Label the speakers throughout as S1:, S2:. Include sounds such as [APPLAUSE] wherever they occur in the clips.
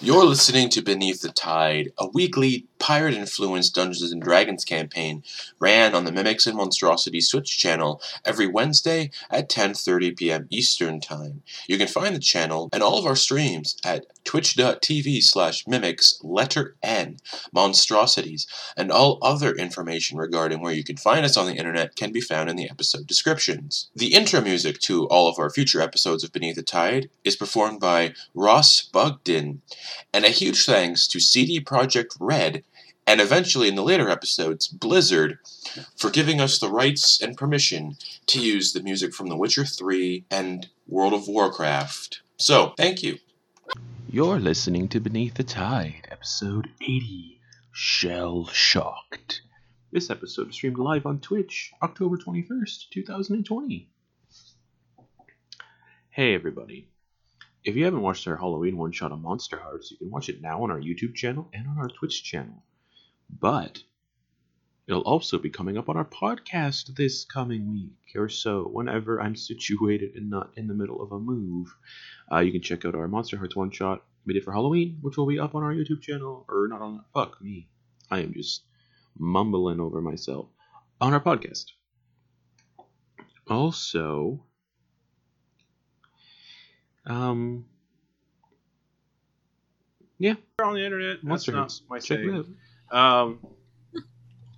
S1: You're listening to Beneath the Tide, a weekly pirate influenced Dungeons and Dragons campaign ran on the Mimics and Monstrosities Twitch channel every Wednesday at 10:30 p.m. Eastern Time. You can find the channel and all of our streams at twitch.tv slash mimics letter N monstrosities and all other information regarding where you can find us on the internet can be found in the episode descriptions. The intro music to all of our future episodes of Beneath the Tide is performed by Ross Bugden and a huge thanks to CD Projekt Red and eventually in the later episodes Blizzard for giving us the rights and permission to use the music from The Witcher 3 and World of Warcraft. So, thank you.
S2: You're listening to Beneath the Tide, episode 80, Shell Shocked. This episode is streamed live on Twitch, October 21st, 2020. Hey everybody. If you haven't watched our Halloween one shot on Monster Hearts, you can watch it now on our YouTube channel and on our Twitch channel. But it'll also be coming up on our podcast this coming week or so, whenever I'm [LAUGHS] situated and not in the middle of a move. Uh, you can check out our Monster Hearts one shot we did for Halloween, which will be up on our YouTube channel, or not on. Fuck me. I am just mumbling over myself on our podcast. Also, um,
S3: We're on the internet.
S2: Monster Hearts.
S3: That's not my
S2: check it
S3: saying.
S2: out.
S3: Um,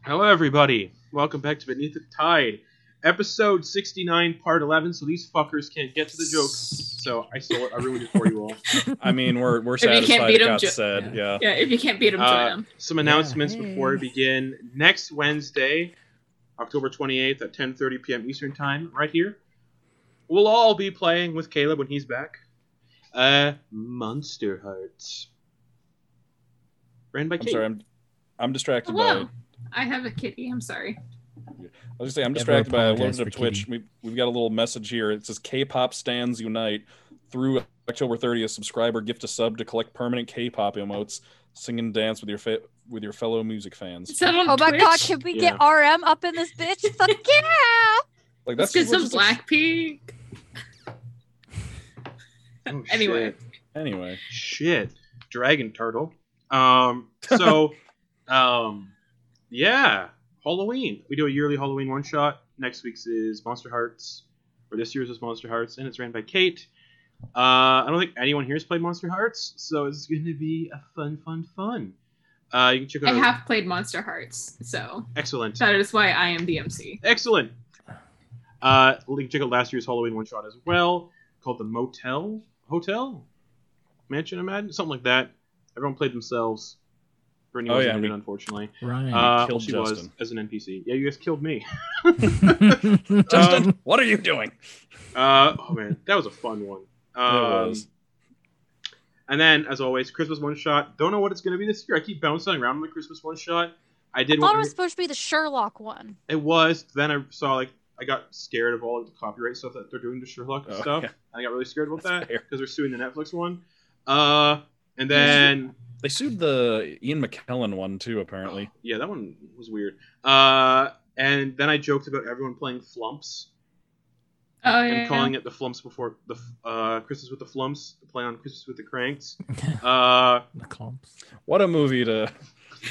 S3: hello, everybody. Welcome back to Beneath the Tide, episode 69, part 11. So these fuckers can't get to the joke. So I stole it. I ruined it for you all.
S4: I mean, we're we're
S5: If you can't
S4: satisfied
S5: beat
S4: it
S5: 'em,
S4: got
S5: ju-
S4: said. Yeah.
S5: Yeah, if you can't beat him, join
S3: Uh,
S5: him.
S3: Some announcements
S2: hey.
S3: before we begin. Next Wednesday, October 28th at 10:30 p.m. Eastern Time, right here. We'll all be playing with Caleb when he's back. Uh, Monster Hearts. Ran by
S4: I'm
S3: Kate.
S4: sorry. I'm I'm distracted by.
S5: Hello. I have a kitty. I'm sorry.
S4: I was just saying I'm
S6: Never
S4: distracted by. I
S6: apologize
S4: loaded up
S6: for
S4: Twitch.
S6: kidding.
S4: We we've got a little message here. It says K-pop stands unite through October 30th. Subscriber gift a sub to collect permanent K-pop emotes. Sing and dance with your fa- with your fellow music
S5: Is
S4: fans.
S5: that on
S7: Oh my
S5: Twitch?
S7: god, can we get RM up in this bitch? Fuck yeah!
S4: Like
S5: Let's
S4: that's
S5: get some
S4: just-
S5: Blackpink.
S3: Oh,
S5: [LAUGHS] Anyway.
S4: [LAUGHS] Anyway,
S3: Shit. Dragon turtle. Um so um yeah, Halloween. We do a yearly Halloween one shot. Next week's is Monster Hearts. Or this year's is Monster Hearts, and it's ran by Kate. Uh I don't think anyone here's played Monster Hearts, so it's gonna be a fun, fun, fun. Uh you can check
S5: I
S3: out our-
S5: have played Monster Hearts, so
S3: excellent.
S5: that is why I am the MC.
S3: Excellent. Uh, you can check out last year's Halloween one shot as well, called the Motel Hotel Mansion, I imagine something like that. Everyone played themselves. Brittany
S4: Oh,
S3: wasn't
S4: yeah,
S3: in
S4: we-
S3: it, unfortunately. Uh,
S6: Ryan.
S3: well,
S4: killed
S3: she was
S4: Justin.
S3: as an NPC. Yeah, you guys killed me. [LAUGHS]
S4: Um, Justin, what are you doing?
S3: Uh, oh man, that was a fun one. Um,
S4: was.
S3: And then, as always, Christmas one shot. Don't know what it's gonna be this year. I keep bouncing around on the Christmas one shot. I
S7: I
S3: did
S7: thought
S3: want
S7: it was supposed to be the Sherlock one.
S3: It was. Then I saw like I got scared of all of the copyright stuff that they're doing to Sherlock and
S4: Oh,
S3: stuff.
S4: yeah.
S3: I got really scared about
S4: That's
S3: that
S4: fair.
S3: because they're suing the Netflix one. Uh, and then
S4: They sued the Ian McKellen one too. Apparently,
S3: yeah, that one was weird. Uh, and then I joked about everyone playing Flumps
S5: Oh
S3: and
S5: yeah.
S3: calling it the Flumps before the f- uh, Christmas with the Flumps, the play on Christmas with the Cranks.
S4: [LAUGHS]
S3: uh,
S6: the clumps.
S4: what a movie to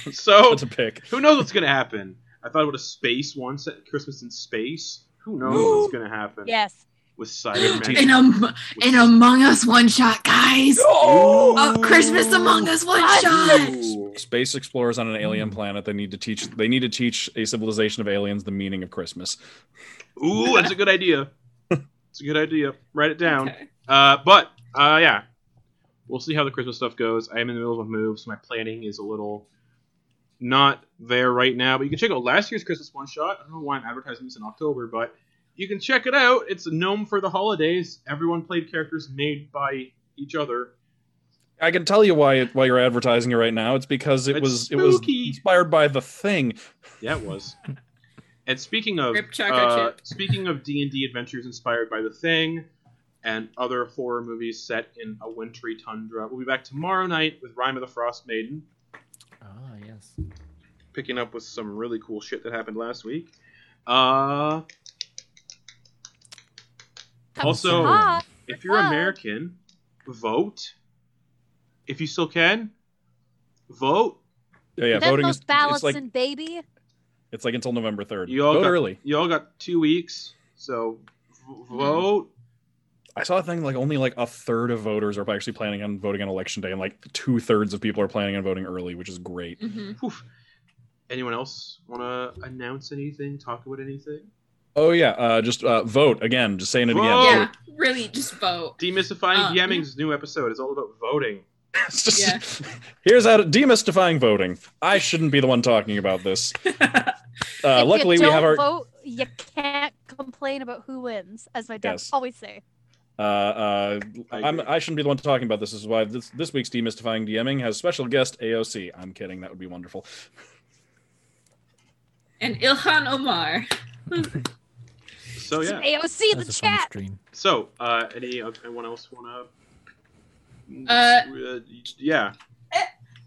S5: Oh,
S3: so
S4: to pick.
S3: who knows what's gonna happen? I thought about a space one set Christmas in space. Who knows what's gonna happen
S7: Yes.
S3: with Cybermen?
S5: in a in Among Us one shot, guys.
S4: Oh,
S5: Oh, Christmas Among Us one shot.
S3: Ooh.
S4: space explorers on an alien planet they need to teach they need to teach a civilization of aliens the meaning of christmas
S3: Ooh, that's a good idea. It's a good idea. Write it down.
S5: Okay.
S3: Uh, but uh, yeah, we'll see how the Christmas stuff goes. I am in the middle of a move, so my planning is a little not there right now. But you can check out last year's Christmas one shot. I don't know why I'm advertising this in October, but you can check it out. It's a gnome for the holidays. Everyone played characters made by each other.
S4: i can tell you why why you're advertising it right now it's because it
S3: It's
S4: was it was
S3: spooky.
S4: inspired by the thing
S3: Yeah, it was. [LAUGHS] and speaking of
S5: Rip Choco
S3: uh,
S5: Chip.
S3: speaking of D and D adventures inspired by The Thing and other horror movies set in a wintry tundra, we'll be back tomorrow night with Rhyme of the Frost Maiden,
S6: Ah, yes.
S3: picking up with some really cool shit that happened last week. Uh, Also-
S7: Ah,
S3: if you're
S7: Wow.
S3: American, vote.
S2: if you still can, vote.
S4: Yeah, yeah.
S7: Get
S4: Voting
S7: those
S4: is
S7: ballots
S4: it's like Uh,
S7: in, baby.
S4: it's like until November third.
S2: You all
S4: Vote
S2: got-
S4: early.
S2: You all got two weeks, so v- vote.
S4: I saw a thing like only like a third of voters are actually planning on voting on election day, and like two thirds of people are planning on voting early, which is great.
S8: Mm-hmm.
S5: Mm.
S2: Oof. Anyone else want to announce anything? Talk about anything?
S4: Oh yeah, uh, just uh, vote again. Just saying it again.
S2: Vote!
S4: Vote.
S8: Yeah, really, just vote.
S2: Demystifying
S8: Uh,
S2: Yemming's new episode is all about voting.
S4: It's just- [LAUGHS] here's how to demystifying voting. I shouldn't be the one talking about
S7: [LAUGHS]
S4: this. Uh,
S7: if
S4: luckily,
S7: you
S4: we
S7: don't
S4: have our
S7: vote, you can't complain about who wins, as my dad
S4: Yes.
S7: always say.
S4: Uh, uh,
S2: I
S4: I'm,
S2: agree.
S4: I shouldn't be the one talking about this. This is why this, this week's Demystifying DMing has special guest AOC. I'm kidding. That would be wonderful.
S8: And Ilhan Omar.
S4: Oh,
S2: So yeah.
S7: AOC in the
S6: That's a fun
S7: chat.
S6: stream.
S2: So uh, any anyone else want to?
S8: Uh,
S2: yeah.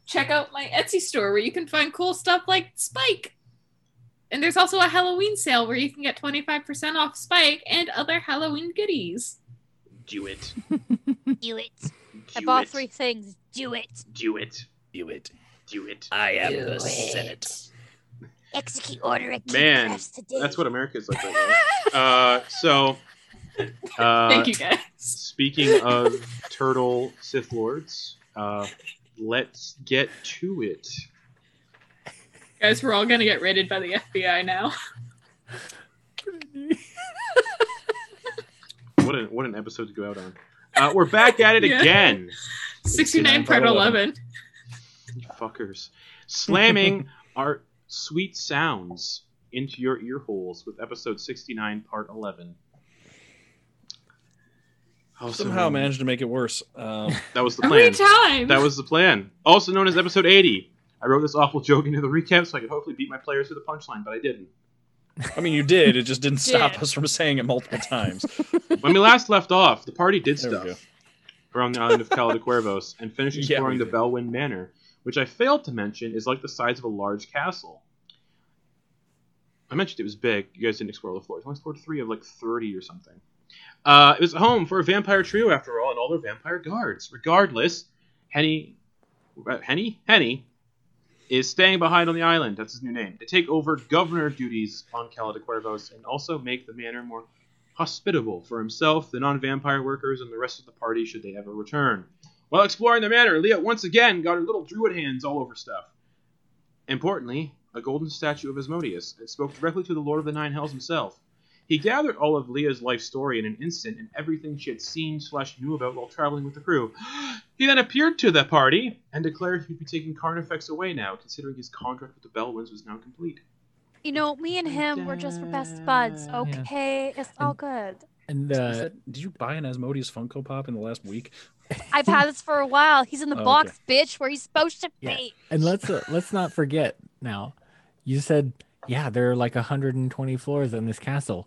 S8: Check out my Etsy store where you can find cool stuff like Spike. And there's also a Halloween sale where you can get 25% off Spike and other Halloween goodies.
S2: Do it.
S7: Do it.
S2: Do
S7: I bought
S2: it.
S7: three things. Do it.
S2: Do it.
S4: Do it.
S2: Do it.
S4: I
S8: am Do the it. Senate.
S7: Execute order at King
S2: Man,
S7: Crafts today.
S2: That's what America's like right now. Uh, so. Uh,
S8: Thank you guys.
S2: Speaking of turtle Sith lords, uh, let's get to it.
S8: Guys, we're all gonna get raided by the FBI now. [LAUGHS]
S2: What an what an episode to go out on. Uh, we're back at it
S8: Yeah.
S2: again.
S8: 69 part 11.
S2: You fuckers. Slamming [LAUGHS] our sweet sounds into your ear holes with episode 69, part 11. Also
S4: Somehow
S2: known-
S4: managed to make it worse. Um,
S2: That was the
S8: How many
S2: plan.
S8: times?
S2: That was the plan. Also known as episode 80. I wrote this awful joke into the recap so I could hopefully beat my players to the punchline, but I didn't.
S4: I mean, you did. It just didn't
S7: [LAUGHS]
S4: stop
S7: Did.
S4: us from saying
S2: [LAUGHS]
S4: it multiple times.
S2: When we last left off, the party did
S4: There we go.
S2: stuff. We're on the island of Cala de Cuervos and finished
S4: Yeah,
S2: exploring
S4: we
S2: the
S4: did.
S2: Belwyn Manor, which I failed to mention is like the size of a large castle. I mentioned it was big. You guys didn't explore the floors. I only explored three of like 30 or something. Uh, it was a home for a vampire trio, after all, and all their vampire guards. Regardless, Henny. uh, Henny? Henny is staying behind on the island. That's his new name. To take over governor duties on Cala de Cuervos and also make the manor more hospitable for himself, the non vampire workers, and the rest of the party should they ever return. While exploring the manor, Leah once again got her little druid hands all over stuff. Importantly, a golden statue of Asmodeus, and spoke directly to the Lord of the Nine Hells himself. He gathered all of Leah's life story in an instant and everything she had seen slash knew about while traveling with the crew. [GASPS] He then appeared to the party and declared he'd be taking Carnifex away now, considering his contract with the Bellwinds was now complete.
S7: You know, me and him were just best buds.
S2: Yeah.
S7: Okay, it's all good.
S6: And
S4: Is
S6: uh,
S4: that- did you buy an Asmodeus Funko Pop in the last week?
S7: I've had this for a while. He's in the
S4: Okay.
S7: box, bitch, where he's supposed to
S6: Oh, Yeah.
S7: be.
S6: and let's uh, let's not forget now. You said, yeah, there are like 120 floors in this castle.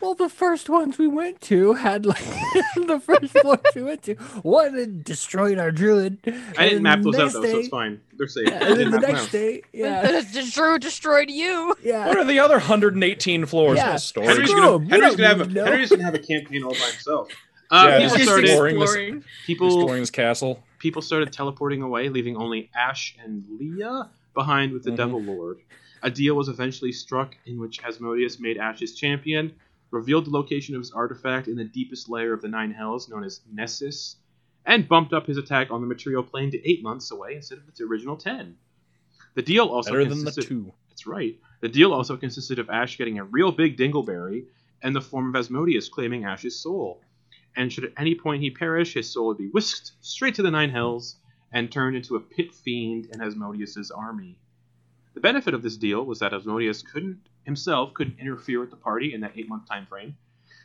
S6: Well, the first ones we went to had like [LAUGHS] the first floors we went to. One had destroyed our druid.
S2: I didn't map those out though, so it's fine. They're safe. I
S6: [LAUGHS] And
S2: didn't
S6: then the
S2: map them
S6: next
S2: out.
S6: day,
S7: [LAUGHS]
S6: yeah,
S7: The Drew destroyed you. [GASPS]
S6: yeah.
S4: What are the other 118 floors?
S6: Yeah.
S4: What a story.
S2: Henry's
S6: Screw
S2: gonna,
S6: him. We
S2: Henry's
S6: don't
S2: gonna have a
S6: need to know.
S2: Henry's gonna have a campaign all by himself. Uh,
S4: [LAUGHS] Yeah,
S2: people
S4: just
S2: started
S4: exploring this-
S2: people
S4: Exploring this castle.
S2: people started teleporting away, leaving only Ash and Leah behind with the
S4: Mhm.
S2: Devil Lord. A deal was eventually struck in which Asmodeus made Ash his champion, revealed the location of his artifact in the deepest layer of the Nine Hells, known as Nessus, and bumped up his attack on the material plane to eight months away instead of its original ten. The deal also
S4: Better than the
S2: consisted-
S4: two.
S2: that's right. The deal also consisted of Ash getting a real big dingleberry and the form of Asmodeus claiming Ash's soul. And should at any point he perish, his soul would be whisked straight to the Nine Hells and turned into a pit fiend in Asmodeus's army. The benefit of this deal was that Asmodeus couldn't himself couldn't interfere with the party in that eight month time frame,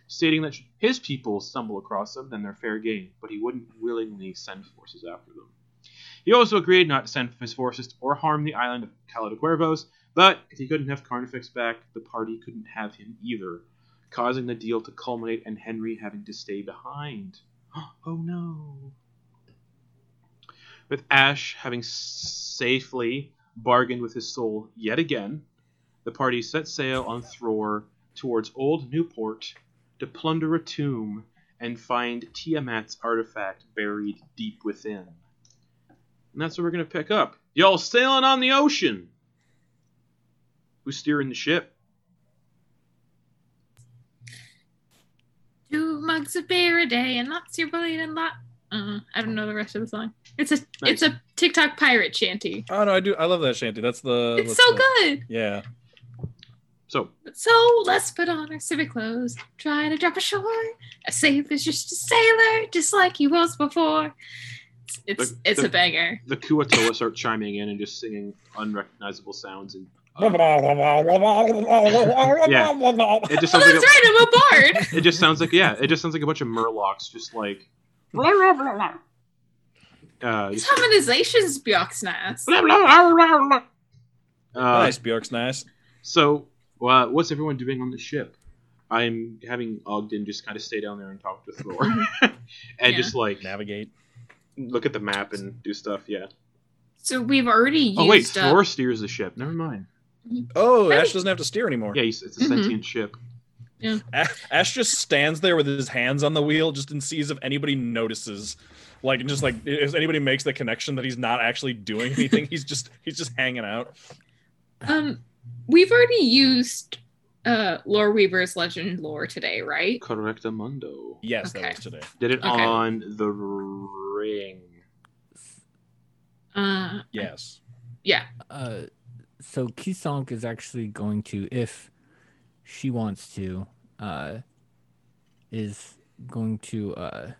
S2: stating that should his people stumble across them, then they're fair game, but he wouldn't willingly send forces after them. He also agreed not to send his forces or harm the island of Cala de Cuervos, but if he couldn't have Carnifex back, the party couldn't have him either, causing the deal to culminate and Henry having to stay behind. [GASPS] oh no. With Ash having safely bargained with his soul yet again, the party set sail on Thror towards Old Newport to plunder a tomb and find Tiamat's artifact buried deep within. And that's what we're going to pick up. Y'all sailing on the ocean. Who's steering the ship?
S8: Two mugs of beer a day and lots your blade and lot. Uh, I don't know the rest of the song. It's a it's a TikTok pirate shanty.
S4: Oh no, I do. I love that shanty. That's the.
S8: It's
S4: that's
S8: so
S4: the-
S8: good.
S4: Yeah.
S2: So,
S8: So let's put on our civic clothes, try to drop ashore. A sailor is just a sailor, just like he was before. It's it's,
S2: The-
S8: it's
S2: the-
S8: a banger.
S2: the Kuatoa start chiming in and just singing unrecognizable sounds. And uh, it just
S8: Oh,
S2: sounds like
S8: that's
S2: a,
S8: right. I'm a
S2: [LAUGHS]
S8: bard.
S2: it just sounds like yeah, it just sounds like a bunch of murlocs just like uh,
S8: His
S2: just-
S8: harmonization's Bjork's nice.
S2: Uh,
S4: nice, Bjork's nice.
S2: So, uh, what's everyone doing on the ship? I'm having Ogden just kind of stay down there and talk to
S7: [LAUGHS]
S2: Thor, [LAUGHS] and
S8: Yeah.
S2: just like
S4: Navigate.
S2: look at the map and do stuff. Yeah.
S8: So we've already used uh,
S2: oh wait,
S8: up.
S2: Thor steers the ship. Never mind.
S4: Oh,
S8: Hey.
S4: Ash doesn't have to steer anymore.
S2: Yeah, he's, it's a
S8: Mhm.
S7: Mm-hmm.
S2: sentient ship.
S4: A- Ash just stands there with his hands on the wheel, just and sees if anybody notices, like, and just like if anybody makes the connection that he's not actually
S8: [LAUGHS]
S4: doing anything. he's just he's just hanging out.
S8: Um, we've already used uh Lore Weaver's legend lore today, right?
S2: Correctamundo.
S4: Yes,
S8: Okay.
S4: that was today.
S2: Did it
S8: Okay.
S2: on the ring.
S8: Uh,
S4: Yes.
S8: yeah.
S6: Uh, so Kisonk is actually going to, if she wants to, uh, is going to uh,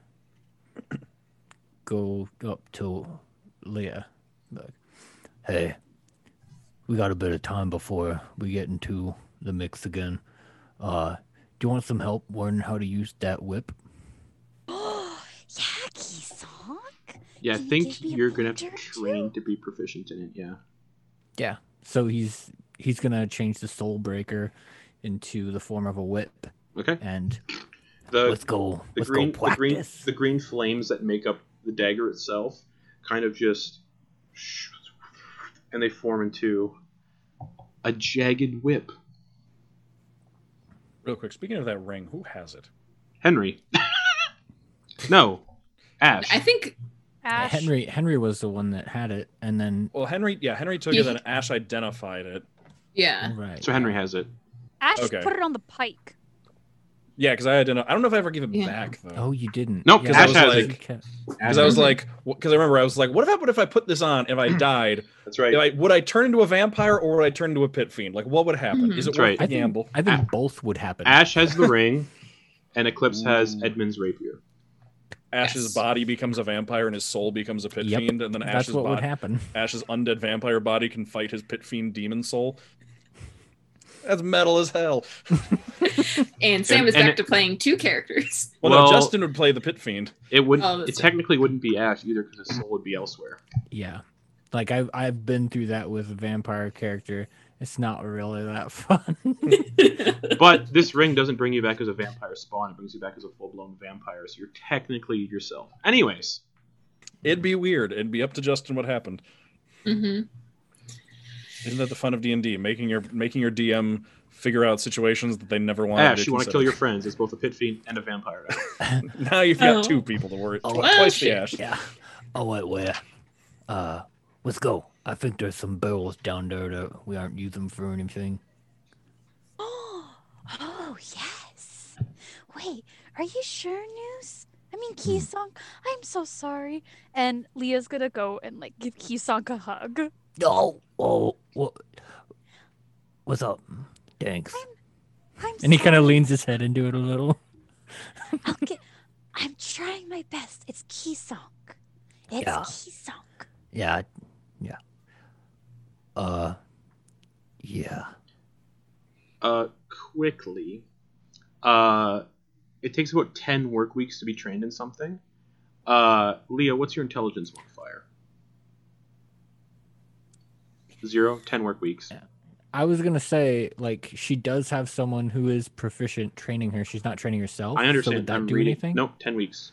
S6: go up to Leah. Like, hey, we got a bit of time before we get into the mix again. Uh, do you want some help learning how to use that whip?
S7: Yaki song.
S2: Yeah, I
S7: Can you
S2: think
S7: give me a
S2: you're gonna have to
S7: pointer, too?
S2: train to be proficient in it. Yeah.
S6: So he's he's gonna change the Soul Breaker into the form of a whip
S2: Okay.
S6: and
S2: The
S6: let's go.
S2: the
S6: let's
S2: green,
S6: go
S2: the green,
S6: practice.
S2: the green flames that make up the dagger itself, kind of just, and they form into a jagged whip.
S4: Real quick, speaking of that ring, who has it?
S2: Henry. [LAUGHS] no, Ash.
S8: I think
S7: Ash.
S6: Henry Henry was the one that had it, and then
S4: Well, Henry. Yeah, Henry took it, then Ash identified it.
S8: yeah.
S6: right.
S2: So Henry has it.
S7: Ash
S4: Okay.
S7: put it on the pike. [GASPS]
S4: Yeah, because I identified. I don't know if I ever gave it
S8: Yeah.
S4: back though.
S6: Oh, you didn't.
S2: Nope,
S4: Ash
S6: that's
S4: has
S6: what
S4: it.
S6: you kept-
S4: Because I was like, because I remember I was like, what if I, what if I put this on if
S8: [CLEARS THROAT]
S4: I died?
S2: that's right.
S4: If I- would I turn into a vampire or would I turn into a pit fiend? Like, what would happen?
S8: Mhm.
S4: Is it
S2: That's right.
S4: worth the
S6: Mm-hmm. I think,
S4: gamble?
S6: I think both would happen.
S2: Ash has the ring, and Eclipse has
S4: Ooh.
S2: Edmund's rapier.
S4: Ash's
S8: Yes.
S4: body becomes a vampire and his soul becomes a pit
S6: Yep.
S4: fiend, and then
S6: That's
S4: Ash's
S6: what would
S4: body,
S6: happen.
S4: Ash's undead vampire body can fight his pit fiend demon soul. That's metal as hell.
S8: And Sam
S2: And- and
S8: is back
S2: it-
S8: to playing two characters. [LAUGHS]
S4: Well,
S2: Well-
S4: no, Justin would play the pit fiend.
S2: It would.
S8: Oh,
S2: it
S8: that's-
S2: technically wouldn't be Ash either, because his soul would be elsewhere.
S6: Yeah, like I've I've been through that with a vampire character. It's not really that [LAUGHS] fun.
S2: But this ring doesn't bring you back as a vampire spawn; it brings you back as a full-blown vampire. So you're technically yourself. Anyways,
S4: It'd be weird. It'd be up to Justin what happened.
S8: hmm
S4: Isn't that the fun of D and D? Making your making your DM figure out situations that they never wanted
S2: Ash,
S4: to
S2: you want to
S4: consider.
S2: kill your friends. It's both a pit fiend and a vampire.
S4: [LAUGHS] Now you've got
S8: Oh.
S4: two people to worry.
S6: Oh,
S4: twice the
S8: shit.
S4: Ash.
S6: [LAUGHS] yeah. Oh wait, where? Uh, let's go. I think there's some barrels down there that we aren't using for anything.
S7: oh yes. Wait, are you sure, News? I mean,
S6: Hmm.
S7: Kisong, I'm so sorry. And Leah's gonna go and like give Kisong a hug.
S6: Oh, oh, what? What's up? Thanks.
S7: I'm
S6: And he kind of
S7: sorry.
S6: leans his head into it a little.
S7: I'll get, I'm trying my best. It's Kisong. It's
S6: Yeah.
S7: Kisong.
S6: Yeah, yeah. Uh, yeah.
S2: uh, quickly, uh, it takes about ten work weeks to be trained in something. Uh, Leah, what's your intelligence modifier? Zero. Ten work weeks.
S6: I was gonna say like she does have someone who is proficient training her. She's not training herself.
S2: I
S6: So
S2: understand.
S6: would that
S2: I'm
S6: do
S2: reading.
S6: anything?
S2: Nope. Ten weeks.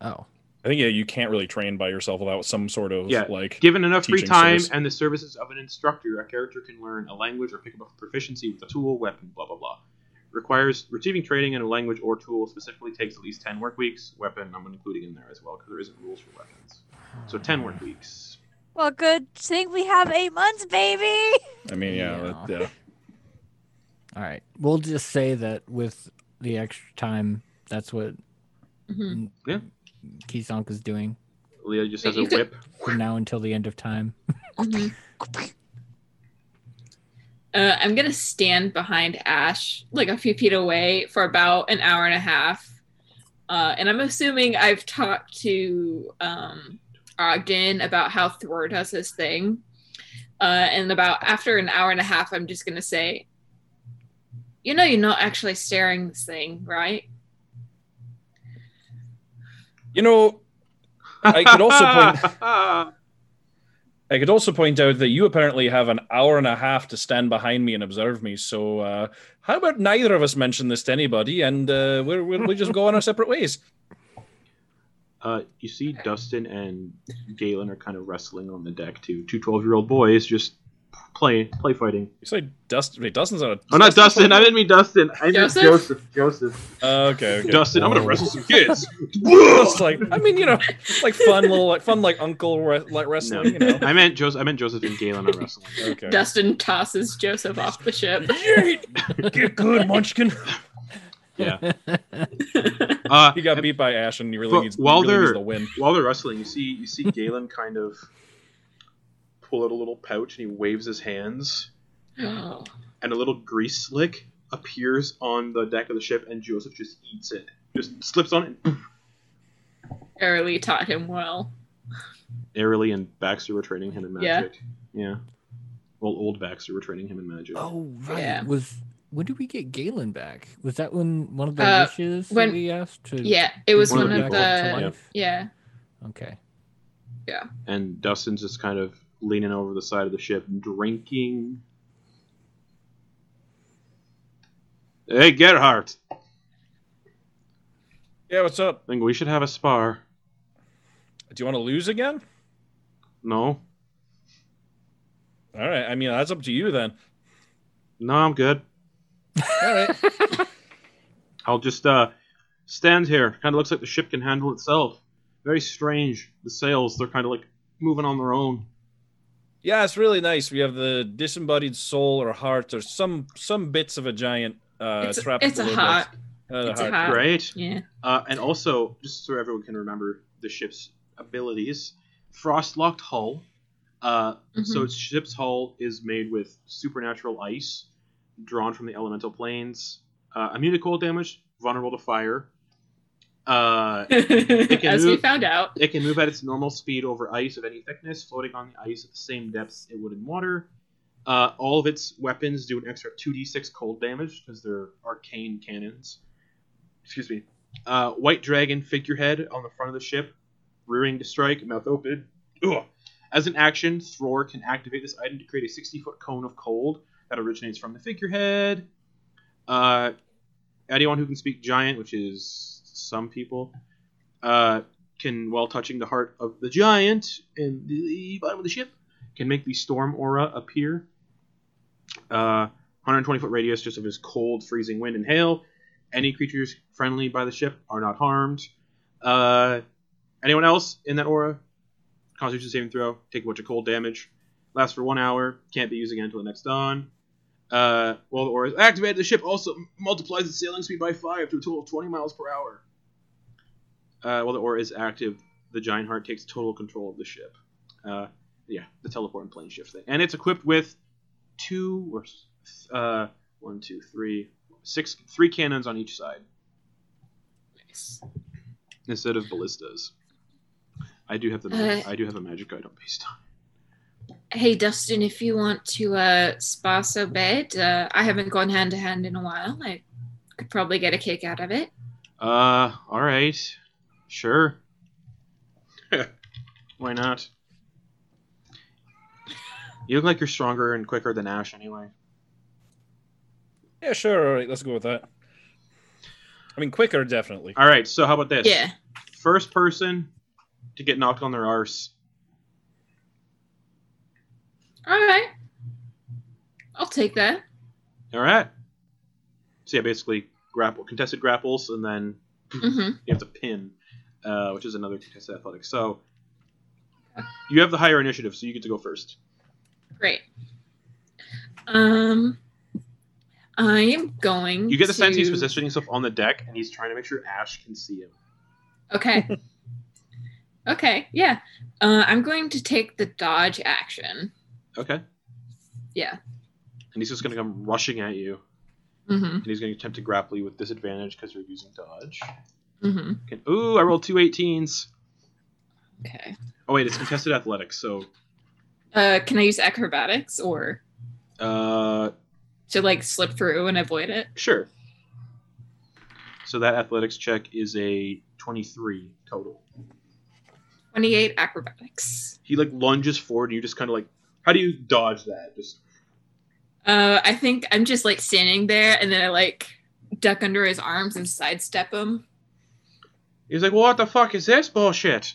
S6: Oh,
S4: I think yeah, you can't really train by yourself without some sort of
S2: Yeah,
S4: like
S2: Given enough free
S4: Teaching
S2: time
S4: service.
S2: and the services of an instructor, a character can learn a language or pick up a proficiency with a tool, weapon, blah blah blah. Requires receiving training in a language or tool specifically takes at least ten work weeks. Weapon, I'm including in there as well because there isn't rules for weapons. So ten work weeks.
S7: Well, good thing we have eight months, baby.
S4: I mean, yeah, that- yeah.
S6: All right. We'll just say that with the extra time, that's what
S8: Mhm.
S3: Yeah.
S6: Kisonk is doing
S3: Leah just has a
S8: You could-
S3: whip.
S6: from now until the end of time.
S8: Mhm. Uh, I'm gonna stand behind Ash, like a few feet away, for about an hour and a half. Uh, and I'm assuming I've talked to um, Ogden about how Thor does his thing. Uh, and about after an hour and a half, I'm just gonna say, you know, you're not actually staring this thing, right?
S4: You know, I could also point-
S3: point.
S4: I could also point out that you apparently have an hour and a half to stand behind me and observe me. So, uh, how about neither of us mention this to anybody, and uh, we're, we're, we just go on our separate ways?
S3: Uh, you see, Dustin and Galen are kind of wrestling on the deck too. Two 12 year old boys just play play fighting.
S4: You say Dustin? Wait, Dustin's not a.
S3: Oh, not Dustin. I didn't mean Dustin. I meant
S8: Joseph?
S3: Joseph. Joseph.
S4: Uh, okay, okay.
S3: Dustin, I'm gonna
S6: Whoa.
S3: wrestle some [LAUGHS] kids.
S4: Just like I mean, you know, like fun little, like fun like uncle re- like
S3: no,
S4: wrestling, you know.
S3: I meant Joseph. I meant Joseph and Galen are wrestling.
S4: [LAUGHS] Okay.
S8: Dustin tosses Joseph off the ship.
S4: Get good, Munchkin.
S3: Yeah. Uh,
S4: He got beat by Ash, and he really
S3: But
S4: needs,
S3: while
S4: he really needs
S3: they're-
S4: the win.
S3: While they're wrestling, you see you see Galen kind of pull out a little pouch and he waves his hands,
S8: Oh.
S3: and a little grease slick appears on the deck of the ship, and Joseph just eats it. Just slips on it and
S8: Early taught him well.
S3: airily, and Baxter were training him in
S8: Yeah.
S3: magic. Yeah. Well, old Baxter were training him in magic.
S6: Oh, right.
S8: Yeah.
S6: Was when did we get Galen back? Was that when one of the
S8: Uh,
S6: wishes
S8: when-
S6: that we asked to
S8: Yeah, it was
S6: bring
S8: one
S3: One of
S6: him
S8: of
S6: back up to
S8: the.
S6: life?
S8: Yeah.
S6: Okay.
S3: And Dustin's just kind of leaning over the side of the ship, drinking. Hey, Gerhardt, I
S4: Yeah, what's up?
S3: think we should have a spar.
S4: Do you want to lose again?
S3: No,
S4: All right. I mean, that's up to you then.
S3: no, I'm good.
S4: All right.
S3: [LAUGHS] I'll just uh, stand here. Kind of looks like the ship can handle itself. Very strange. The sails, they're kind of like moving on their own.
S4: Yeah, it's really nice. We have the disembodied soul or heart or some some bits of a giant uh,
S8: it's
S4: trapped.
S8: it's a
S4: below
S8: hot.
S4: that- uh,
S8: it's a
S4: heart.
S8: hot.
S3: Great.
S8: Yeah.
S3: Uh, and also, just [LAUGHS] so everyone can remember the ship's abilities, frostlocked hull. Uh, So
S8: Mhm.
S3: its ship's hull is made with supernatural ice, drawn from the elemental planes. Uh, immune to cold damage, vulnerable to fire. Uh, can
S8: As we
S3: move-
S8: found out.
S3: it can move at its normal speed over ice of any thickness, floating on the ice at the same depths it would in water. Uh, all of its weapons do an extra 2d6 cold damage because they're arcane cannons. Excuse me. Uh, white dragon figurehead on the front of the ship, rearing to strike, mouth open. Ugh. As an action, Thror can activate this item to create a 60 foot cone of cold that originates from the figurehead. Uh, anyone who can speak giant, which is some people, uh, can, while touching the heart of the giant in the bottom of the ship, can make the storm aura appear. Uh, 120 foot radius just of his cold, freezing wind and hail. Any creatures friendly by the ship are not harmed. Uh, anyone else in that aura? Constitution saving throw. Take a bunch of cold damage. Lasts for one hour. Can't be used again until the next dawn. Uh, while the aura is activated, the ship also multiplies its sailing speed by five to a total of 20 miles per hour. Uh, while the aura is active, the giant heart takes total control of the ship. Uh, yeah, the teleport and plane shift thing, and it's equipped with two or uh, one, two, three, six, three cannons on each side instead of ballistas. I do have the mag-
S8: Uh,
S3: I do have a magic item based on.
S8: Hey, Dustin, if you want to uh, spar so bad, uh, I haven't gone hand to hand in a while. I could probably get a kick out of it.
S3: Uh, all right, [LAUGHS] sure. Why not? You look like you're stronger and quicker than Ash, anyway.
S4: Yeah, sure. All right, let's go with that. I mean, quicker definitely.
S3: All right, so how about this?
S8: Yeah.
S3: First person to get knocked on their arse.
S8: All right. I'll take that.
S3: All right. So yeah, basically grapple, contested grapples, and then
S8: hmm
S3: you have to pin, uh, which is another contested athletics. So You have the higher initiative, so you get to go first.
S8: Great. Um, I am going.
S3: You get the
S8: to...
S3: sense he's positioning himself on the deck, and he's trying to make sure Ash can see him.
S8: Okay. [LAUGHS] okay. Yeah. Uh, I'm going to take the dodge action.
S3: Okay.
S8: Yeah.
S3: And he's just going to come rushing at you,
S8: Mm-hmm.
S3: and he's going to attempt to grapple you with disadvantage because you're using dodge.
S8: Mm-hmm.
S3: Okay. Ooh, I rolled two 18s.
S8: Okay.
S3: Oh wait, it's contested athletics, so
S8: Uh, can I use acrobatics or
S3: uh,
S8: to like slip through and avoid it?
S3: sure. So that athletics check is a 23 total.
S8: 28 acrobatics.
S3: He like lunges forward, and you just kind of like, how do you dodge that? Just
S8: Uh, I think I'm just like standing there and then I like duck under his arms and sidestep him.
S3: he's like, what the fuck is this
S8: [LAUGHS]
S3: bullshit?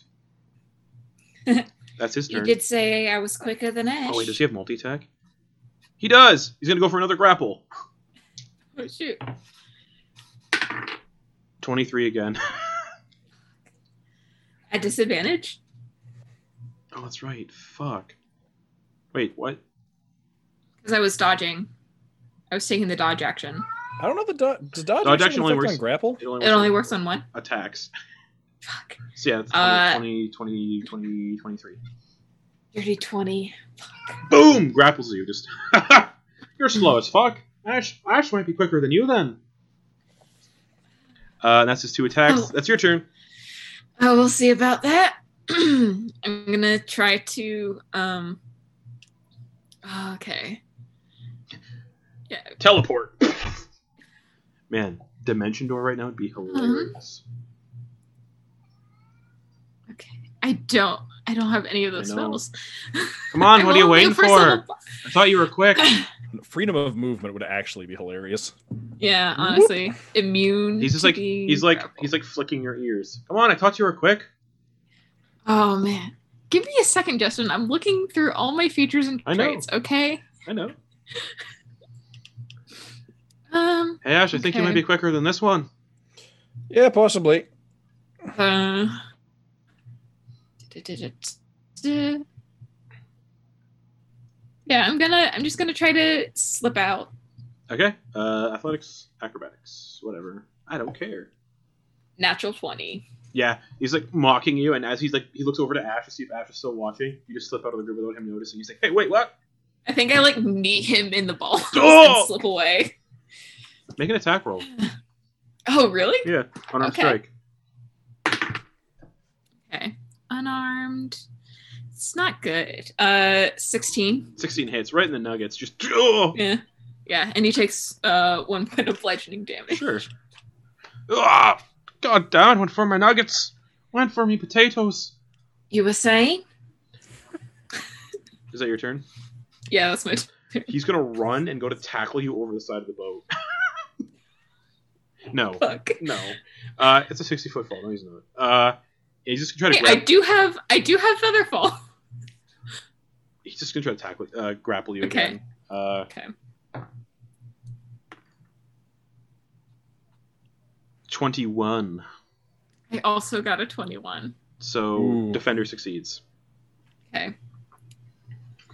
S3: That's his
S8: You
S3: turn.
S8: did say I was quicker than Ash.
S3: Oh wait, does he have multi attack? He does. He's gonna go for another grapple.
S8: Oh, shoot.
S3: 23 again. [LAUGHS]
S8: At disadvantage?
S3: oh, that's right. Fuck. Wait, what?
S8: Because I was dodging. I was taking the dodge action.
S4: I don't know the dodge. Does dodge,
S3: Dodge
S4: actually
S3: actually only
S4: work
S3: works-
S4: on grapple?
S8: It only works on one.
S3: attacks.
S8: Fuck.
S3: So yeah, it's
S8: Uh,
S3: 20, 20, 20, 23.
S8: Dirty 20.
S3: Boom! Grapples you. Just [LAUGHS] you're slow as fuck. Ash, Ash might be quicker than you then. Uh, and that's his two attacks.
S8: Oh.
S3: That's your turn.
S8: Oh, we'll see about that. [CLEARS THROAT] I'm gonna try to. um Okay.
S3: Teleport. [LAUGHS] Man, dimension door right now would
S8: Uh-huh.
S3: be hilarious.
S8: Okay. I don't. I don't have any of those
S3: I know.
S8: spells.
S3: Come on,
S8: I
S3: what are you
S8: rolled
S3: waiting
S8: the
S3: for?
S8: first level bo-
S3: I thought you were quick.
S8: [LAUGHS] Um,
S4: Freedom of movement would actually be hilarious.
S8: yeah, honestly, immune.
S3: He's just
S8: to
S3: like
S8: being
S3: he's like
S8: grappled.
S3: he's like flicking your ears. Come on, I thought you were quick.
S8: Oh man, give me a second, Justin. I'm looking through all my features and
S3: I know.
S8: traits. Okay.
S3: I know.
S8: Um.
S3: Hey Ash, I think you
S8: Okay.
S3: might be quicker than this one.
S4: Yeah, possibly.
S8: Uh, yeah, I'm gonna. I'm just gonna try to slip out.
S3: Okay. Uh, athletics, acrobatics, whatever. I don't care.
S8: Natural twenty.
S3: Yeah, he's like mocking you, and as he's like, he looks over to Ash to see if Ash is still watching. You just slip out of the group without him noticing. He's like, "Hey, wait, what?
S8: I think I like knee him in the balls
S3: Oh!
S8: [LAUGHS] and slip away.
S3: Make an attack roll
S8: Oh really?
S3: Yeah, on our
S8: Okay.
S3: strike."
S8: Okay. Unarmed. It's not good. Uh, sixteen.
S3: Sixteen hits right in the nuggets. Just oh,
S8: Yeah. Yeah, and he takes uh one point of bludgeoning damage.
S3: sure. Ah, God damn! it, Went for my nuggets. Went for me potatoes.
S8: You were saying?
S3: Is that your turn?
S8: Yeah, that's my.
S3: He's gonna run and go to tackle you over the side of the [LAUGHS] boat. no,
S8: Fuck.
S3: no. Uh, it's a sixty foot fall. No, he's not. Uh, yeah, he's just gonna try
S8: Hey,
S3: to
S8: I
S3: grab.
S8: do have I do have featherfall.
S3: He's just gonna try to tackle, uh, grapple you
S8: Okay.
S3: again. Uh,
S8: [LAUGHS] Okay.
S3: Twenty-one.
S8: I also got a twenty-one.
S3: So
S4: Ooh.
S3: defender succeeds.
S8: Okay.
S3: So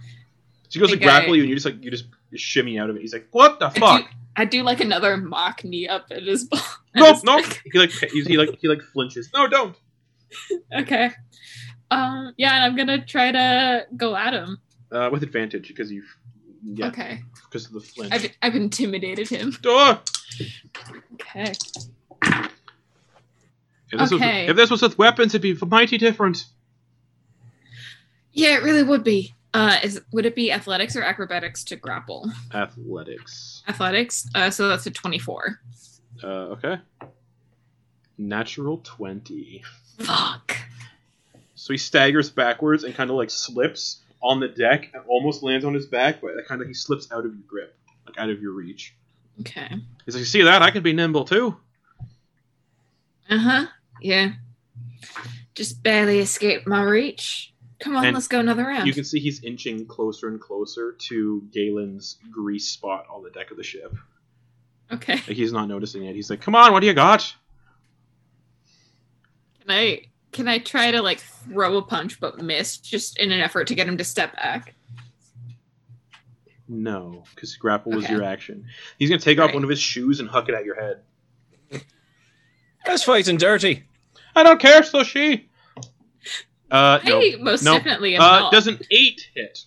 S3: he goes to
S8: Think
S3: grapple
S8: I-
S3: you, and you just like you just shimmy out of it. He's like, "What the fuck?
S8: [LAUGHS] I do, I do like another mock knee up at his ball. [LAUGHS] at
S3: nope,
S8: his
S3: nope."
S8: neck.
S3: He like he, he like he like flinches. No, don't.
S8: Okay. Um. Yeah, and I'm gonna try to go at him.
S3: Uh, with advantage because you, yeah,
S8: Okay.
S3: because of the flinch.
S8: I've I've intimidated him.
S3: Ah!
S8: Okay.
S3: If this,
S8: Okay.
S3: was, if this was with weapons, it'd be mighty different.
S8: Yeah, it really would be. Uh, is would it be athletics or acrobatics to grapple?
S3: Athletics.
S8: Athletics. Uh, so that's a twenty-four.
S3: Uh, okay. Natural 20.
S8: Fuck.
S3: So he staggers backwards and kind of like slips on the deck and almost lands on his back, but kind of he slips out of your grip, like out of your reach.
S8: Okay.
S3: He's like, see that? I can be nimble too.
S8: Uh huh. Yeah. Just barely escaped my reach. Come on,
S3: And
S8: let's go another round.
S3: You can see he's inching closer and closer to Galen's grease spot on the deck of the ship.
S8: Okay.
S3: Like he's not noticing it. He's like, come on, what do you got?
S8: Can I Can I try to like throw a punch but miss just in an effort to get him to step back?
S3: No, because grapple was
S8: Okay.
S3: your action. He's gonna take off
S8: Right.
S3: one of his shoes and huck it at your head.
S4: That's fighting dirty.
S3: I don't care, so she. Uh, no.
S8: I most
S3: Nope.
S8: definitely am
S3: Uh,
S8: not.
S3: does an eight hit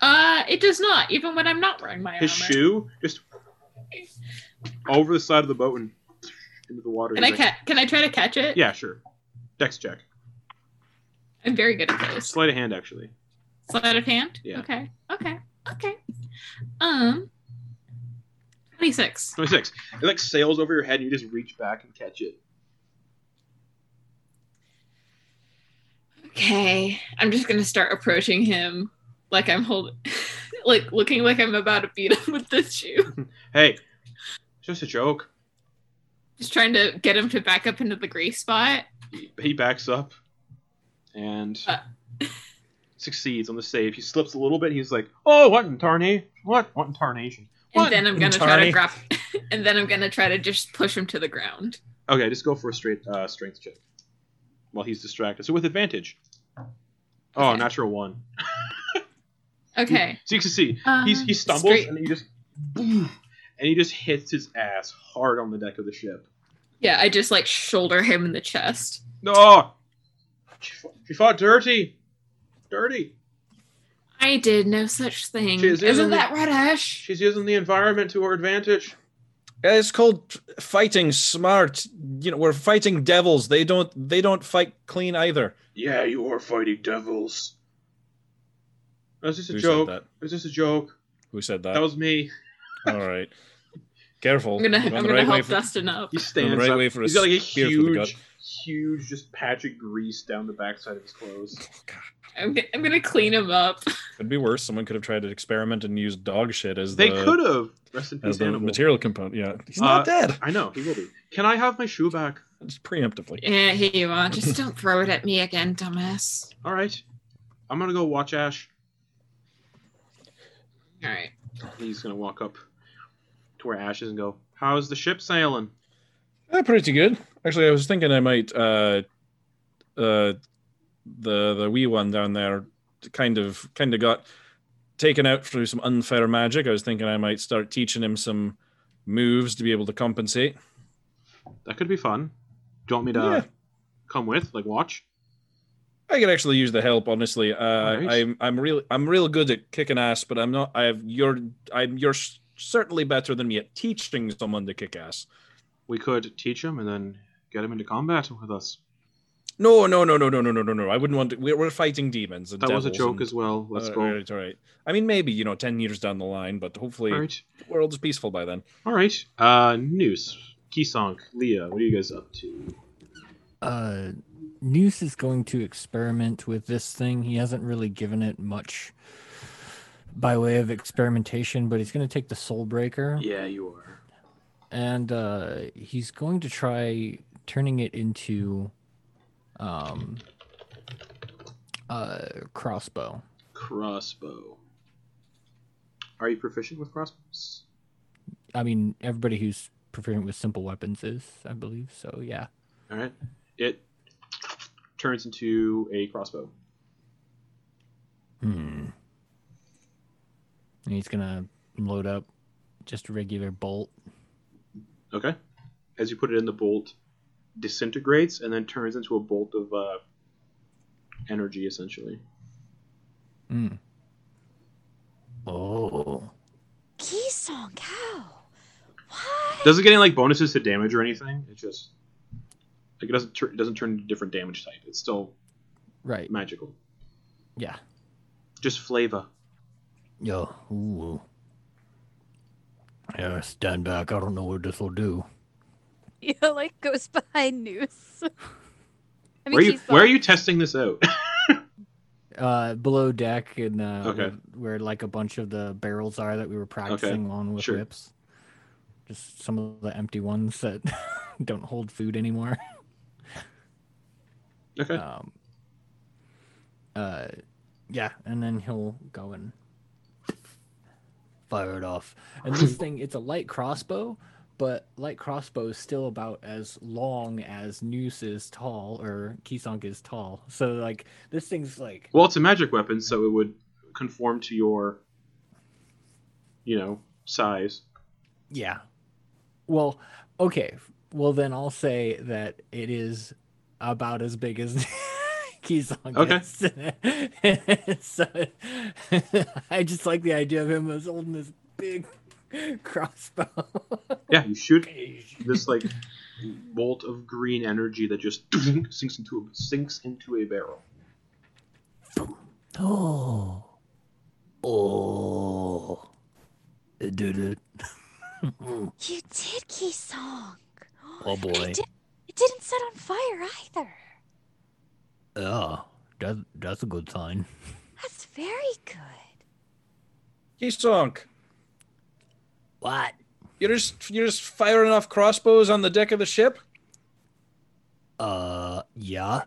S8: Uh, it does not, even when I'm not wearing my
S3: his
S8: armor.
S3: shoe? Just over the side of the boat and into the water.
S8: Can I
S3: He's like,
S8: ca- Can I try to catch it?
S3: Yeah, sure. Dex check.
S8: I'm very good at those.
S3: Sleight of hand, actually.
S8: Sleight of hand.
S3: Yeah.
S8: Okay. Okay. Okay. Um. Twenty-six.
S3: Twenty-six. It like sails over your head, and you just reach back and catch it.
S8: Okay. I'm just gonna start approaching him like I'm holding, [LAUGHS] like looking like I'm about to beat [LAUGHS] him with this shoe.
S3: Hey, it's just a joke.
S8: Just trying to get him to back up into the gray spot.
S3: He, he backs up and
S8: Uh.
S3: succeeds on the save. He slips a little bit. He's like, "Oh, what in tarnation? What? What in tarnation?"
S8: And
S3: What?
S8: then I'm gonna try
S4: Tarny.
S8: to grab. [LAUGHS] and then I'm gonna try to just push him to the ground.
S3: Okay, just go for a straight uh, strength check while he's distracted. So with advantage. Oh,
S8: Okay.
S3: natural one.
S8: Okay.
S3: So you succeed.
S8: Uh,
S3: He's, he stumbles
S8: straight-
S3: and he just, boom, and he just hits his ass hard on the deck of the ship.
S8: Yeah, I just like shoulder him in the chest.
S3: No, she fought, she fought dirty, dirty.
S8: I did no such thing.
S3: She is
S8: Isn't
S3: in the-
S8: that right, Ash?
S3: She's using the environment to her advantage.
S4: It's called fighting smart. You know, we're fighting devils. They don't they don't fight clean either.
S3: Yeah, you are fighting devils. That's just a
S4: Who
S3: joke.
S4: said that?
S3: It was just a joke.
S4: Who said that?
S3: That was me.
S4: All right. Careful.
S8: I'm gonna, I'm
S4: You're on the
S8: gonna
S4: right way
S8: help
S4: for- [LAUGHS]
S8: Dustin up.
S3: He stands
S4: right
S3: up.
S4: way for a
S3: He's got like a
S4: spear for the
S3: huge, huge, just patch of grease down the backside of his clothes.
S8: I'm, g- I'm gonna clean him up.
S4: Could be worse. Someone could have tried to experiment and use dog shit as
S3: They
S4: the
S3: could have. Rest in
S4: as
S3: peace,
S4: the
S3: animal.
S4: material component. Yeah, he's
S3: Uh,
S4: not dead.
S3: I know he will be. Can I have my shoe back?
S4: Just preemptively.
S8: Yeah, here you are. Just don't throw it at me again, dumbass.
S3: All right. I'm gonna go watch Ash.
S8: All right.
S3: He's gonna walk up to where Ash is and go, "How's the ship sailing?"
S4: Uh, pretty good. Actually, I was thinking I might uh uh the the wee one down there kind of kind of got taken out through some unfair magic. I was thinking I might start teaching him some moves to be able to compensate.
S3: That could be fun. Do you want me to
S4: Yeah.
S3: come with, like, watch?
S4: I could actually use the help, honestly. Uh,
S3: Alright.
S4: I'm I'm real I'm real good at kicking ass, but I'm not. I've you're I'm you're s- certainly better than me at teaching someone to kick ass.
S3: We could teach him and then get him into combat with us.
S4: No, no, no, no, no, no, no, no, no. I wouldn't want to. We're, we're fighting demons. And
S3: That was a
S4: devils
S3: joke
S4: and-
S3: as well. Let's
S4: all
S3: go.
S4: right, all right. I mean, maybe you know, ten years down the line, but hopefully
S3: All right.
S4: the world is peaceful by then.
S3: All right. Uh, Noose, Kisonk, Leah, what are you guys up to?
S6: Uh, Noose is going to experiment with this thing. He hasn't really given it much by way of experimentation, but he's going to take the Soul Breaker
S3: Yeah, you are.
S6: and uh, he's going to try turning it into um, uh, crossbow.
S3: Crossbow. Are you proficient with crossbows?
S6: I mean, everybody who's proficient with simple weapons is, I believe. So yeah.
S3: All right. It turns into a crossbow.
S6: Hmm. And he's gonna load up just a regular bolt.
S3: Okay. As you put it in the bolt, disintegrates and then turns into a bolt of uh, energy, essentially.
S6: Hmm. Oh.
S7: Key song, how? Why? [LAUGHS]
S3: Doesn't get any like bonuses to damage or anything. It's just like it doesn't tur- it doesn't turn into different damage type. It's still
S6: Right.
S3: magical.
S6: Yeah.
S3: Just flavor.
S6: Yo. Ooh. Yeah, stand back. I don't know what this will do.
S7: Yeah, like goes behind news. [LAUGHS] I mean,
S3: where are you
S7: Key
S3: where are
S7: Song.
S3: you testing this out? [LAUGHS]
S6: Uh, below deck and uh,
S3: Okay.
S6: where, where, like a bunch of the barrels are that we were practicing on with
S3: Sure.
S6: whips. Just some of the empty ones that [LAUGHS] don't hold food anymore.
S3: [LAUGHS] okay.
S6: um uh yeah and then he'll
S3: [LAUGHS]
S6: go and fire it off and this thing it's a light crossbow but light crossbow is still about as long as Noose is tall or Kisong is tall. So like this thing's like
S3: Well, it's a magic weapon, so it would conform to your, you know, size.
S6: yeah. Well, okay. Well then I'll say that it is about as big as [LAUGHS] Kisong is. [LAUGHS] so [LAUGHS] I just like the idea of him as holding this big crossbow.
S3: Yeah, you shoot this like bolt of green energy that just sinks into a, sinks into a barrel.
S6: [LAUGHS] Oh. Oh. It did it.
S7: You did, Kisong.
S6: Oh boy.
S7: It, di- it didn't set on fire either.
S6: Yeah. Oh, That, that's a good sign.
S7: That's very good.
S4: Keysonk,
S6: What?
S4: you're just you're just firing off crossbows on the deck of the ship,
S6: Uh, yeah.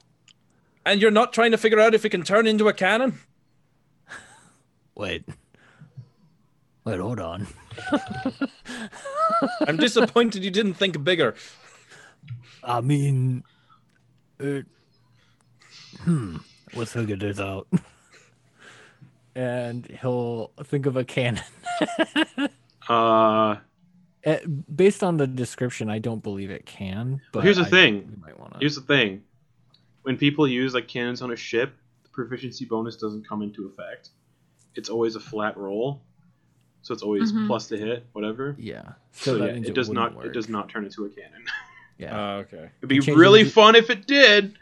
S4: and you're not trying to figure out if it can turn into a cannon.
S6: Wait. Wait, hold on. [LAUGHS]
S4: I'm disappointed you didn't think
S3: [LAUGHS]
S4: bigger.
S6: I mean, it. Hmm. Let's figure this out. And he'll think of a cannon. [LAUGHS]
S3: Uh,
S6: Uh, based on the description, I don't believe it can. But
S3: here's the
S6: I-
S3: thing.
S6: we might wanna...
S3: here's the thing: when people use like cannons on a ship, the proficiency bonus doesn't come into effect. It's always a flat roll, so it's always
S5: Mhm.
S3: plus to hit, whatever.
S6: Yeah.
S3: So,
S6: that
S3: yeah,
S6: means
S3: it does
S6: wouldn't
S3: not it
S6: work.
S3: does not turn into a cannon. [LAUGHS]
S6: Yeah.
S4: Oh, okay.
S3: It'd be
S6: Change
S3: really
S6: it to-
S3: fun if it did.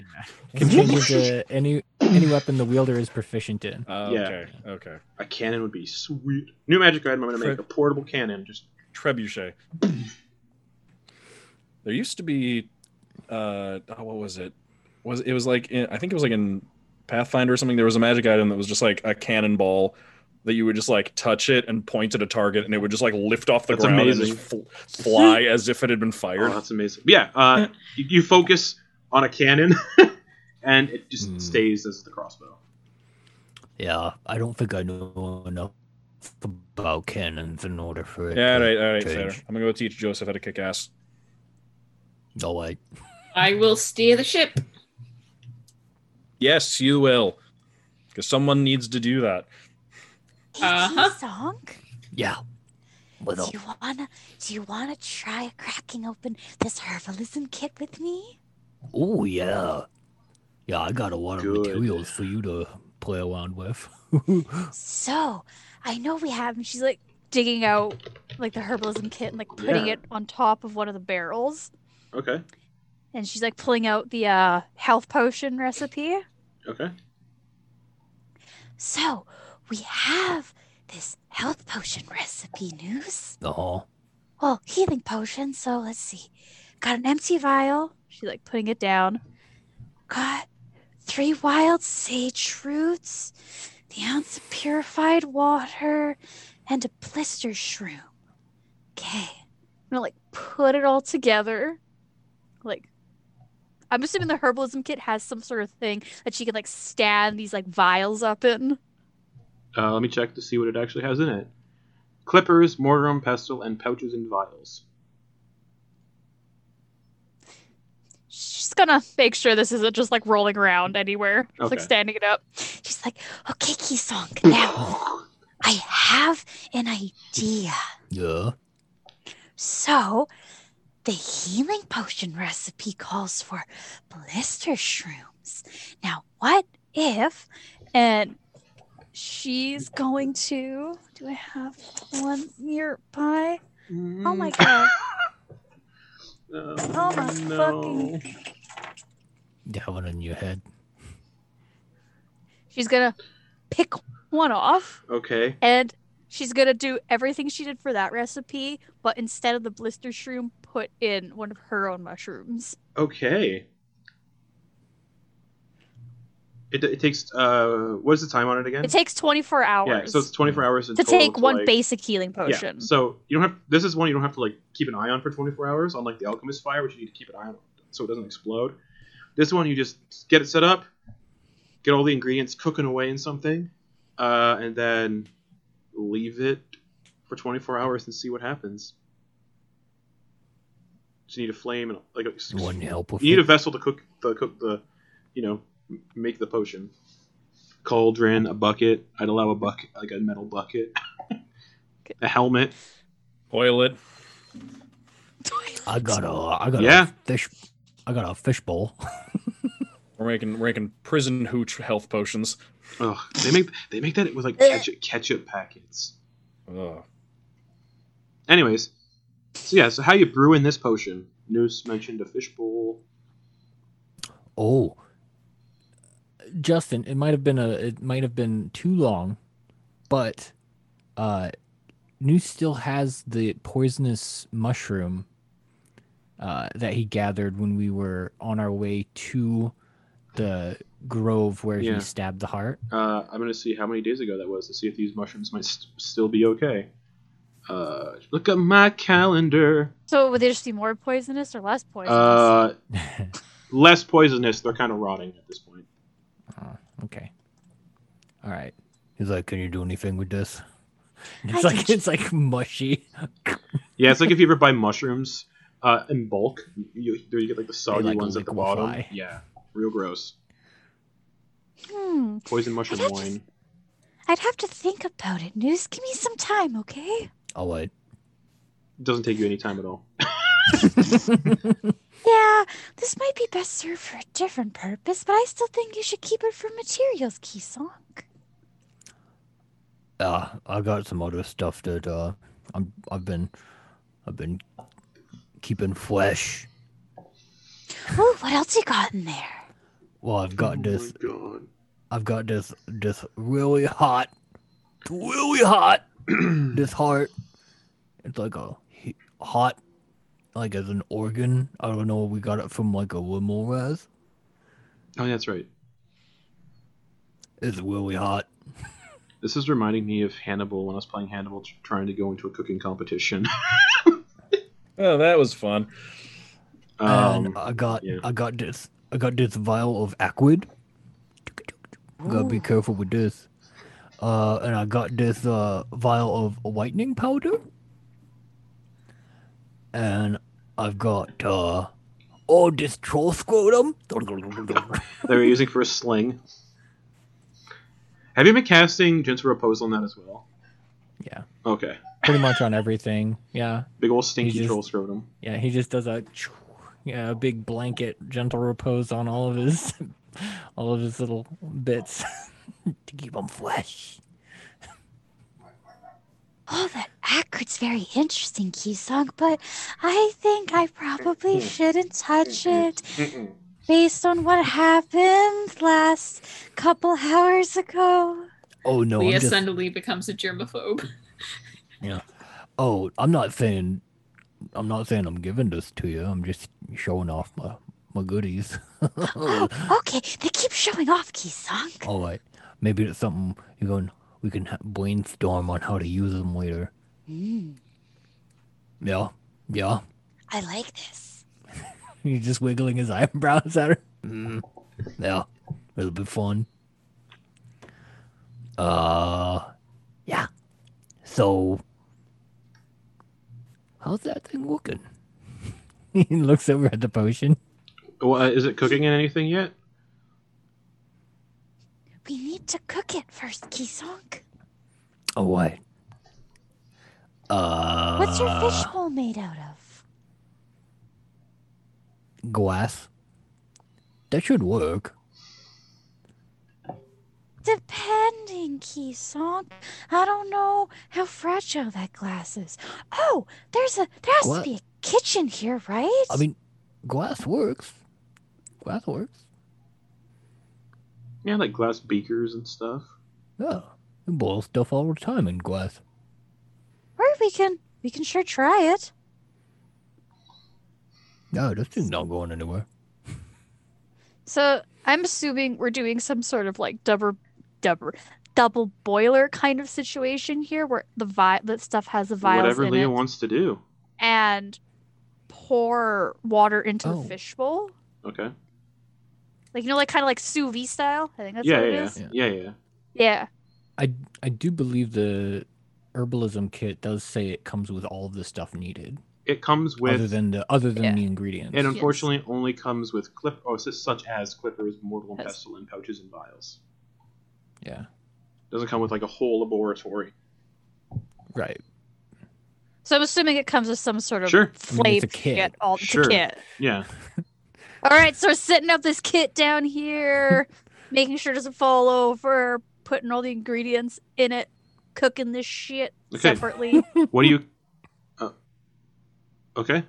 S6: Contingent to any any weapon the wielder is proficient in.
S4: Oh,
S3: Yeah.
S4: Okay. Okay.
S3: A cannon would be sweet. New magic item I'm gonna make
S4: Fr-
S3: a portable cannon. Just
S4: Trebuchet. there used to be, uh, oh, what was it? Was it was like in, I think it was like in Pathfinder or something. There was a magic item that was just like a cannonball that you would just like touch it and point at a target, and it would just like lift off the
S3: That's
S4: ground
S3: amazing.
S4: and just fl- fly as if it had been fired.
S3: oh, that's amazing. But yeah, uh, you, you focus on a cannon, [LAUGHS] and it just
S6: Hmm.
S3: stays as the crossbow.
S6: Yeah, I don't think I know enough about cannons in order for it.
S4: yeah, all
S6: to
S4: right, all right, fair.
S6: change.
S4: I'm gonna go teach Joseph how to kick ass.
S6: No way.
S5: I will steer the ship.
S4: Yes, you will, because someone needs to do that.
S7: Hey,
S5: Uh-huh.
S7: Kisong,
S6: Yeah. What up?
S7: do you wanna do you wanna try cracking open this herbalism kit with me?
S6: Oh yeah. Yeah, I got a lot of
S3: Good.
S6: materials for you to play around with. [LAUGHS]
S7: So I know we have. And she's like digging out like the herbalism kit and like putting
S3: Yeah.
S7: it on top of one of the barrels,
S3: Okay.
S7: and she's like pulling out the uh, health potion recipe.
S3: Okay.
S7: So we have this health potion recipe news.
S6: uh huh.
S7: Well, healing potion. So let's see. Got an empty vial. She like putting it down. Got three wild sage roots, the ounce of purified water, and a blister shroom. Okay. I'm gonna like put it all together. Like, I'm assuming the herbalism kit has some sort of thing that she can like stand these like vials up in.
S3: Uh, let me check to see what it actually has in it. Clippers, mortarum, pestle, and pouches and vials.
S7: She's gonna make sure this isn't just like rolling around anywhere. It's like
S3: Okay.
S7: standing it up. She's like, okay, Kisong, now I have an idea.
S6: Yeah.
S7: So, the healing potion recipe calls for blister shrooms. Now, what if, and she's going to, do I have one nearby? Oh my
S3: Mm.
S7: god.
S3: Oh,
S7: Oh my
S3: [LAUGHS] no.
S6: You have it in your head.
S7: She's gonna pick one off.
S3: Okay.
S7: And she's gonna do everything she did for that recipe, but instead of the blister shroom, put in one of her own mushrooms.
S3: Okay. It, it takes uh what is the time on it again?
S7: It takes 24
S3: yeah,
S7: hours
S3: so it's 24 hours in
S7: to
S3: total
S7: take one
S3: like-
S7: basic healing potion.
S3: Yeah. So you don't have this is one you don't have to like keep an eye on for 24 hours on like the alchemist fire, which you need to keep an eye on so it doesn't explode. This one you just get it set up, get all the ingredients cooking away in something, uh, and then leave it for 24 hours and see what happens. Just need a flame and like a,
S6: Wouldn't help with
S3: you need a
S6: it.
S3: vessel to cook the cook the, you know, m- make the potion. Cauldron, a bucket. I'd allow a bucket, like a metal bucket. a helmet.
S4: Oil it.
S6: I got a, I got
S3: Yeah.
S6: a fish, I got a fish bowl.
S4: We're making we're making prison hooch health potions.
S3: Ugh, they make they make that with like ketchup, ketchup packets.
S4: Ugh.
S3: Anyways, so yeah, so how you brew in this potion? Noose mentioned a fishbowl.
S6: Oh, Justin, it might have been a, it might have been too long, but, uh, Noose still has the poisonous mushroom, uh, that he gathered when we were on our way to the grove where
S3: Yeah.
S6: he stabbed the heart.
S3: Uh, I'm gonna see how many days ago that was to see if these mushrooms might st- still be okay. Uh, look at my calendar.
S7: [LAUGHS] So would they just be more poisonous or less poisonous?
S3: Uh, less poisonous. They're kind of rotting at this point.
S6: Okay. All right. He's like, "Can you do anything with this?" And
S7: I
S6: it's
S7: can
S6: like
S7: ch-
S6: it's like mushy.
S3: Yeah, it's like if you ever buy mushrooms uh, in bulk, you, you get like the soggy
S6: like,
S3: ones at the bottom.
S6: liquefy.
S3: Yeah, real gross.
S7: hmm.
S3: Poison mushroom
S7: I'd have to-
S3: wine.
S7: I'd have to think about it. News, give me some time, okay?
S6: Oh what?
S3: Doesn't take you any time at all.
S7: Yeah, this might be best served for a different purpose, but I still think you should keep it for materials, [SIGHS] Kisong.
S6: Uh, I got some other stuff that uh, I'm I've been I've been keeping fresh.
S7: Ooh, what else you got in there?
S6: Well, I've
S2: Oh,
S6: got this
S3: Oh my god.
S6: I've got this this really hot, really hot. [CLEARS THROAT] this heart, it's like a he- hot, like as an organ. I don't know. We got it from like a Wimmelraz.
S3: Oh, yeah, that's right.
S6: It's really hot.
S3: This is reminding me of Hannibal when I was playing Hannibal, tr- trying to go into a cooking competition. [LAUGHS]
S4: Oh, that was fun.
S3: um,
S6: and I got
S3: yeah.
S6: I got this I got this vial of aquid. Gotta be careful with this. Uh, and I got this uh, vial of whitening powder. And I've got uh, oh this troll scrotum.
S3: they were using for a sling. Have you been casting Gents Repose on that as well?
S6: Yeah.
S3: Okay.
S6: Pretty much on everything. Yeah,
S3: Big old stinky
S6: just-
S3: troll scrotum.
S6: yeah. He just does a yeah a big blanket gentle repose on all of his [LAUGHS] all of his little bits [LAUGHS] to keep them fresh.
S7: Oh, that acrid's very interesting, Kisong, but I think I probably shouldn't touch it based on what happened last couple hours ago.
S6: Oh no!
S5: Leah
S6: I'm just-
S5: suddenly becomes a germaphobe. [LAUGHS]
S6: Oh, I'm not saying, I'm not saying I'm giving this to you. I'm just showing off my my goodies. [LAUGHS]
S7: Oh, okay. They keep showing off, Kisong.
S6: All right, maybe it's something you going. We can ha- brainstorm on how to use them later.
S7: Mm,
S6: Yeah, yeah. [LAUGHS]
S7: I like this.
S6: He's just wiggling his [LAUGHS] eyebrows at her. Mm. Yeah, it'll be fun. Uh, yeah. So, how's that thing looking? [LAUGHS] he looks over at the potion.
S3: Well, uh, is it cooking in anything yet?
S7: We need to cook it first, Kisong.
S6: Oh, what? Uh,
S7: What's your fishbowl made out of?
S6: Glass. That should work.
S7: Depending, Kisong. I don't know how fragile that glass is. Oh, there's a there has
S6: What?
S7: to be a kitchen here, right?
S6: I mean, glass works. Glass works.
S3: Yeah, like glass beakers and stuff.
S6: Yeah. You boil stuff all the time in glass.
S7: or we can we can sure try it.
S6: No, this thing's not going anywhere.
S7: So I'm assuming we're doing some sort of like double, double, double boiler kind of situation here, where the vi- that stuff has the vials
S3: Whatever
S7: in
S3: Leah
S7: it
S3: wants to do.
S7: and pour water into
S6: Oh.
S7: the fishbowl,
S3: Okay.
S7: like you know, like kind of like sous vide style. I think that's
S3: yeah,
S7: what it
S3: yeah,
S7: is.
S3: yeah, yeah, yeah.
S7: Yeah.
S6: I do believe the herbalism kit does say it comes with all of the stuff needed.
S2: It comes
S6: other
S2: with
S6: than the other than
S7: Yeah.
S6: the ingredients.
S2: It
S7: Yes.
S2: unfortunately only comes with clip, oh, it says such as clippers, mortal and
S7: Yes.
S2: pestle, and pouches and vials.
S6: yeah,
S2: Doesn't come with like a whole laboratory.
S6: right.
S7: So I'm assuming it comes with some sort of
S2: Sure.
S6: I mean,
S7: flame
S6: it's a kit.
S7: kit. All it's a
S2: Sure.
S7: kit.
S2: Yeah,
S7: All right, so we're setting up this kit
S6: [LAUGHS]
S7: down here, making sure it doesn't fall over, putting all the ingredients in it, cooking this shit
S2: Okay.
S7: separately. [LAUGHS]
S2: What do you? Uh, okay.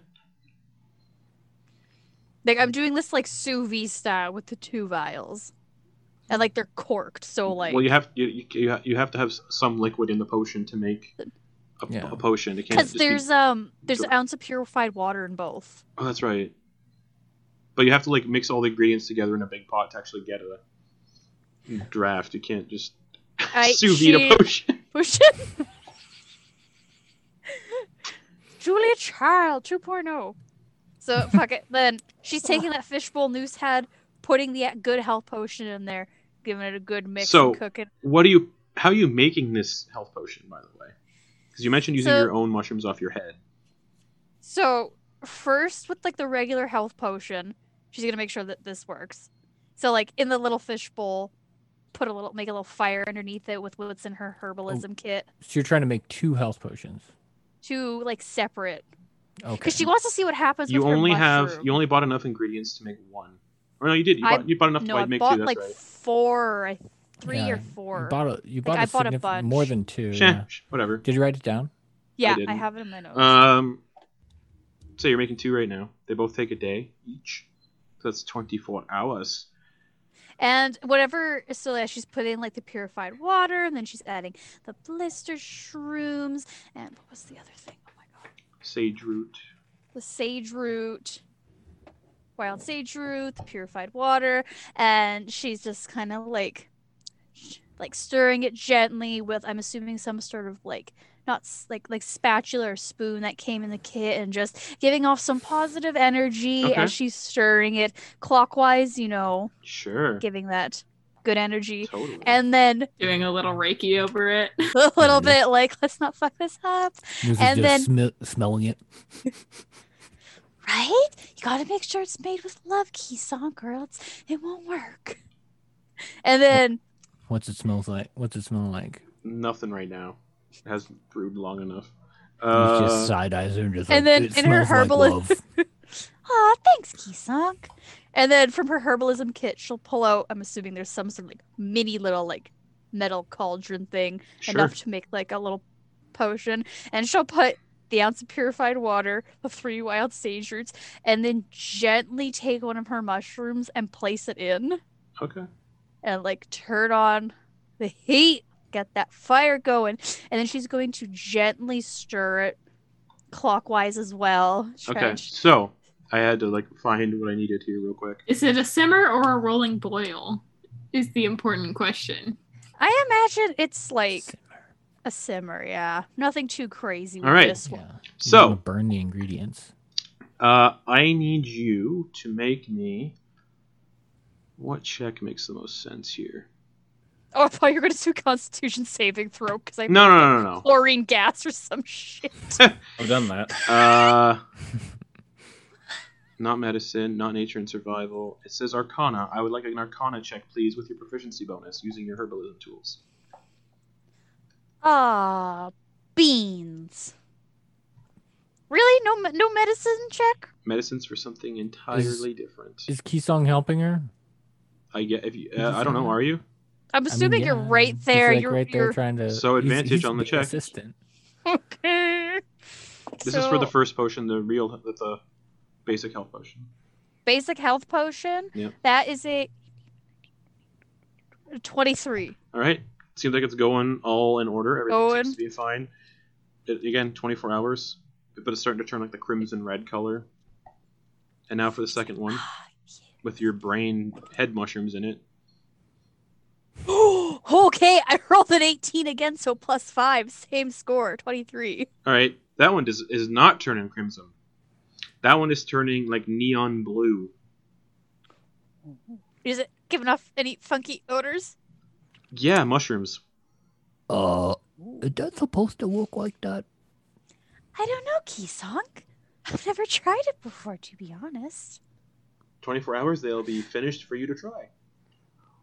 S7: like I'm doing this like sous vide style with the two vials, and like they're corked, so like
S2: well, you have you, you- you ha- you have to have s- some liquid in the potion to make a,
S6: Yeah.
S2: a potion. It can't
S7: because
S2: just
S7: there's
S2: be,
S7: um there's an
S2: Sure.
S7: ounce of purified water in
S2: [LAUGHS]
S7: both.
S2: oh, that's right. But you have to like mix all the ingredients together in a big pot to actually get a draft. You can't just
S7: I
S2: sous vide a
S7: cheat.
S2: potion.
S7: Potion. [LAUGHS] Julia Child 2.0.
S2: [LAUGHS]
S7: So fuck it. Then she's taking that fishbowl noose head, putting the good health potion in there, giving it a good mix
S2: So-
S7: and cooking.
S2: What are you? How are you making this health potion, by the way? Because you mentioned using
S7: So-
S2: your own mushrooms off your head.
S7: So first with like the regular health potion, she's gonna make sure that this works. So like in the little fishbowl, put a little make a little fire underneath it with what's in her
S2: Oh.
S7: herbalism kit.
S6: So you're trying to make two health potions.
S7: Two like separate.
S6: Okay.
S7: Because she wants to see what happens
S2: you
S7: with her
S2: only have
S7: mushroom.
S2: you only bought enough ingredients to make one. Or no, you did. You,
S7: I-
S2: bought, you bought enough
S7: No,
S2: to
S7: I
S2: like, make
S7: bought
S2: two. That's
S7: like
S2: right.
S7: four, I- three
S6: Yeah,
S7: or
S6: you
S7: four.
S6: bought a you
S7: Like,
S6: bought,
S7: I
S6: a
S7: bought a
S6: significant-
S7: bunch.
S6: more than two.
S2: Sheh,
S6: yeah.
S2: sh- whatever.
S6: Did you write it down?
S7: yeah, I,
S2: didn't.
S7: have it in my notes.
S2: Um, so you're making two right now. They both take a day each. So that's 24 hours.
S7: and whatever, so yeah, she's putting like the purified water, and then she's adding the blister shrooms, and what was the other thing? Oh my god,
S2: Sage root.
S7: the sage root, wild sage root, the purified water, and she's just kind of like, sh- like stirring it gently with, I'm assuming some sort of like. Not s- like like spatula or spoon that came in the kit, and just giving off some positive energy
S2: Okay.
S7: as she's stirring it clockwise. You know,
S2: Sure.
S7: giving that good energy.
S2: Totally.
S7: And then [LAUGHS]
S8: Doing a little Reiki over it.
S7: a little
S6: Mhm.
S7: bit like, let's not fuck this up.
S6: This is
S7: And
S6: just smi- smelling it.
S7: Right? You gotta make sure it's made with love, key song girl. It's, it won't work. And then
S6: What's it smells like? What's it smell like?
S2: Nothing right now. It hasn't brewed long enough.
S6: He's just
S2: Uh,
S6: side eyes her and just
S7: and
S6: like,
S7: then
S6: "It
S7: in her
S6: smells like
S7: herbalist [LAUGHS]
S6: love."
S7: Aw, thanks, Kisong. And then from her herbalism kit, she'll pull out, I'm assuming there's some sort of like mini little like metal cauldron thing,
S2: sure.
S7: enough to make like a little potion. And she'll put the ounce of purified water, the three wild sage roots, and then gently take one of her mushrooms and place it in
S2: Okay.
S7: and like turn on the heat, get that fire going. And then she's going to gently stir it clockwise as well.
S2: Okay.
S7: trying to-
S2: So I had to like find what I needed here real quick.
S8: Is it a simmer or a rolling boil? Is the important question.
S7: I imagine it's like
S6: Simmer.
S7: a simmer, yeah. Nothing too crazy with
S2: All right.
S7: this one.
S6: Yeah. You're gonna
S2: So
S6: burn the ingredients.
S2: uh, I need you to make me. What check makes the most sense here?
S7: Oh, I thought you were gonna do Constitution saving throw because I
S2: No, no, no, no,
S7: chlorine gas or some shit.
S4: I've done that.
S2: no. Uh, not medicine, not nature and survival. It says arcana. I would like an arcana check, please, with your proficiency bonus using your herbalism tools.
S7: Ah, beans. Really? No, me- no medicine check.
S2: Medicine's for something entirely different.
S6: Is Kisong helping her?
S2: I get if you.
S6: Is
S2: Uh, I don't know. Are you?
S6: I
S7: I'm
S6: mean,
S7: assuming
S6: yeah,
S7: you're right
S6: he's,
S7: there.
S6: like,
S7: you're
S6: right there
S7: you're
S6: trying to.
S2: So
S6: he's-
S2: advantage
S6: he's
S2: on the
S6: the
S2: check.
S6: Assistant.
S7: [LAUGHS] okay.
S2: This
S7: so,
S2: is for the first potion, the real, the, the basic health potion.
S7: basic health potion.
S2: Yep.
S7: That is a twenty-three. [GASPS]
S2: All right. Seems like it's going all in order. Everything
S7: Going.
S2: seems to be fine. It, again, 24 hours, but it's starting to turn like the crimson red color. And now for the second one with your brain head mushrooms in it.
S7: okay, I rolled an 18 again, so plus five, same score, 23.
S2: All right, that one does, is not turning crimson. That one is turning like neon blue.
S7: Is it giving off any funky odors?
S2: Yeah, mushrooms.
S6: Uh, is that supposed to look like that?
S7: I don't know, Kisong. I've never tried it before, to be honest.
S3: 24 hours, they'll be finished for you to try.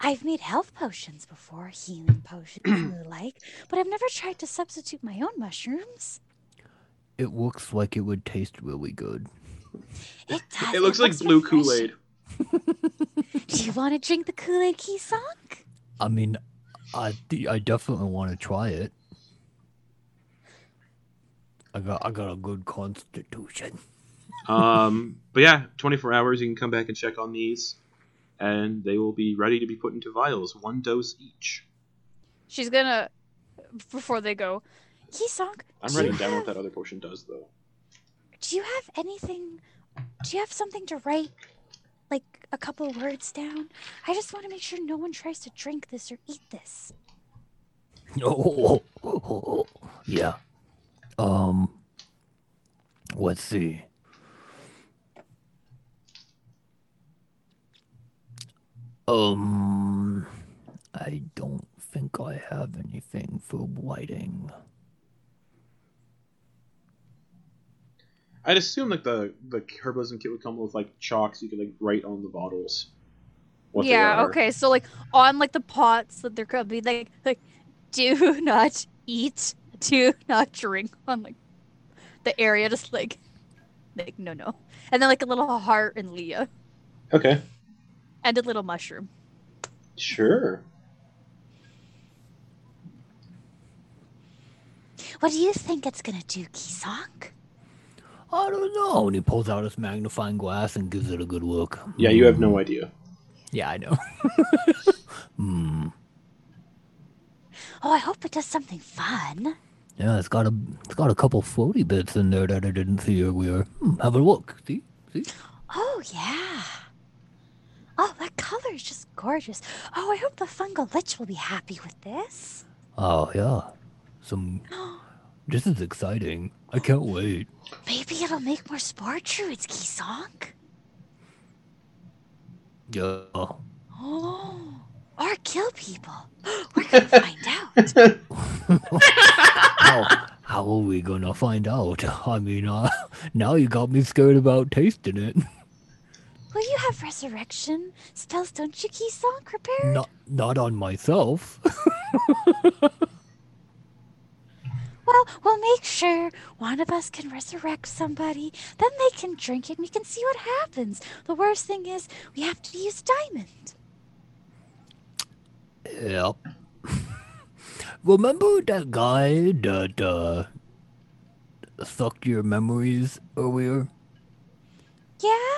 S7: I've made health potions before, healing potions and the like, but I've never tried to substitute my own mushrooms.
S6: It looks like it would taste really good.
S7: It
S3: [LAUGHS]
S7: does.
S3: It looks like blue Kool
S7: refreshing.
S3: Aid.
S7: [LAUGHS] Do you want to drink the Kool Aid Key Song?
S6: I mean, I de- I definitely want to try it. I got I got a good constitution.
S3: um, but yeah, 24 hours. You can come back and check on these, and they will be ready to be put into vials, one dose each.
S7: She's gonna, before they go, Key Song,
S3: I'm
S7: do you
S3: writing down what
S7: have-
S3: that other potion does, though.
S7: do you have anything? Do you have something to write, like a couple words down? I just want to make sure no one tries to drink this or eat this.
S6: Oh, [LAUGHS] yeah. Um, let's see. Um, I don't think I have anything for whiting.
S3: I'd assume like the the herbalism kit would come with like chalks. You could like write on the bottles. What they
S7: yeah.
S3: are.
S7: Okay. So like on like the pots that they're gonna be like like, [LAUGHS] do not eat, do not drink on like the area. Just like like no no, and then like a little heart and Leah
S3: Okay.
S7: and a little mushroom.
S3: Sure.
S7: What do you think it's gonna do, Kisong?
S6: I don't know. And he pulls out his magnifying glass and gives it a good look.
S3: Yeah, you have
S6: Hmm.
S3: no idea.
S6: Yeah, I know. [LAUGHS] Hmm.
S7: Oh, I hope it does something fun.
S6: Yeah, it's got a it's got a couple floaty bits in there that I didn't see earlier. Hmm, have a look. See, see.
S7: Oh yeah. Oh, that color is just gorgeous. Oh, I hope the fungal lich will be happy with this. [GASPS]
S6: Oh yeah, some. This is exciting. I can't wait.
S7: Maybe it'll make more spore druids, Kisong.
S6: Yeah.
S7: Oh, [GASPS] or kill people. [GASPS] We're gonna find [LAUGHS] out.
S6: How how are we gonna find out? I mean, uh, [LAUGHS] now you got me scared about tasting it. [LAUGHS]
S7: Will you have resurrection spells? Don't you, Kisong? Prepared?
S6: Not not on myself. [LAUGHS]
S7: Well, we'll make sure one of us can resurrect somebody. Then they can drink it, and we can see what happens. The worst thing is we have to use diamond.
S6: Yep. Remember that guy that uh sucked your memories earlier?
S7: Yeah.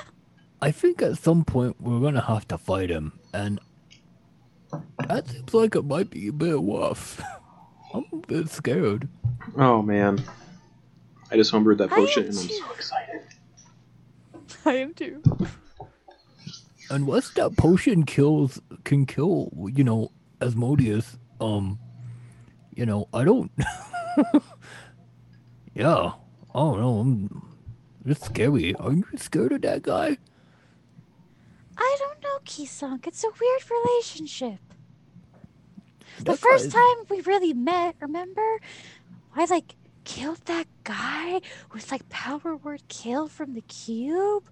S6: I think at some point we're gonna have to fight him, and that seems like it might be a bit rough. [LAUGHS] I'm a bit scared.
S3: Oh man. I just homebrewed that
S7: I
S3: potion
S7: am
S3: Oh, and I'm
S7: too.
S3: so excited.
S7: I am too.
S6: Unless that potion kills can kill, you know, Asmodeus. Um, you know, I don't. [LAUGHS] yeah, I don't know. I'm, it's scary. Are you scared of that guy?
S7: I don't know, Kisong. It's a weird relationship. The
S6: That
S7: first
S6: guy's-
S7: time we really met, remember? I like killed that guy with like power word kill from the cube.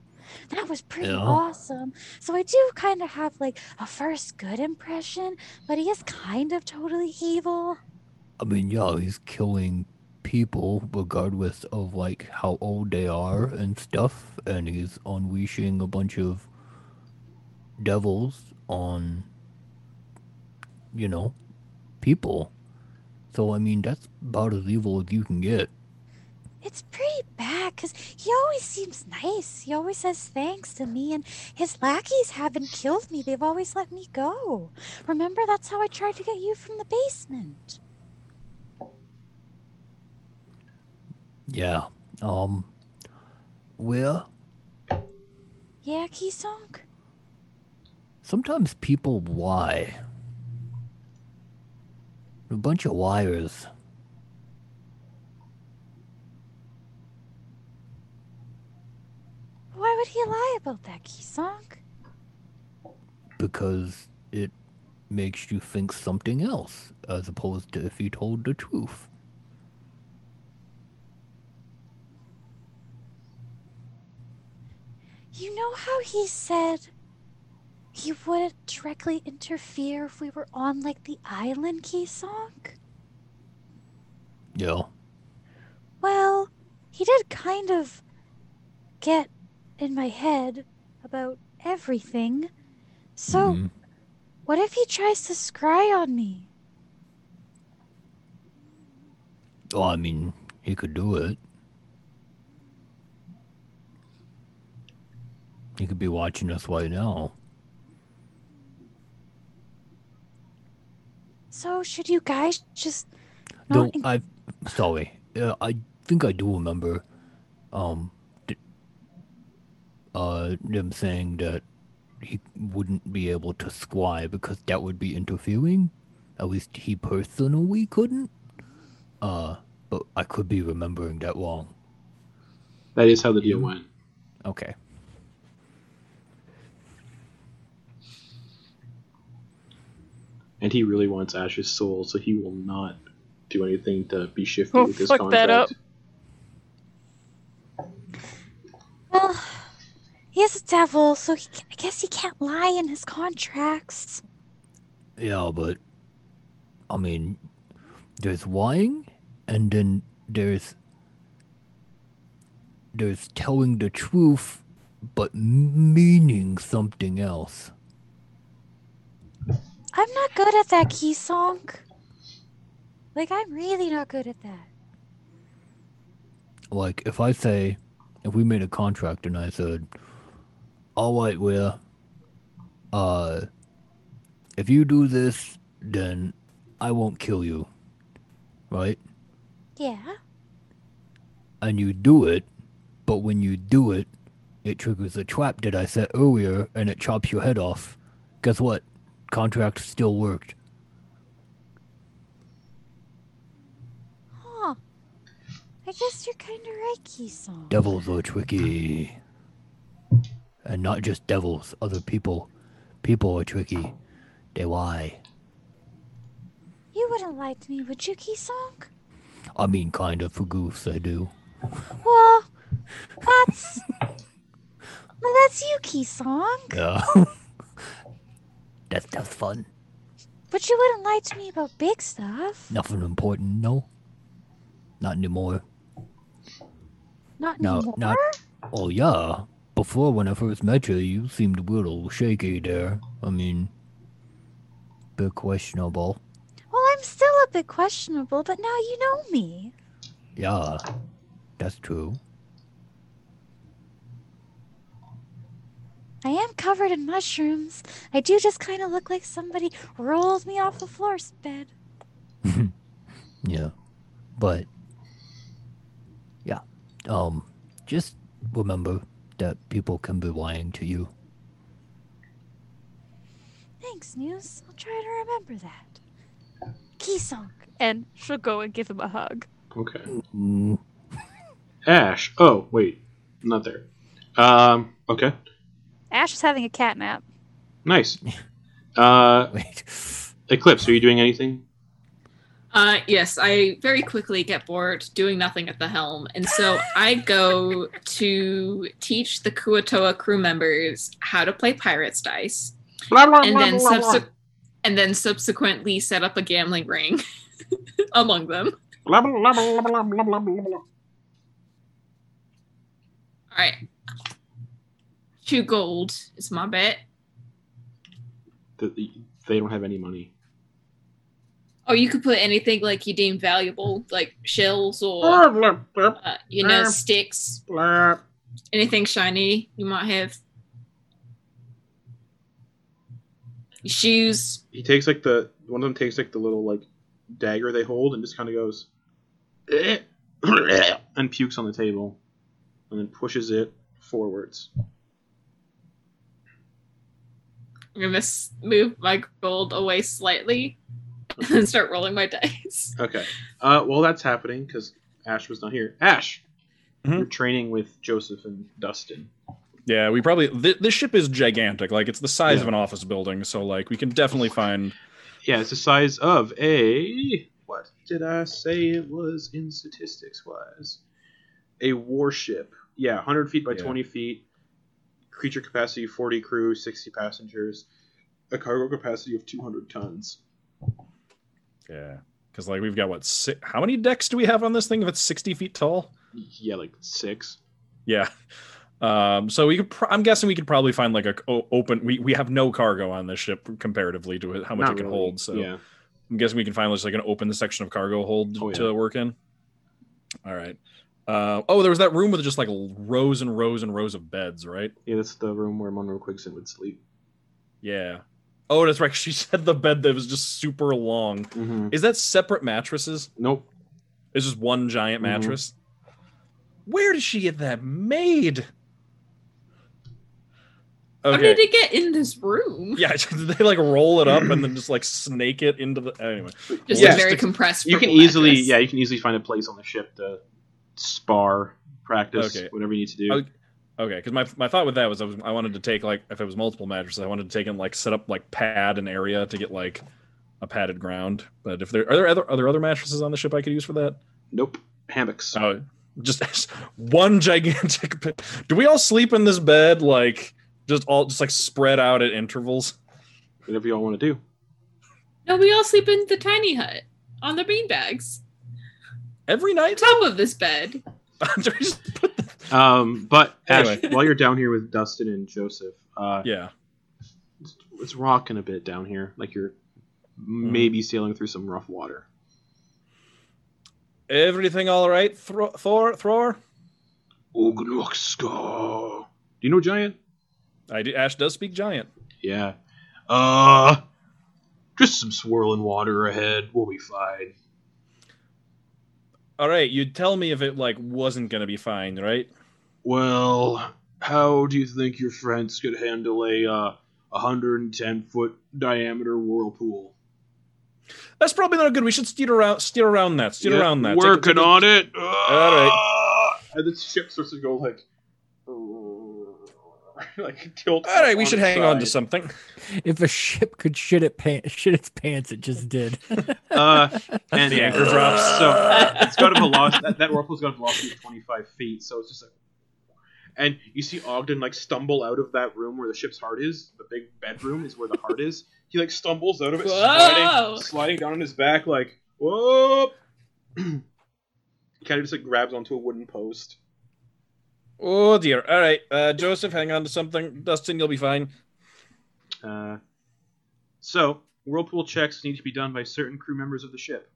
S7: That was pretty
S6: Yeah.
S7: awesome. So I do kind of have like a first good impression, but he is kind of totally evil.
S6: I mean, yeah, he's killing people regardless of like how old they are and stuff, and he's unleashing a bunch of devils on, you know, people. So I mean, that's about as evil as you can get.
S7: It's pretty bad because he always seems nice. He always says thanks to me, and his lackeys haven't killed me. They've always let me go. Remember, that's how I tried to get you from the basement.
S6: Yeah. Um. Where
S7: Yeah, Kisong?
S6: sometimes people lie. A bunch of liars.
S7: Why would he lie about that, Kisong?
S6: because it makes you think something else as opposed to if you told the truth.
S7: You know how he said he wouldn't directly interfere if we were on like the island key song?
S6: No.
S7: Well, he did kind of get in my head about everything. So,
S6: Mhm.
S7: what if he tries to scry on me?
S6: Oh, I mean, he could do it. He could be watching us right now.
S7: So, should you guys just not
S6: No, I. Sorry, uh, I think I do remember, um, th- uh, them saying that he wouldn't be able to scry because that would be interfering. At least he personally couldn't. Uh, but I could be remembering that wrong.
S2: That is how the deal went.
S6: Okay.
S2: And he really wants Ash's soul, so he will not do anything to be shifted
S8: Oh,
S2: with this
S8: fuck
S2: contract.
S8: that up.
S7: Well, he is a devil, so he, I guess he can't lie in his contracts.
S6: Yeah, but I mean, there's lying, and then there's there's telling the truth, but meaning something else.
S7: I'm not good at that key song. Like, I'm really not good at that.
S6: Like if I say, if we made a contract and I said, "All right, we're, uh, if you do this, then I won't kill you," right?
S7: Yeah.
S6: and you do it, but when you do it, it triggers a trap that I set earlier and it chops your head off. Guess what? Contract still worked.
S7: Huh. I guess you're kind of right, key song.
S6: Devils are tricky. And not just devils, other people. People are tricky. They lie.
S7: You wouldn't lie to me, would you, key song?
S6: I mean, kind of for goofs, I do.
S7: Well, that's. well, that's you, key song.
S6: Yeah. [LAUGHS] that's, that's fun.
S7: But you wouldn't lie to me about big stuff.
S6: Nothing important, no? Not anymore.
S7: Not
S6: No,
S7: anymore.
S6: not- Oh yeah. Before when I first met you, you seemed a little shaky there. I mean, bit questionable.
S7: Well, I'm still a bit questionable, but now you know me.
S6: Yeah, that's true.
S7: I am covered in mushrooms. I do just kind of look like somebody rolled me off a floor bed.
S6: Yeah, but yeah. Um, just remember that people can be lying to you.
S7: Thanks, News. I'll try to remember that. Key song.
S8: And she'll go and give him a hug.
S2: Okay.
S6: Mm, [LAUGHS]
S2: Ash. Oh, wait. Not there. Um, okay.
S7: Ash is having a cat nap.
S3: [LAUGHS]
S2: Nice. Uh,
S6: wait.
S2: Eclipse, are you doing anything?
S5: Uh, yes, I very quickly get bored doing nothing at the helm, and so I go to teach the Kuatoa crew members how to play pirates dice,
S2: Blah, blah,
S5: and
S2: blah,
S5: then
S2: blah, blah.
S5: subse- and then subsequently set up a gambling ring [LAUGHS] among them.
S2: Blah, blah, blah, blah, blah, blah, blah, blah, blah.
S5: All right, two gold is my bet.
S2: Th- They don't have any money.
S5: Oh, you could put anything like you deem valuable, like shells or
S2: Blah, blah, blah,
S5: uh, you know
S2: Ah.
S5: sticks,
S2: blah.
S5: anything shiny you might have. Shoes,
S3: He takes like the one of them takes like the little like dagger they hold and just kind of goes [CLEARS THROAT] "Eh," and pukes on the table and then pushes it forwards.
S5: I'm gonna s- move my gold away slightly [LAUGHS] and start rolling my dice.
S3: Okay. Uh, well, that's happening because Ash was not here. Ash,
S4: Mhm.
S3: you're training with Joseph and Dustin.
S4: Yeah, we probably th- this ship is gigantic. Like it's the size
S2: Yeah.
S4: of an office building, so like we can definitely find.
S3: Yeah, it's the size of a. What did I say it was in statistics wise? A warship. Yeah, 100 feet by
S4: Yeah.
S3: 20 feet. creature capacity 40 crew, 60 passengers, a cargo capacity of 200 tons.
S4: Yeah, because like we've got what? Si- how many decks do we have on this thing? If it's sixty feet tall,
S3: Yeah, like six.
S4: yeah. Um, so we could. Pro- I'm guessing we could probably find like a o- open. We we have no cargo on this ship comparatively to how much
S3: Not
S4: it can
S3: really.
S4: hold. So
S3: yeah,
S4: I'm guessing we can find just like an open section of cargo hold
S3: Oh, yeah.
S4: to work in. All right. Uh, oh, there was that room with just like rows and rows and rows of beds, right?
S3: yeah, that's the room where Monroe Quigson would sleep.
S4: Yeah. Oh, that's right. She [LAUGHS] said the bed that was just super long.
S3: Mm-hmm.
S4: Is that separate mattresses?
S3: Nope,
S4: It's just one giant
S3: Mhm.
S4: mattress. Where did she get that made?
S5: How did it get in this room?
S4: Yeah, [LAUGHS] did they like roll it up and then just like snake it into the anyway?
S5: Just
S3: Yeah.
S5: a very
S4: Just a-
S5: compressed.
S3: you can
S5: purple
S3: easily
S5: mattress.
S3: yeah, you can easily find a place on the ship to spar, practice,
S4: Okay.
S3: whatever you need to do.
S4: Okay. Okay, because my, my thought with that was I was I wanted to take like if it was multiple mattresses I wanted to take and like set up like pad an area to get like a padded ground. But if there are there other are there other mattresses on the ship I could use for that?
S3: Nope, hammocks.
S4: Oh, just [LAUGHS] one gigantic. [LAUGHS] bed. Do we all sleep in this bed like just all just like spread out at intervals?
S3: Whatever you all want to do.
S5: No, we all sleep in the tiny hut on the beanbags
S4: Every
S5: on
S4: night? [LAUGHS]
S5: top of this bed.
S4: Do we just put the-
S3: Um, but Ash,
S4: Anyway.
S3: while you're down here with Dustin and Joseph, uh,
S4: yeah.
S3: it's, it's rocking a bit down here, like you're
S4: Mm-hmm.
S3: maybe sailing through some rough water.
S4: Everything all right? Thro- Thor, Thor.
S3: Ogluxka. Do you know Giant?
S4: I do, Ash does speak giant.
S3: Yeah. Uh, just some swirling water ahead. We'll be fine.
S4: All right, you'd tell me if it like wasn't gonna be fine, right?
S3: Well, how do you think your friends could handle a uh, 110 foot diameter whirlpool?
S4: That's probably not good. We should steer around, steer around that, steer
S3: Yeah,
S4: around that. Take a-
S3: Working
S4: take a-
S3: on it. All
S4: right.
S3: And the ship starts to go like, [LAUGHS] like tilt.
S4: All right, we
S3: on
S4: should
S3: its
S4: hang on to
S3: side.
S4: something.
S6: If a ship could shit it pants, shit its pants, it just did.
S4: [LAUGHS]
S3: Uh, and
S4: The
S3: the
S4: anchor
S6: [LAUGHS]
S3: anchor [LAUGHS] drops. So it's got a velocity. That, that whirlpool's got a velocity of 25 feet. So it's just like, and you see Ogden like stumble out of that room where the ship's heart is. The big bedroom is where the heart is. He like stumbles out of it,
S5: Whoa!
S3: sliding, sliding down on his back, like whoop. [CLEARS THROAT] he kind of just like grabs onto a wooden post.
S4: Oh dear. All right, uh, Joseph, hang on to something. Dustin, you'll be fine.
S3: Uh, so whirlpool checks need to be done by certain crew members of the ship.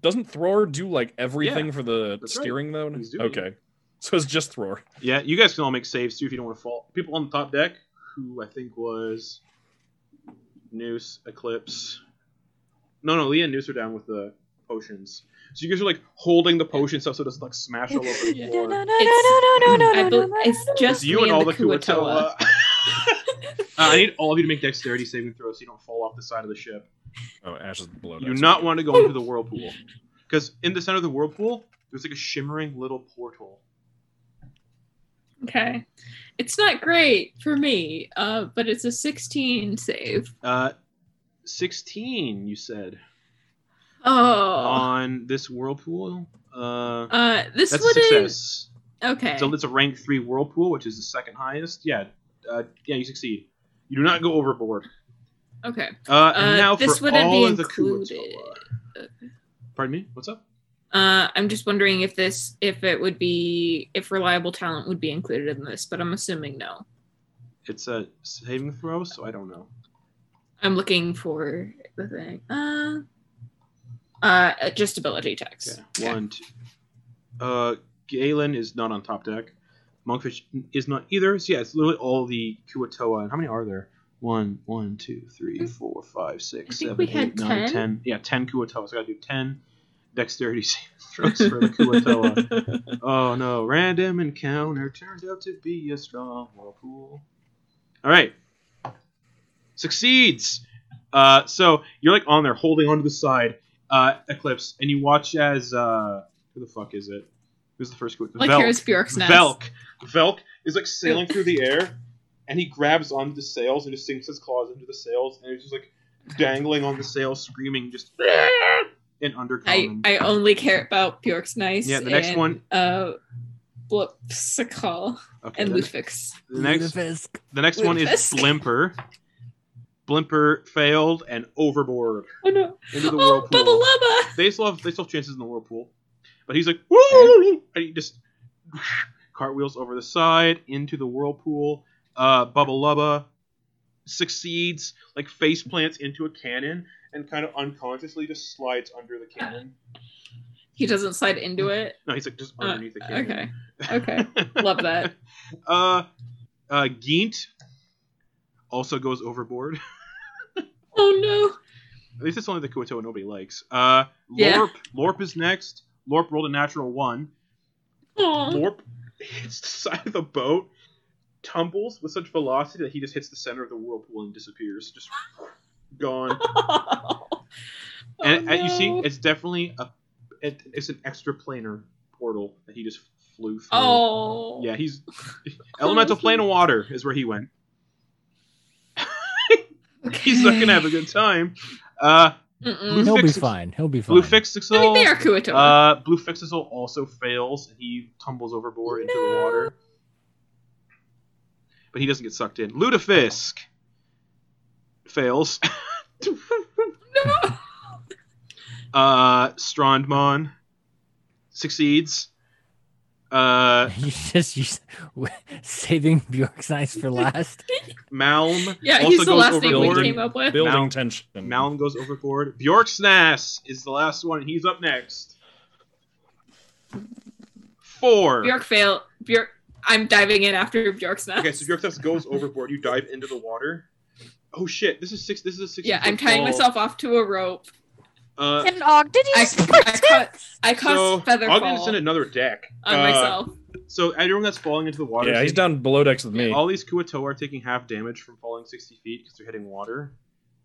S4: Doesn't Thror do like everything
S3: Yeah,
S4: for the
S3: that's right.
S4: steering
S3: He's
S4: though?
S3: doing
S4: Okay. So it's just Thror.
S3: Yeah, you guys can all make saves too if you don't want to fall. People on the top deck, who I think was Noose, Eclipse. No, no, Leah and Noose are down with the potions. So you guys are like holding the potion stuff so it doesn't like smash all over the
S7: No, no, no,
S3: floor.
S7: no, no, no, no, [LAUGHS]
S5: um, I
S7: no,
S5: bel
S7: no, no,
S5: it's just
S3: It's you
S5: me
S3: and all the
S5: Kuatoa.
S3: [LAUGHS] Kuatoa. uh, I need all of you to make dexterity saving throws so you don't fall off the side of the ship.
S4: Oh, Ash is below.
S3: You do not want to go into the whirlpool. Because in the center of the whirlpool, there's like a shimmering little portal.
S5: Okay, it's not great for me, uh, but it's a 16 save.
S3: Uh, 16, you said.
S5: Oh,
S3: on this whirlpool. Uh,
S5: uh, this
S3: that's a
S5: wouldn't.
S3: success.
S5: Okay,
S3: So it's a rank three whirlpool, which is the second highest. Yeah, uh, yeah, you succeed. You do not go overboard.
S5: okay.
S3: Uh, and
S5: Uh,
S3: now
S5: this
S3: for
S5: wouldn't
S3: all
S5: be
S3: of the
S5: included.
S3: Kuatoa. Pardon me. What's up?
S5: Uh, I'm just wondering if this, if it would be, if reliable talent would be included in this, but I'm assuming no.
S3: It's a saving throw, so I don't know.
S5: I'm looking for the thing. Uh, uh, just ability checks.
S3: Okay. One. Two. Uh, Galen is not on top deck. Monkfish is not either. So yeah, it's literally all the Kuatoa. And how many are there? One, one, two, three, four, five, six,
S5: Hmm. think
S3: seven,
S5: we had
S3: eight, nine,
S5: 10.
S3: ten. Yeah, ten Kuatoa. So I gotta do ten dexterity [LAUGHS] saving throws for the Kuatoa. oh no! Random encounter turned out to be a strong whirlpool. All right, succeeds. Uh, so you're like on there, holding onto the side, uh, Eclipse, and you watch as uh, who the fuck is it? Who's the first?
S5: Like
S3: Velk.
S5: here's Bjork's nest.
S3: Velk. Velk is like sailing through the air, and he grabs onto the sails and just sinks his claws into the sails, and he's just like dangling on the sails, screaming just in
S5: I,
S3: undercommon.
S5: I only care about Bjork's nice.
S3: Um, yeah, the next
S5: and,
S3: one
S5: Uh,
S8: Blipsical,
S3: Okay.
S8: and
S3: the-
S8: Lufix.
S3: the next
S6: Ludovisk.
S3: The next one is
S8: Ludovisk.
S3: Blimper. Blimper failed and overboard
S8: Oh no!
S3: into the
S8: oh,
S3: whirlpool.
S8: Bubba Lubba!
S3: They still have they still have chances in the whirlpool, but he's like, "Woo!" and he just [LAUGHS] cartwheels over the side into the whirlpool. Uh, Bubba Lubba succeeds, like face plants into a cannon, and kind of unconsciously just slides under the cannon.
S8: He doesn't slide into it.
S3: No, he's like just
S8: Uh,
S3: underneath the
S8: Okay.
S3: cannon. [LAUGHS]
S8: Okay. Love that.
S3: Uh, uh, Geint also goes overboard.
S8: Oh no!
S3: At least it's only the Kuito nobody likes. Uh, Lorp,
S8: Yeah.
S3: Lorp is next. Lorp rolled a natural one.
S8: [LAUGHS] Oh,
S3: Lorp hits the [LAUGHS] side of the boat, tumbles with such velocity that he just hits the center of the whirlpool and disappears. Just
S8: [LAUGHS]
S3: gone. and, and you see,
S8: Oh, no.
S3: it's definitely a, it, it's an extraplanar portal that he just flew through.
S8: Oh.
S3: Yeah,
S8: [LAUGHS]
S3: he's elemental plane of water is where he went. He's not gonna have a good time. Uh, [LAUGHS]
S8: Mm-mm.
S6: He'll be
S3: Lufix-
S6: fine. He'll be fine.
S3: blue fix
S8: I mean, they are Kuito.
S3: Uh, Blue Fixazole also fails, and he tumbles overboard into the
S8: No.
S3: water. But he doesn't get sucked in. Ludafisk fails. [LAUGHS]
S8: no.
S3: uh, Strandmon succeeds. Uh,
S6: [LAUGHS] you just you, saving Bjork's eyes for [LAUGHS] last.
S3: Malm
S8: Yeah,
S3: also
S8: he's the
S3: goes
S8: last thing we
S3: overboard.
S8: came up with.
S4: Building
S3: Mal-
S4: tension.
S3: Malm goes overboard. Bjorksnass is the last one, and he's up next. Four.
S8: Bjork fail. Bjork. I'm diving in after Bjork's now.
S3: Okay, so Bjorkstaff goes overboard. You dive into the water. Oh shit! This is six. This is a six.
S8: yeah, I'm tying myself off to a rope.
S3: Uh,
S7: Can Ogden
S8: I,
S7: use
S8: I caught I caught
S3: so
S8: feather
S3: Ogden
S8: fall
S3: is in another deck.
S8: on
S3: Uh,
S8: myself.
S3: So everyone that's falling into the water.
S4: Yeah,
S3: is
S4: he's
S3: taking-
S4: down below decks with me.
S3: All these Kuato are taking half damage from falling sixty feet because they're hitting water.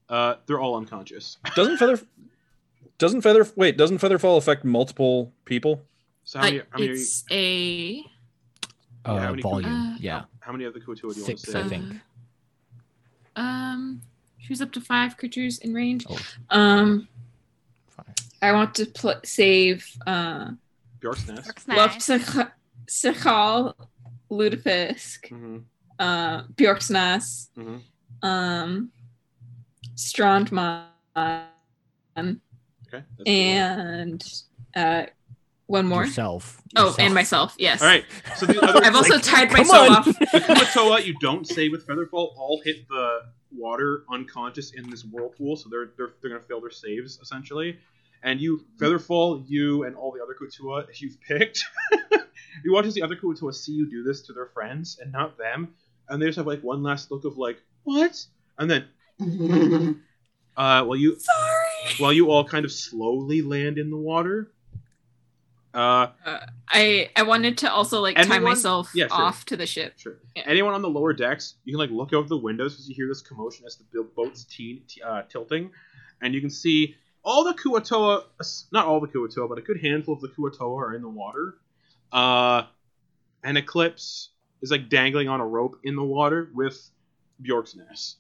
S3: Uh, they're all unconscious.
S4: Doesn't feather? Doesn't feather? Wait, doesn't feather fall affect multiple people?
S3: So how many?
S8: Uh,
S3: how, many are you-
S8: it's a
S3: Yeah, how
S6: Uh,
S3: many-
S6: volume.
S8: Uh,
S6: yeah.
S3: how many of the Kuato do you
S6: Six,
S3: want to
S6: I
S3: say?
S6: think.
S8: uh, um, choose up to five creatures in range.
S6: Oh.
S8: Um,
S6: Fine.
S8: I want to pl- save uh,
S3: Bjorksnass.
S7: Orc's
S8: Love
S7: Nest?
S8: Sikal, Ludafisk,
S3: Mm-hmm.
S8: uh, Bjorksnas,
S3: Mhm.
S8: um, Strandman,
S3: Okay. that's the one.
S8: and uh, one more.
S6: Yourself.
S8: Oh,
S6: Yourself.
S8: and myself. Yes.
S3: All right. So the other.
S8: [LAUGHS] I've also
S3: like,
S8: tied
S6: come
S8: myself
S6: on.
S8: off.
S3: [LAUGHS] the Kuatoa you don't save with Featherfall all hit the water unconscious in this whirlpool, so they're they're, they're gonna fail their saves essentially. And you Featherfall, you and all the other Kuatoa you've picked. [LAUGHS] you watch as the other Kuatoa see you do this to their friends and not them, and they just have like one last look of like what, and then uh, well you
S8: Sorry.
S3: while you all kind of slowly land in the water. Uh,
S8: I I wanted to also like tie
S3: Everyone-
S8: myself
S3: Yeah, sure.
S8: off to the ship.
S3: Sure.
S8: Yeah.
S3: Anyone on the lower decks, you can like look out the windows because you hear this commotion as the bil- boat's te- t- uh, tilting, and you can see all the Kuatoa, not all the Kuatoa, but a good handful of the Kuatoa are in the water. Uh, an eclipse is like dangling on a rope in the water with Bjork's Ness.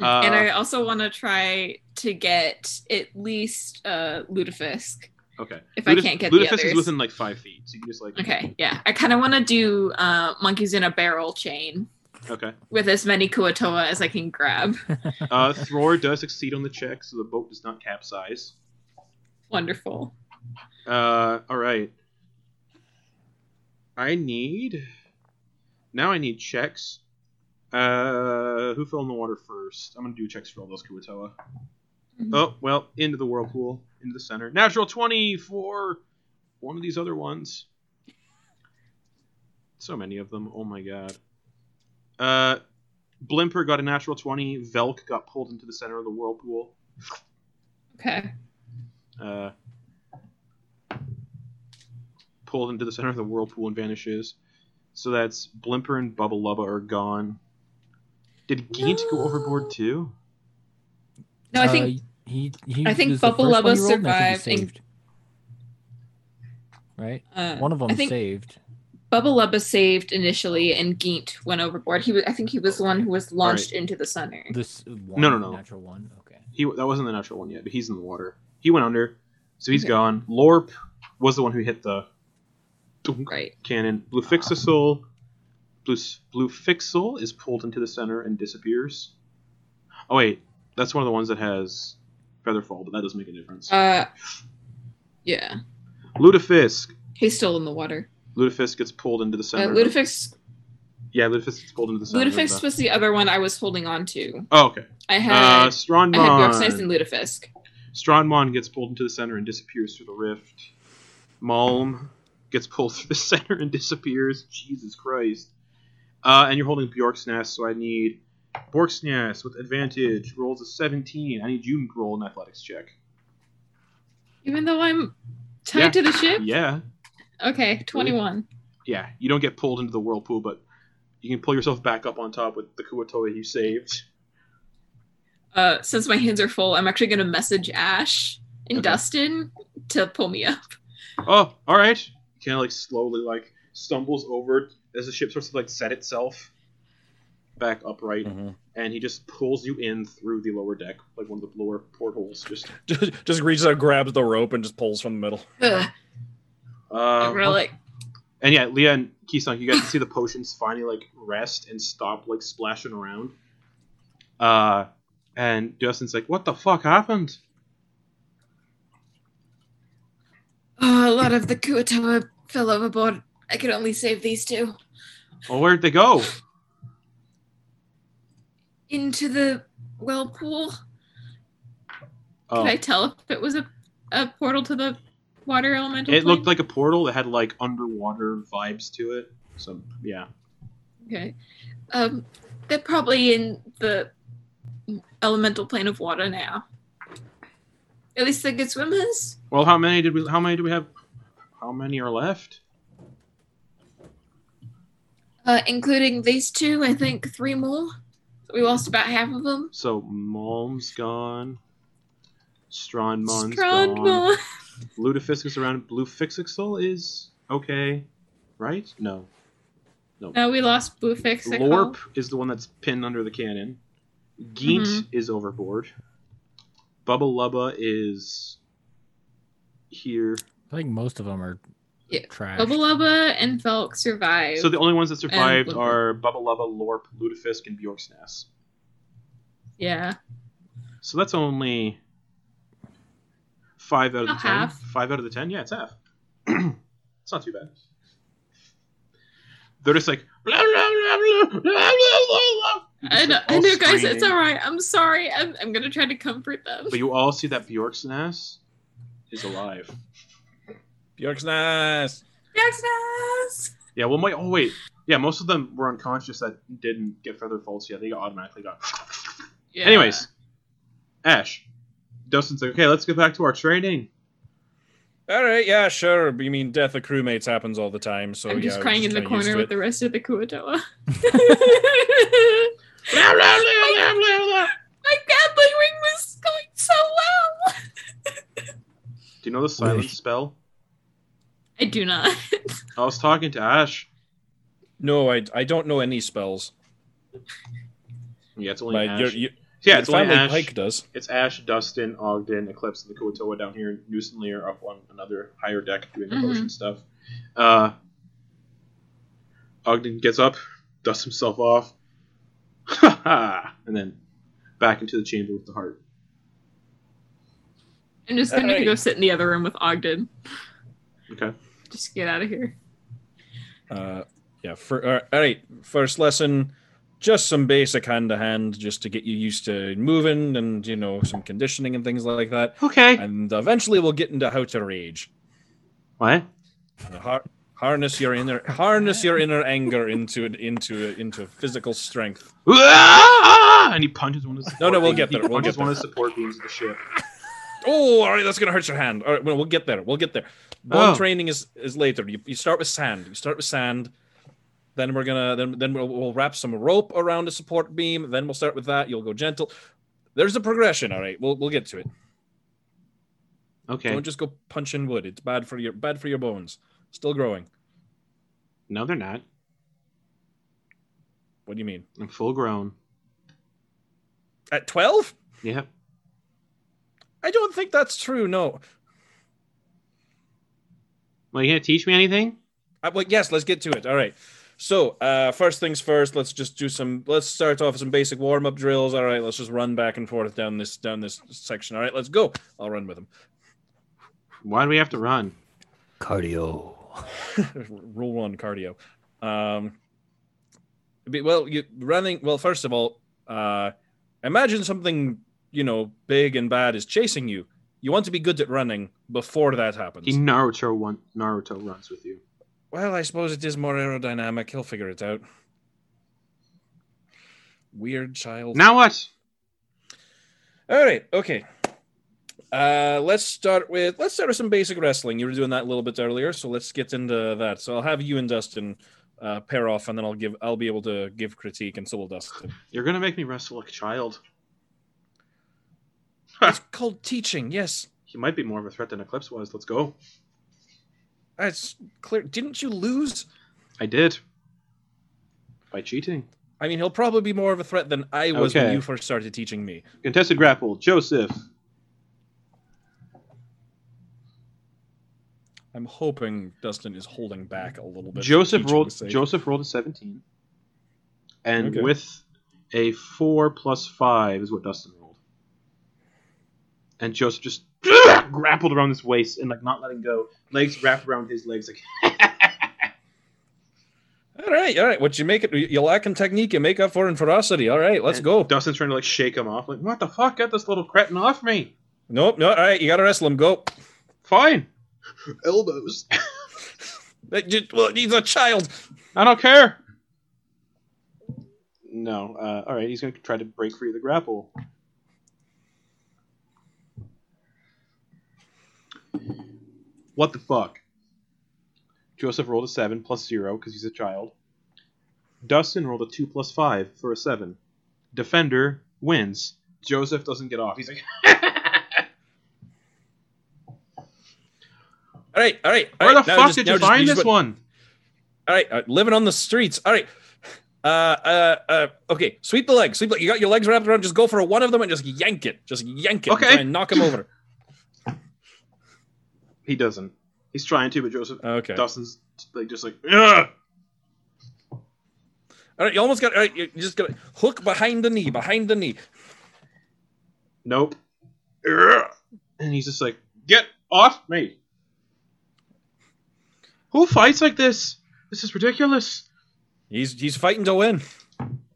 S3: Uh,
S8: and I also want to try to get at least uh, Ludafisk.
S3: Okay.
S8: if I can't get the
S3: Ludafisk is
S8: others.
S3: within like five feet, so you can just like
S8: [LAUGHS] Okay, yeah. I kind of want to do uh, monkeys in a barrel chain
S3: okay.
S8: with as many kuatoa as I can grab.
S3: Uh, Thror does succeed on the check, so the boat does not capsize.
S8: Wonderful.
S3: Uh, all right. I need. Now I need checks. Uh, who fell in the water first? I'm gonna do checks for all those Kuwatoa.
S8: Mhm.
S3: Oh well, into the whirlpool, into the center. Natural twenty for one of these other ones. So many of them. Oh my god. Uh, Blimper got a natural twenty. Velk got pulled into the center of the whirlpool.
S8: Okay.
S3: uh, pulled into the center of the whirlpool and vanishes. So that's Blimper and Bubba Lubba are gone. Did Geint go
S8: No.
S3: overboard too?
S8: No, I think
S6: Uh, he, he
S8: I think
S6: was the
S8: Bubble
S6: first one
S8: Lubba
S6: he rolled, and I think he
S8: survived and-
S6: saved. Right?
S8: uh,
S6: One of them
S8: I think
S6: saved.
S8: Bubba Lubba saved initially, and Geint went overboard. He was, I think he was the one who was launched into the center.
S6: This one,
S3: No, no, no.
S6: natural one. Okay.
S3: He that wasn't the natural one yet, but he's in the water. He went under, so he's
S6: Okay.
S3: gone. Lorp was the one who hit the Dunk.
S8: Right.
S3: Cannon. Blufixisol. Blue, Blufixel is pulled into the center and disappears. Oh wait, that's one of the ones that has Featherfall, but that doesn't make a difference.
S8: Uh, yeah,
S3: Ludafisk.
S8: he's still in the water.
S3: Ludafisk gets pulled into the
S8: Uh,
S3: center. of-
S8: Ludafix,
S3: Yeah, Ludafisk gets pulled into the center. of
S8: Ludafix
S3: the-
S8: was the other one I was holding on to.
S3: Oh, okay.
S8: I had
S3: Uh,
S8: I had Bjorksnice
S3: Strandmon.
S8: and Ludafisk.
S3: Strandmon gets pulled into the center and disappears through the rift. Malm gets pulled [LAUGHS] through the center and disappears. Jesus Christ. Uh, and you're holding Bjorksnass, so I need Bjorksnass with advantage. Rolls a 17. I need you to roll an athletics check.
S8: Even though I'm tied
S3: Yeah.
S8: to the ship.
S3: Yeah.
S8: Okay, twenty-one.
S3: Yeah. You don't get pulled into the whirlpool, but you can pull yourself back up on top with the Kuatoa you saved.
S8: Uh, since my hands are full, I'm actually gonna message Ash and
S3: Okay.
S8: Dustin to pull me up.
S3: Oh, all right. Kind of like slowly like stumbles over as the ship starts to like set itself back upright,
S4: Mhm.
S3: and he just pulls you in through the lower deck, like one of the lower portholes. Just
S4: [LAUGHS]
S3: uh,
S4: Just, just reaches out, grabs the rope, and just pulls from the middle.
S8: Ugh,
S3: uh,
S8: I'm really like,
S3: and yeah, Leah and Kisan, you guys can see the potions finally like rest and stop like splashing around. Uh, and Justin's like, "What the fuck happened?"
S8: oh, a lot of the Kuatoa fell overboard. I could only save these two
S3: Oh, where'd they go?
S8: into the whirlpool.
S3: Oh.
S8: Could I tell if it was a, a portal to the water elemental?
S3: It looked
S8: plane?
S3: like a portal that had like underwater vibes to it. So yeah.
S8: Okay. Um, they're probably in the elemental plane of water now. At least they're good swimmers.
S3: Well, how many did we? How many do we have? How many are left?
S8: Uh, including these two, I think three more. We lost about half of them.
S3: So Malm's gone. Strandmon's gone.
S8: Strongmore.
S3: Ludafisk is around. Blue Fixixel is okay, right? No.
S8: No, we lost Bluefix. I
S3: Lorp
S8: call.
S3: is the one that's pinned under the cannon. Geet
S8: Mhm.
S3: is overboard. Bubba Lubba is here.
S6: I think most of them are
S8: Yeah.
S6: trash.
S8: Bubba Lubba and Felk survived.
S3: So the only ones that survived
S8: Lubba.
S3: are Bubba Lubba, Lorp, Ludafisk, and Bjorksnass.
S8: yeah.
S3: So that's only five out of the
S8: About
S3: ten.
S8: half.
S3: Five out of the ten. Yeah, it's half. [CLEARS THROAT] it's not too bad. They're just like blah, blah, blah, blah, blah, blah, blah, blah.
S8: I
S3: Just,
S8: know,
S3: like,
S8: I
S3: all
S8: know guys, it's
S3: screaming.
S8: all right. I'm sorry. I'm, I'm going to try to comfort them.
S3: But you all see that Bjorksnass is alive.
S4: Bjork's nice.
S8: Jackson's!
S3: Yeah. Well, my oh wait. Yeah, most of them were unconscious that didn't get feather falls yet. They got automatically got.
S8: Yeah.
S3: Anyways, Ash, Dustin's like, okay, let's get back to our training.
S4: All right, yeah, sure. You mean death of crewmates happens all the time, so
S8: I'm
S4: yeah,
S8: just
S4: we're
S8: crying in the
S4: kinda used
S8: corner
S4: to
S8: with
S4: it.
S8: the rest of
S4: [LAUGHS]
S8: the [LAUGHS] Kuatoa.
S3: Blah, blah, blah, blah, blah, blah.
S8: My gatling was going so well.
S3: Do you know the silence spell?
S8: I do not.
S3: I was talking to Ash.
S4: No, I, I don't know any spells.
S3: Yeah, it's only
S4: My,
S3: Ash.
S4: your, your,
S3: yeah,
S4: your
S3: it's only
S4: family
S3: Ash.
S4: Pike does.
S3: It's Ash, Dustin, Ogden, Eclipse, and the Kuotoa down here. Newsonly are up on another higher deck doing the
S8: Mhm.
S3: potion stuff. Uh, Ogden gets up, dusts himself off, [LAUGHS] and then back into the chamber with the heart.
S8: I'm just going to
S4: Alright.
S8: go sit in the other room with Ogden.
S3: Okay.
S8: Just get out of here.
S4: Uh, yeah. For, all right, first lesson, just some basic hand to hand, just to get you used to moving and you know some conditioning and things like that.
S3: Okay.
S4: And eventually, we'll get into how to rage.
S3: What?
S4: Uh, har- harness your inner harness your inner anger into into into physical strength.
S3: Ah! And he punches one of the support
S4: No, no, we'll
S3: beams-
S4: get
S3: he
S4: there, we'll
S3: punches
S4: get
S3: one of the support beams of the ship.
S4: [LAUGHS] Oh, all right, that's gonna hurt your hand. All right, well, we'll get there. We'll get there. Bone
S3: Oh.
S4: training is is later. You, you start with sand. You start with sand. Then we're gonna then then we'll, we'll wrap some rope around a support beam. Then we'll start with that. You'll go gentle. There's a progression. All right, we'll we'll get to it.
S3: Okay.
S4: Don't just go punching wood. It's bad for your bad for your bones. Still growing.
S3: No, they're not.
S4: What do you mean?
S3: I'm full grown.
S4: At twelve?
S3: Yeah.
S4: I don't think that's true. No,
S3: Well, you gonna teach me anything?
S4: Uh, well, yes, let's get to it. All right. So, uh, first things first, let's just do some. Let's start off with some basic warm up drills. All right, let's just run back and forth down this down this section. All right, let's go. I'll run with them. [LAUGHS]
S3: Why do we have to run?
S6: Cardio.
S4: Rule one: cardio. Um, be- well, you running. Well, first of all, uh, imagine something you know big and bad is chasing you. You want to be good at running before that happens.
S3: He Naruto one Naruto runs with you.
S4: Well, I suppose it is more aerodynamic. He'll figure it out. Weird child.
S3: Now what?
S4: All right. Okay. Uh, let's start with let's start with some basic wrestling. You were doing that a little bit earlier, so let's get into that. So I'll have you and Dustin uh, pair off, and then I'll give I'll be able to give critique, and so will Dustin.
S3: You're gonna make me wrestle like a child.
S4: it's called teaching. Yes,
S3: He might be more of a threat than Eclipse was. Let's go.
S4: it's clear. Didn't you lose?
S3: I did. By cheating.
S4: I mean, he'll probably be more of a threat than I was when
S3: Okay.
S4: you first started teaching me.
S3: Contested grapple, Joseph.
S4: I'm hoping Dustin is holding back a little bit. for
S3: Joseph
S4: teaching's
S3: rolled
S4: sake.
S3: Joseph rolled a seventeen. And
S4: Okay.
S3: with a four plus five is what Dustin rolled. And Joseph just [CLEARS THROAT] grappled around his waist and like not letting go. Legs wrapped around his legs like
S4: All right, all right. What you make it, you lack in technique, you make up for in ferocity. All right, let's
S3: And
S4: go.
S3: Dustin's trying to like shake him off, like, what the fuck? Get this little cretin off me.
S4: Nope, no. All right, you gotta wrestle him. Go.
S3: Fine. Elbows.
S4: Uh, j- Well, he's a child.
S3: I don't care. No. Uh, all right, he's going to try to break free of the grapple. What the fuck? Joseph rolled a 7 plus 0 because he's a child. Dustin rolled a 2 plus 5 for a 7. Defender wins. Joseph doesn't get off. He's like,
S4: All right, all right. all
S3: where
S4: right,
S3: the
S4: now
S3: fuck
S4: just-
S3: did
S4: now
S3: you
S4: just-
S3: find
S4: just
S3: this
S4: went-
S3: one?
S4: All right, all right, living on the streets. All right. Uh, uh, uh, okay. Sweep the legs. Sweep. The, you got your legs wrapped around. Just go for one of them and just yank it. Just yank it. and
S3: Okay.
S4: try And knock him over.
S3: He doesn't. He's trying to, but Joseph
S4: Okay.
S3: Dustin's like just like, Ugh!
S4: All right. You almost got. All right. You you just got to hook behind the knee. Behind the knee.
S3: Nope. Ugh. And he's just like, get off me. Who fights like this? This is ridiculous.
S4: He's he's fighting to win.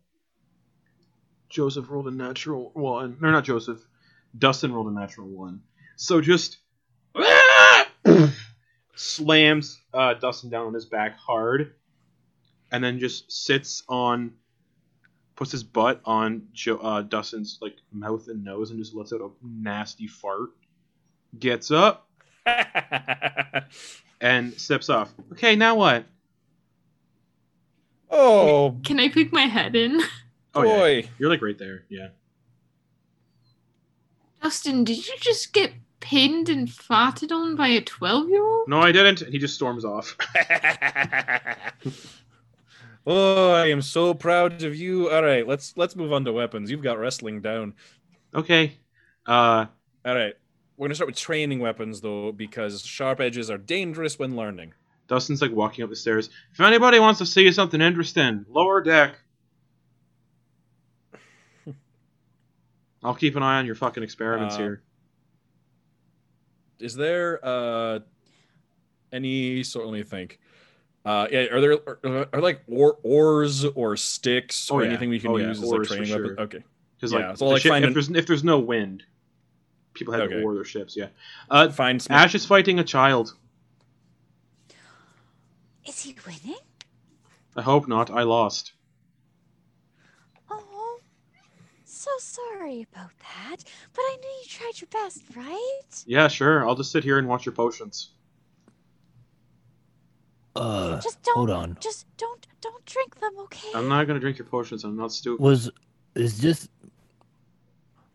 S4: [LAUGHS]
S3: Joseph rolled a natural one. No, not Joseph. Dustin rolled a natural one. So just Ugh! slams uh, Dustin down on his back hard, and then just sits on, puts his butt on jo- uh, Dustin's like mouth and nose, and just lets out a nasty fart. Gets up, and steps off. Okay, now what?
S4: oh
S8: Can I peek my head in?
S3: Oh, yeah.
S4: boy.
S3: You're like right there. Yeah.
S8: Dustin, did you just get pinned and farted on by a 12 year old?
S3: No, I didn't. And he just storms off. [LAUGHS]
S4: [LAUGHS] oh, I am so proud of you. All right, let's let's move on to weapons. You've got wrestling down.
S3: okay. Uh,
S4: All right. We're going to start with training weapons though because sharp edges are dangerous when learning.
S3: Dustin's like walking up the stairs. If anybody wants to see something interesting, lower
S4: [LAUGHS]
S3: deck. I'll keep an eye on your fucking experiments
S4: Uh,
S3: here.
S4: Is there uh any sort let me think. Uh yeah, are there are, are like or, oars or sticks
S3: Oh,
S4: or
S3: yeah.
S4: anything we can
S3: Oh, yeah,
S4: use as
S3: oars
S4: like
S3: for
S4: training
S3: sure.
S4: weapons? Okay.
S3: Because
S4: yeah,
S3: like,
S4: so,
S3: the
S4: like,
S3: ship-
S4: find
S3: if
S4: an-
S3: there's if there's no wind, people had
S4: Okay.
S3: to oar their ships. Yeah. Uh,
S4: Find some
S3: Ash is fighting a child.
S7: Is he winning?
S3: I hope not. I lost.
S7: Oh, so sorry about that. But I knew you tried your best, right?
S3: Yeah, sure. I'll just sit here and watch your potions.
S6: Uh,
S7: Just don't.
S6: hold on.
S7: Just don't. Don't drink them, okay?
S3: I'm not gonna drink your potions. I'm not stupid.
S6: Was is this?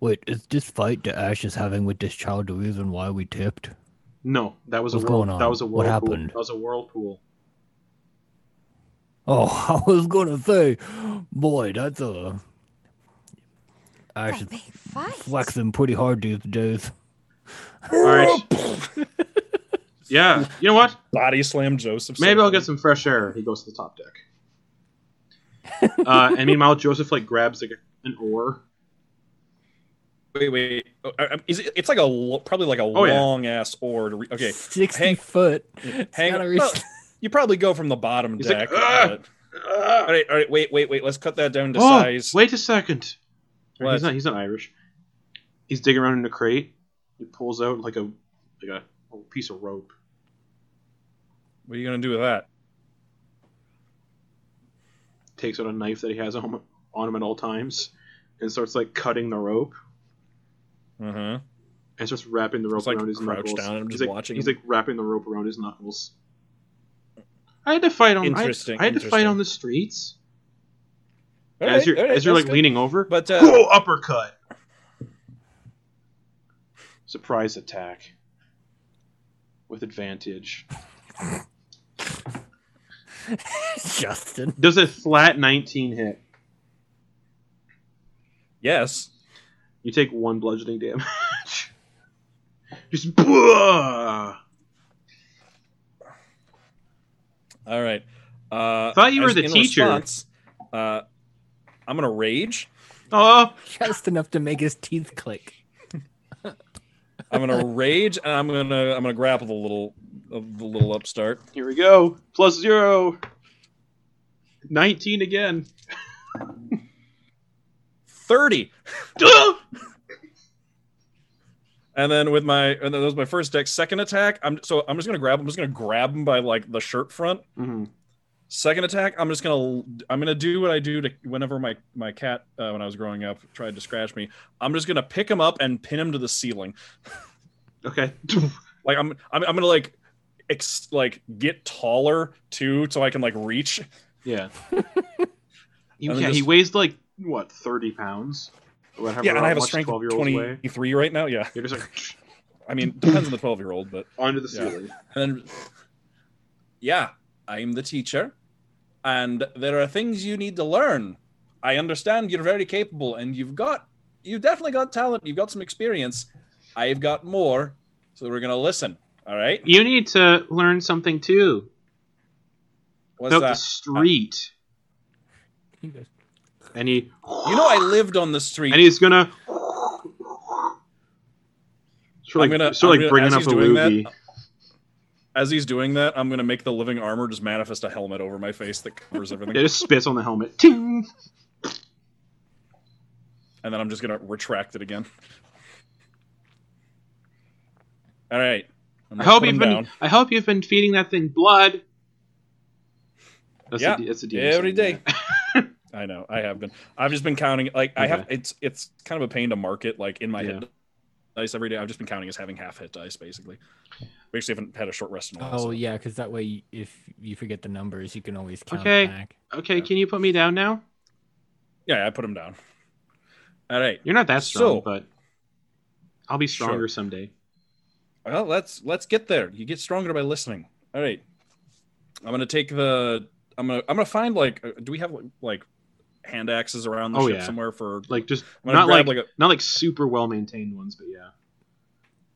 S6: Wait, is this fight that Ash is having with this child the reason why we tipped?
S3: No, that was
S6: What's
S3: a whirl-
S6: going on?
S3: That was a
S6: What
S3: whirlpool.
S6: happened?
S3: That was a whirlpool.
S6: Oh, [LAUGHS] I was gonna say, boy, that's a Ash
S7: That
S6: is
S7: big
S6: [LAUGHS]
S7: fight.
S6: flexing pretty hard these days.
S3: All right. Yeah. You know what?
S4: Body slam Joseph.
S3: Maybe I'll get some fresh air. He goes to the top deck. uh, and meanwhile, Joseph like grabs like an
S4: [LAUGHS]
S3: oar.
S4: Wait, wait. Oh, I- I- Is it, it's like a lo- probably like a
S3: Oh, yeah.
S4: long ass oar. To re- okay,
S6: sixty
S4: hang-
S6: foot.
S4: hang-
S6: gotta reach-
S4: well, you probably go from the bottom
S3: He's like,
S4: deck.
S3: "Ugh!"
S4: but- all right, all right. Wait, wait, wait. Let's cut that down to
S3: oh,
S4: size.
S3: wait a second. Or
S4: What?
S3: He's not. He's not Irish. He's digging around in a crate. He pulls out like a like a, a piece of rope.
S4: What are you gonna do with that?
S3: Takes out a knife that he has on, on him at all times, and starts like cutting the rope
S4: Uh-huh.
S3: and starts wrapping the rope
S4: Just, like,
S3: around his
S4: crouched
S3: knuckles.
S4: down and I'm
S3: he's
S4: just
S3: like,
S4: watching
S3: He's
S4: him.
S3: like wrapping the rope around his knuckles. I had to fight on. I-
S4: Interesting,
S3: I, had to fight
S4: interesting.
S3: on the streets.
S4: All
S3: as
S4: right,
S3: you're
S4: all right,
S3: as you're
S4: that's
S3: like
S4: good.
S3: leaning over,
S4: But uh,
S3: Whoa, uppercut. Surprise attack. With advantage.
S6: [LAUGHS] Justin.
S3: Does a flat 19 hit?
S4: yes.
S3: You take one bludgeoning damage. [LAUGHS] Just. Bwah!
S4: All right. Uh,
S3: Thought you were
S4: as
S3: the
S4: in
S3: teacher.
S4: response, uh, I'm gonna rage.
S3: Oh!
S6: Just enough to make his teeth click.
S4: I'm gonna [LAUGHS] rage, and I'm gonna I'm gonna grapple the little of the little upstart.
S3: Here we go. Plus zero. 19 again.
S4: Thirty,
S3: Duh!
S4: [LAUGHS] and then with my and then that was my first deck. Second attack, I'm so I'm just gonna grab. I'm just gonna grab him by like the shirt front.
S3: Mhm.
S4: Second attack, I'm just gonna I'm gonna do what I do to whenever my my cat uh, when I was growing up tried to scratch me. I'm just gonna pick him up and pin him to the ceiling.
S3: Okay.
S4: Like I'm I'm, I'm gonna like ex, like get taller too, so I can like reach.
S3: Yeah. He-
S4: And then
S3: yeah, he
S4: just-
S3: weighs like, what, 30 pounds? Or whatever,
S4: yeah, and I have a
S3: much
S4: strength of
S3: 12-year-olds weigh.
S4: 23 right now. Yeah,
S3: You're just like,
S4: [LAUGHS] I mean depends on the 12 year old, but
S3: [LAUGHS] onto the
S4: Yeah.
S3: ceiling.
S4: And then, yeah, I'm the teacher, and there are things you need to learn. I understand you're very capable, and you've got, you've definitely got talent. You've got some experience. I've got more, so we're gonna listen. All right,
S3: You need to learn something too
S4: what's
S3: about the
S4: that?
S3: street.
S6: He goes,
S3: And he,
S4: You know, I lived on the street.
S3: and he's gonna. Sort
S4: I'm
S3: of like,
S4: gonna-
S3: sort of like
S4: I'm gonna-
S3: bringing
S4: as
S3: up
S4: he's
S3: a
S4: doing that,
S3: movie.
S4: As he's doing that, I'm gonna make the living armor just manifest a helmet over my face that covers everything,
S3: It just spits on the helmet. Ting!
S4: and then I'm just gonna retract it again. All right. I'm
S3: I
S4: gonna
S3: hope
S4: put him
S3: you've been.
S4: down.
S3: I hope you've been feeding that thing blood. That's
S4: Yeah,
S3: a, D- that's a DM
S4: every
S3: saying
S4: day.
S3: [LAUGHS]
S4: I know. I have been. I've just been counting. Like I have. It's it's kind of a pain to market. Like in my
S3: Yeah.
S4: hit dice every day. I've just been counting as having half hit dice basically. We actually haven't had a short rest in a while.
S6: oh
S4: so-
S6: yeah, because that way, you- if you forget the numbers, you can always count
S3: Okay.
S6: back.
S3: that. Okay, can you put me down now?
S4: yeah. I put him down. All right.
S3: You're not that strong,
S4: So-
S3: but I'll be stronger
S4: Sure.
S3: someday.
S4: Well, let's let's get there. You get stronger by listening. All right. I'm gonna take the. I'm gonna I'm gonna find like. uh, Do we have like hand axes around the
S3: Oh,
S4: ship
S3: yeah.
S4: somewhere for?
S3: Like just
S4: I'm gonna
S3: not
S4: grab,
S3: like,
S4: like a,
S3: not like super well maintained ones, but yeah.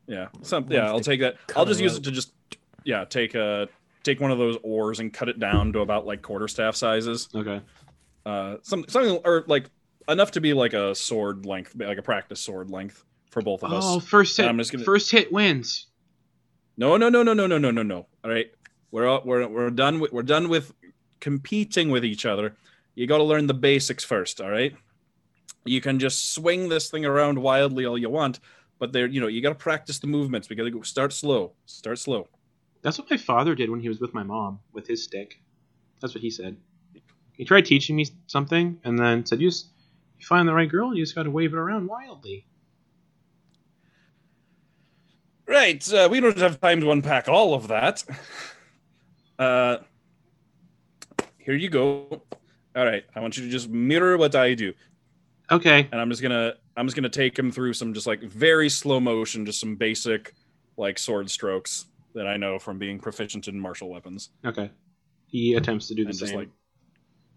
S4: Yeah, some,
S6: Once
S4: yeah. I'll
S6: they
S4: take that.
S6: cut
S4: I'll
S6: a
S4: just use
S6: rope.
S4: it to just yeah take a take one of those oars and cut it down to about like quarter staff sizes.
S3: Okay.
S4: Uh, some something or like enough to be like a sword length, like a practice sword length for both of
S3: Oh,
S4: us.
S3: first hit.
S4: And I'm just gonna-
S3: First hit wins.
S4: No, no, no, no, no, no, no, no, no. All right, we're all, we're we're done with we're done with competing with each other. You got to learn the basics first. All right, you can just swing this thing around wildly all you want, but there, you know, you got to practice the movements. We got to go start slow, start slow.
S3: That's what my father did when he was with my mom with his stick. That's what he said. He tried teaching me something and then said, "You, just, you find the right girl, and you just got to wave it around wildly."
S4: Right, uh, we don't have time to unpack all of that. [LAUGHS] Uh, here you go. All right, I want you to just mirror what I do,
S3: Okay.
S4: [LAUGHS] and I'm just gonna I'm just gonna take him through some just like very slow motion, just some basic like sword strokes that I know from being proficient in martial weapons.
S3: Okay. He attempts to do the
S4: And just
S3: same.
S4: like,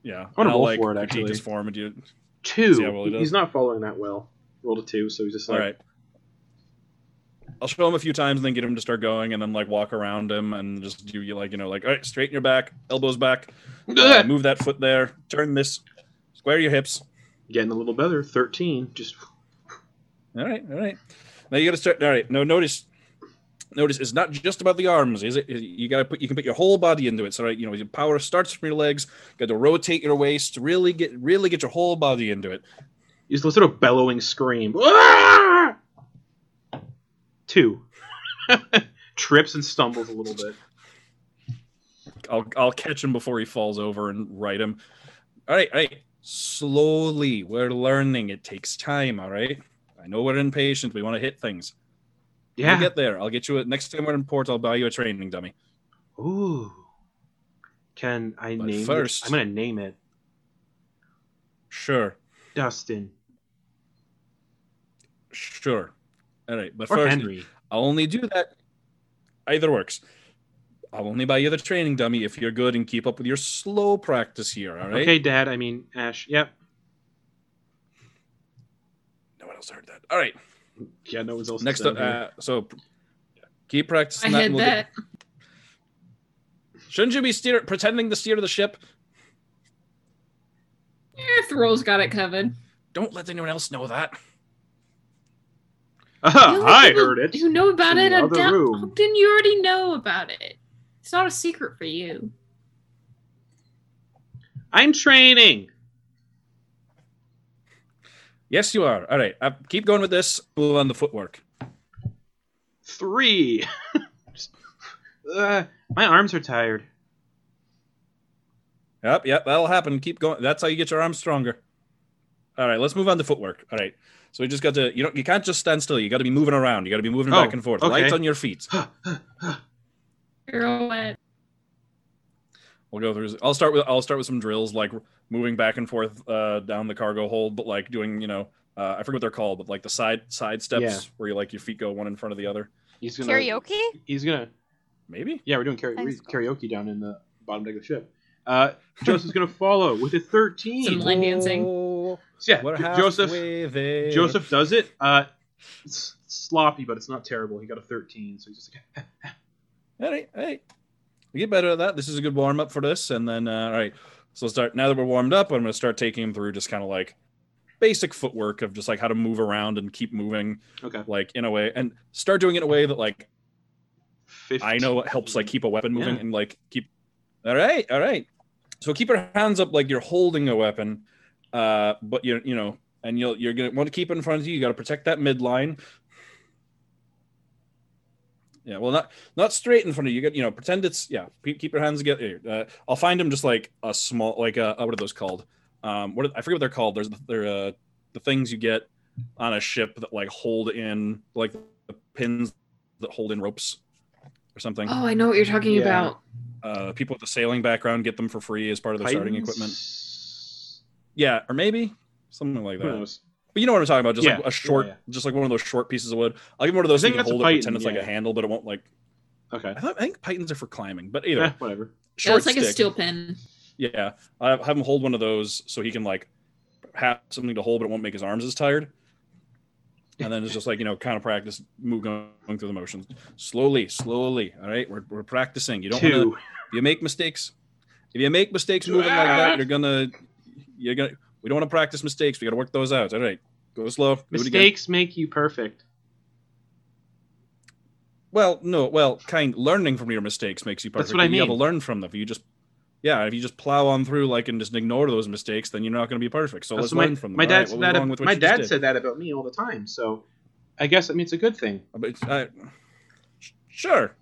S4: yeah,
S3: wanna
S4: And I'll,
S3: roll
S4: like,
S3: for it,
S4: critique his
S3: actually.
S4: form and you.
S3: two.
S4: See how well he does.
S3: he's not following that well. Rolled a two, so he's just
S4: All
S3: like,
S4: right, I'll show him a few times and then get him to start going and then like walk around him and just do you like you know like all right straighten your back
S3: [LAUGHS]
S4: elbows back uh, move that foot there turn this square your hips
S3: Getting a little better. Thirteen. Just
S4: all right all right now you got to start all right no notice notice it's not just about the arms is it you got to put you can put your whole body into it so right you know your power starts from your legs got to rotate your waist really get really get your whole body into it
S3: is a sort of bellowing scream. Ah! Two. Trips and stumbles a little bit.
S4: I'll I'll catch him before he falls over and right him. All right, all right. Slowly, we're learning. It takes time. All right. I know we're impatient. We want to hit things.
S3: Yeah.
S4: We'll get there. I'll get you a, next time we're in port. I'll buy you a training dummy.
S3: Ooh. Can I
S4: But
S3: name
S4: first-
S3: it? I'm gonna name it
S4: Sure,
S3: Dustin [GASPS]
S4: sure. All right, but
S3: or
S4: first,
S3: Henry.
S4: I'll only do that. Either works. I'll only buy you the training dummy if you're good and keep up with your slow practice here. All right.
S3: Okay, Dad. I mean Ash. Yep.
S4: No one else heard that. All right.
S3: Yeah. No one else.
S4: Next
S3: said
S4: up,
S3: [LAUGHS] that.
S4: uh, so keep practicing.
S5: I
S4: that
S5: had
S4: and we'll get-
S5: that.
S4: Shouldn't you be steer pretending to steer the ship?
S5: Eh, Thrall's got it covered.
S4: Don't let anyone else know that.
S3: Ah,
S5: The only
S3: I
S5: people
S3: heard it.
S5: Who know about
S3: in
S5: it?
S3: the
S5: are
S3: other
S5: down-
S3: room.
S5: Ogden, you already know about it. It's not a secret for you.
S3: I'm training.
S4: Yes, you are. All right, uh, keep going with this. Move on the footwork.
S3: Three. [LAUGHS] Just- uh, my arms are tired.
S4: Yep, yep, that'll happen. Keep going. That's how you get your arms stronger. All right, let's move on to footwork. All right, so we just got to you don't you can't just stand still. You got to be moving around. You got to be moving
S3: Oh,
S4: back and forth.
S3: okay.
S4: Light on your feet.
S5: Carol went,
S4: We'll go through. I'll start with I'll start with some drills like moving back and forth uh, down the cargo hold, but like doing you know uh, I forget what they're called, but like the side side steps
S3: Yeah.
S4: where you like your feet go one in front of the other.
S3: He's gonna.
S7: Karaoke?
S3: He's gonna.
S4: Maybe.
S3: Yeah, we're doing karaoke,
S7: Thanks.
S3: karaoke down in the bottom deck of the ship. Uh, Joseph's gonna follow with a
S5: Some
S4: [LAUGHS]
S3: thirteen.
S5: line dancing.
S3: So yeah,
S4: We're
S3: Jo- Joseph.
S4: halfway there.
S3: Joseph does it. Uh, s- sloppy, but it's not terrible. He got a thirteen, so he's just like,
S4: All right, all right. We get better at that. This is a good warm up for this. And then, uh, all right. So we'll start now that we're warmed up. I'm going to start taking him through just kind of like basic footwork of just like how to move around and keep moving
S3: okay.
S4: like in a way and start doing it in a way that like
S3: 15.
S4: I know it helps like keep a weapon moving
S3: Yeah.
S4: and like keep. All right, all right. So keep your hands up like you're holding a weapon, uh, but you you know, and you'll you're gonna want to keep it in front of you. You got to protect that midline. Yeah, well, not not straight in front of you. You got you know, pretend it's yeah. Keep, keep your hands together. Uh, I'll find them just like a small like uh what are those called? Um, what are, I forget what they're called. There's they're uh, the things you get on a ship that like hold in like the pins that hold in ropes or something
S5: Oh, I know what you're talking
S3: Yeah.
S5: about.
S4: uh, people with a sailing background get them for free as part of their starting
S3: Titans?
S4: equipment. Yeah, or maybe something like
S3: Who
S4: that.
S3: knows?
S4: But you know what I'm talking about? Just
S3: Yeah,
S4: like a short,
S3: yeah,
S4: just like one of those short pieces of wood. I'll give him one of those.
S3: I
S4: I
S3: think
S4: you
S3: that's a
S4: can hold it,
S3: python,
S4: pretend it's like
S3: yeah.
S4: a handle, but it won't like.
S3: Okay.
S4: I, thought, I think pythons are for climbing, but either
S3: Yeah, whatever.
S5: Yeah,
S4: short
S5: it's like
S4: stick.
S5: a steel pin.
S4: Yeah, I have him hold one of those so he can like have something to hold, but it won't make his arms as tired. And then it's just like you know, kind of practice move going through the motions slowly, slowly. All right, we're, we're practicing. You don't want to
S3: 2
S4: if you make mistakes if you make mistakes moving like that you're gonna you're gonna we don't want to practice mistakes we gotta work those out all right go slow do it again.
S3: Mistakes make you perfect.
S4: well no well kind learning from your mistakes makes you perfect
S3: That's what I
S4: but you gotta
S3: mean.
S4: learn from them if you just yeah if you just plow on through like and just ignore those mistakes then you're not gonna be perfect so
S3: That's
S4: let's
S3: what
S4: learn
S3: my,
S4: from them
S3: my
S4: All
S3: dad
S4: right,
S3: said
S4: what was
S3: that.
S4: wrong with what
S3: my
S4: you just
S3: dad
S4: did?
S3: said that about me all the time. So, I guess I mean it's a good thing.
S4: But it's- I- sure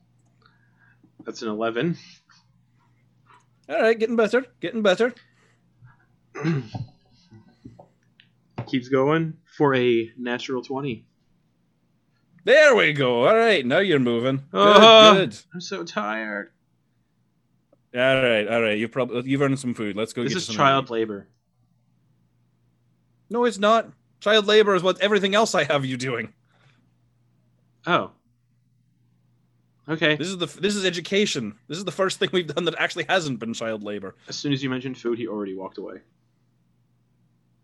S3: That's an eleven.
S4: all right getting better getting better
S3: Keeps going for a natural twenty.
S4: there we go all right now you're moving good
S3: Uh-huh.
S4: good
S3: I'm so tired.
S4: all right all right you've probably you've earned some food let's go
S3: This
S4: get you
S3: is
S4: some
S3: child labor.
S4: No, it's not. Child labor is what everything else I have you doing.
S3: Oh. Okay.
S4: This is the this is education. This is the first thing we've done that actually hasn't been child labor.
S3: As soon as you mentioned food, he already walked away.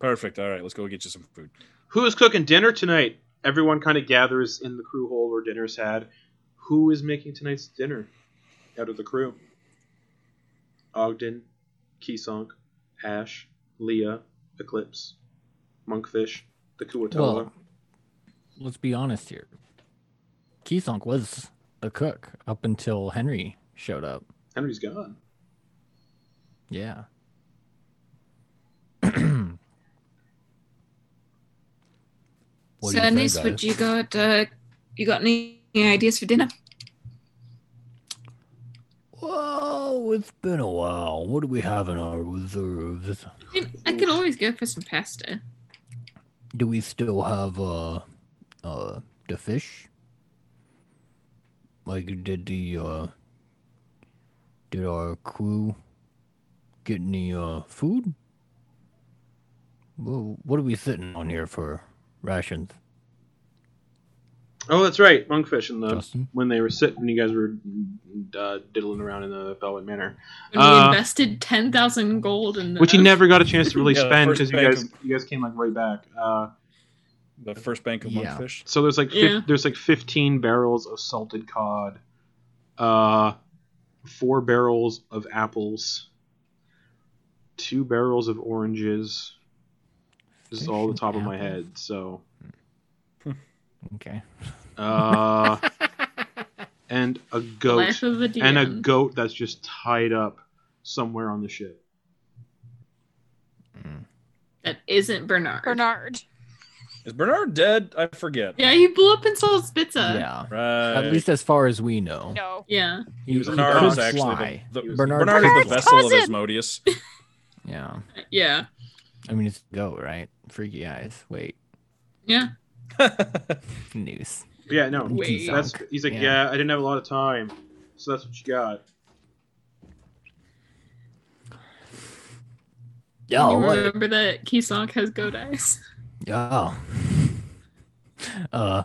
S4: Perfect. All right, let's go get you some food.
S3: Who's cooking dinner tonight? everyone kind of gathers in the crew hole where dinner's had. Who is making tonight's dinner out of the crew? Ogden, Kisonk, Ash, Leah, Eclipse, Monkfish, the Kuatala.
S6: Well, let's be honest here. Keysonk was the cook up until Henry showed up.
S3: Henry's gone.
S6: Yeah. [CLEARS THROAT] What do
S8: so,
S6: you think,
S8: Anis, would
S6: guys?
S8: you got uh, you got any ideas for dinner?
S6: Whoa, it's been a while. What do we have in our reserves?
S8: I mean, I could always go for some pasta.
S6: Do we still have uh uh the fish? Like did the uh did our crew get any uh food? Well, what are we sitting on here for rations,
S3: Oh, that's right, Monkfish in the
S6: Justin?
S3: when they were sitting when you guys were uh, diddling around in the Velvet Manor,
S8: When
S3: Uh,
S8: we invested ten thousand gold in the
S3: which you never got a chance to really
S4: [LAUGHS] Yeah, the
S3: spend
S4: first
S3: because you
S4: bank
S3: guys you guys came like right back. Uh,
S4: The first bank of
S6: Yeah.
S4: monkfish.
S3: so there's like fif-
S8: Yeah.
S3: there's like 15 barrels of salted cod, uh, four barrels of apples, two barrels of oranges. This is all the
S6: Fish
S3: top
S6: and
S3: of my
S6: apples.
S3: head. So.
S6: Okay.
S3: Uh,
S8: [LAUGHS]
S3: and a goat.
S8: life of a
S3: and a
S8: DM.
S3: goat that's just tied up somewhere on the ship.
S8: that isn't Bernard.
S7: Bernard.
S4: Is Bernard dead? I forget.
S8: Yeah, he blew up in Saul's pizza.
S6: Mm, Yeah.
S4: Right.
S6: At least as far as we know.
S7: No.
S8: Yeah.
S6: He, he
S4: Bernard
S6: could
S4: is actually
S6: fly.
S4: the, the-
S6: Bernard
S4: Bernard, is the
S6: could fly.
S4: vessel
S7: cousin.
S4: of Asmodeus.
S6: Yeah.
S8: Yeah. Yeah.
S6: I mean, it's a goat, right? Freaky eyes. Wait. Noose.
S3: But yeah, no.
S8: Wait.
S3: That's, he's like, yeah.
S6: Yeah.
S3: I didn't have a lot of time, so that's what you got.
S6: Yeah.
S8: you
S6: what-
S8: remember that Kisonk has goat eyes.
S6: Yeah. [LAUGHS] Uh,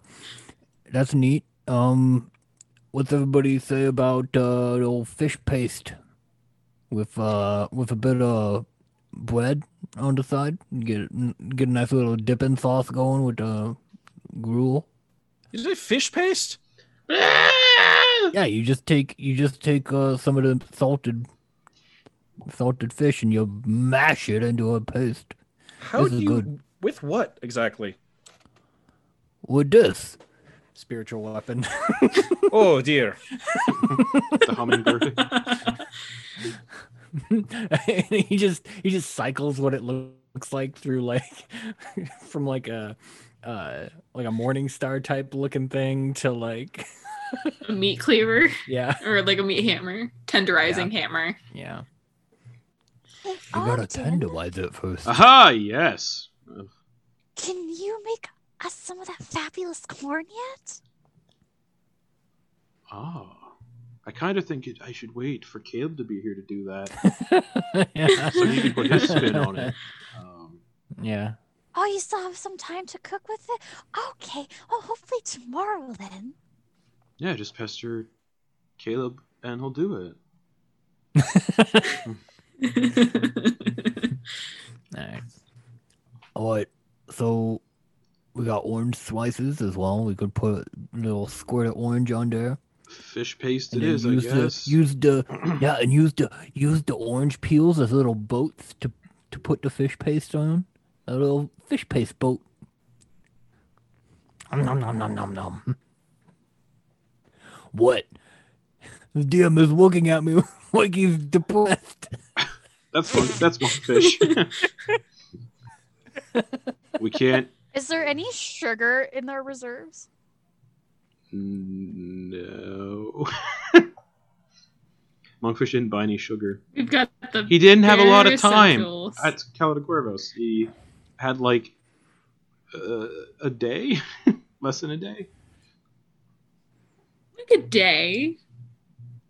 S6: that's neat. Um, what's everybody say about uh the old fish paste with uh with a bit of bread on the side? Get get a nice little dipping sauce going with the gruel.
S4: Did you say fish paste?
S6: Yeah, you just take you just take uh, some of the salted salted fish and you mash it into a paste.
S4: How
S6: This
S4: do
S6: is
S4: you?
S6: good.
S4: With what exactly?
S6: With this spiritual weapon. [LAUGHS]
S4: Oh dear.
S3: The hummingbird. [LAUGHS]
S6: and he just he just cycles what it looks like through like [LAUGHS] from like a uh like a morning star type looking thing to like
S8: a meat cleaver
S6: yeah
S8: or like a meat hammer, tenderizing hammer. [LAUGHS]
S6: yeah
S7: Hey,
S6: you gotta
S7: Ogden,
S6: tenderize it first
S3: Aha! Yes.
S7: Can you make us some of that fabulous corn yet?
S3: Ah. I kind of think it, I should wait for Caleb to be here to do that,
S6: [LAUGHS] yeah.
S3: so he can put his spin on [LAUGHS] it. Um, [LAUGHS]
S6: yeah
S7: Oh, you still have some time to cook with it? Okay. Well, hopefully tomorrow then.
S3: yeah, just pester Caleb, and he'll do it.
S6: all right all right so we got orange slices as well we could put a little squirt of orange on there
S3: Fish paste
S6: and
S3: it
S6: then
S3: is, I
S6: use
S3: guess.
S6: the use the
S3: [CLEARS THROAT]
S6: Yeah, and use the use the orange peels as little boats to to put the fish paste on. A little fish paste boat. Nom nom nom nom nom nom. [LAUGHS] What? The DM is looking at me [LAUGHS] like he's depressed.
S3: That's one, that's one fish. we can't
S7: Is there any sugar in their reserves?
S3: No. [LAUGHS] Monkfish didn't buy any sugar.
S8: We've got the
S3: He didn't have a lot
S8: bare
S3: of time
S8: essentials.
S3: at Cala de Cuervos. He had like uh, a day, [LAUGHS] less than a day,
S8: like a day.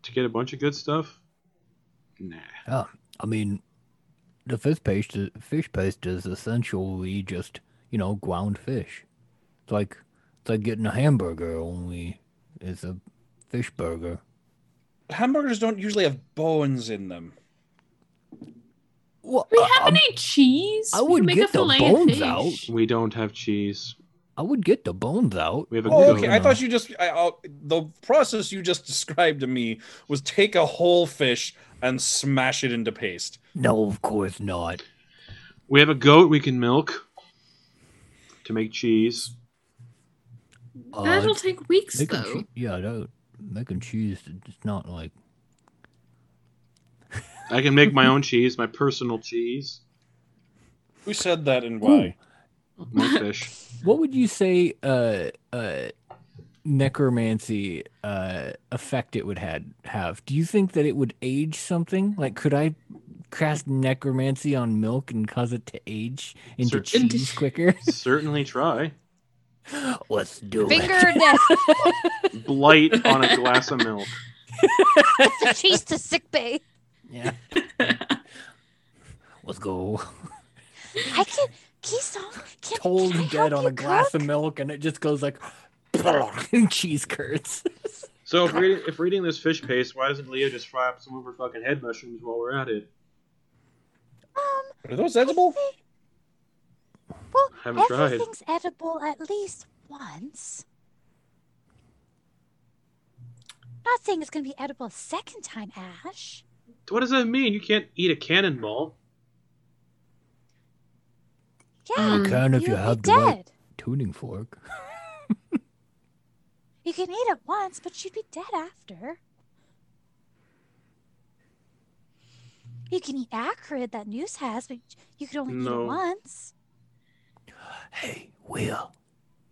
S3: to get a bunch of good stuff. Nah.
S6: I mean, the fish paste is, fish paste is essentially just you know ground fish. It's like it's like getting a hamburger only it's a fish burger.
S4: Hamburgers don't usually have bones in them.
S6: Well,
S8: We
S6: I-
S8: have
S6: I'm-
S8: any cheese? We
S6: I
S8: can
S6: wouldn't
S8: make
S6: Um, get
S8: a
S6: the
S8: fillet of
S6: bones
S8: fish.
S6: out.
S3: We don't have cheese.
S6: I would get the bones out.
S2: We have a
S4: Oh,
S2: good
S4: okay. I thought you just I, i the process you just described to me was take a whole fish and smash it into paste.
S6: No, of course not.
S2: We have a goat we can milk to make cheese.
S6: Uh,
S8: That'll take weeks
S6: mac and
S8: though.
S6: chee- yeah, that mac and cheese. It's not like
S2: I can
S8: [LAUGHS]
S2: make my own cheese, my personal cheese,
S4: Who said that and why?
S2: my
S8: [LAUGHS]
S2: fish.
S6: what would you say? Uh, uh, necromancy uh effect it would had have. Do you think that it would age something? Like, could I cast necromancy on milk and cause it to age into
S2: Cer-
S8: Into-
S6: cheese quicker?
S2: Certainly try.
S6: [LAUGHS] Let's do
S7: Finger
S6: [LAUGHS]
S7: [LAUGHS] death.
S2: Blight on a glass of milk.
S7: the cheese to sick bay.
S6: Yeah. Let's go.
S7: I can. Keystone.
S8: [LAUGHS]
S7: Can,
S6: Told
S7: can I
S6: dead
S7: help
S6: on
S7: you
S6: a glass
S7: cook?
S6: of milk, and it just goes like [LAUGHS]
S4: [LAUGHS]
S6: cheese curds.
S3: So if we're, if we're eating this fish paste, why doesn't Leah just fry up some of her fucking head mushrooms while we're at it?
S7: Um,
S4: Are those
S7: I
S4: edible?
S7: think-
S3: Haven't
S7: Well,
S3: tried.
S7: everything's edible at least once. Not saying it's going to be edible a second time, Ash.
S3: What does that mean? You can't eat a cannonball.
S7: Yeah,
S8: Mm.
S6: Can if
S7: you
S6: you
S7: would
S6: have
S7: be
S6: the right
S7: dead.
S6: tuning fork.
S7: You can eat it once, but you'd be dead after. You can eat acrid that Noose has, but you can only eat
S3: No.
S7: it once.
S6: [LAUGHS] Hey, Will,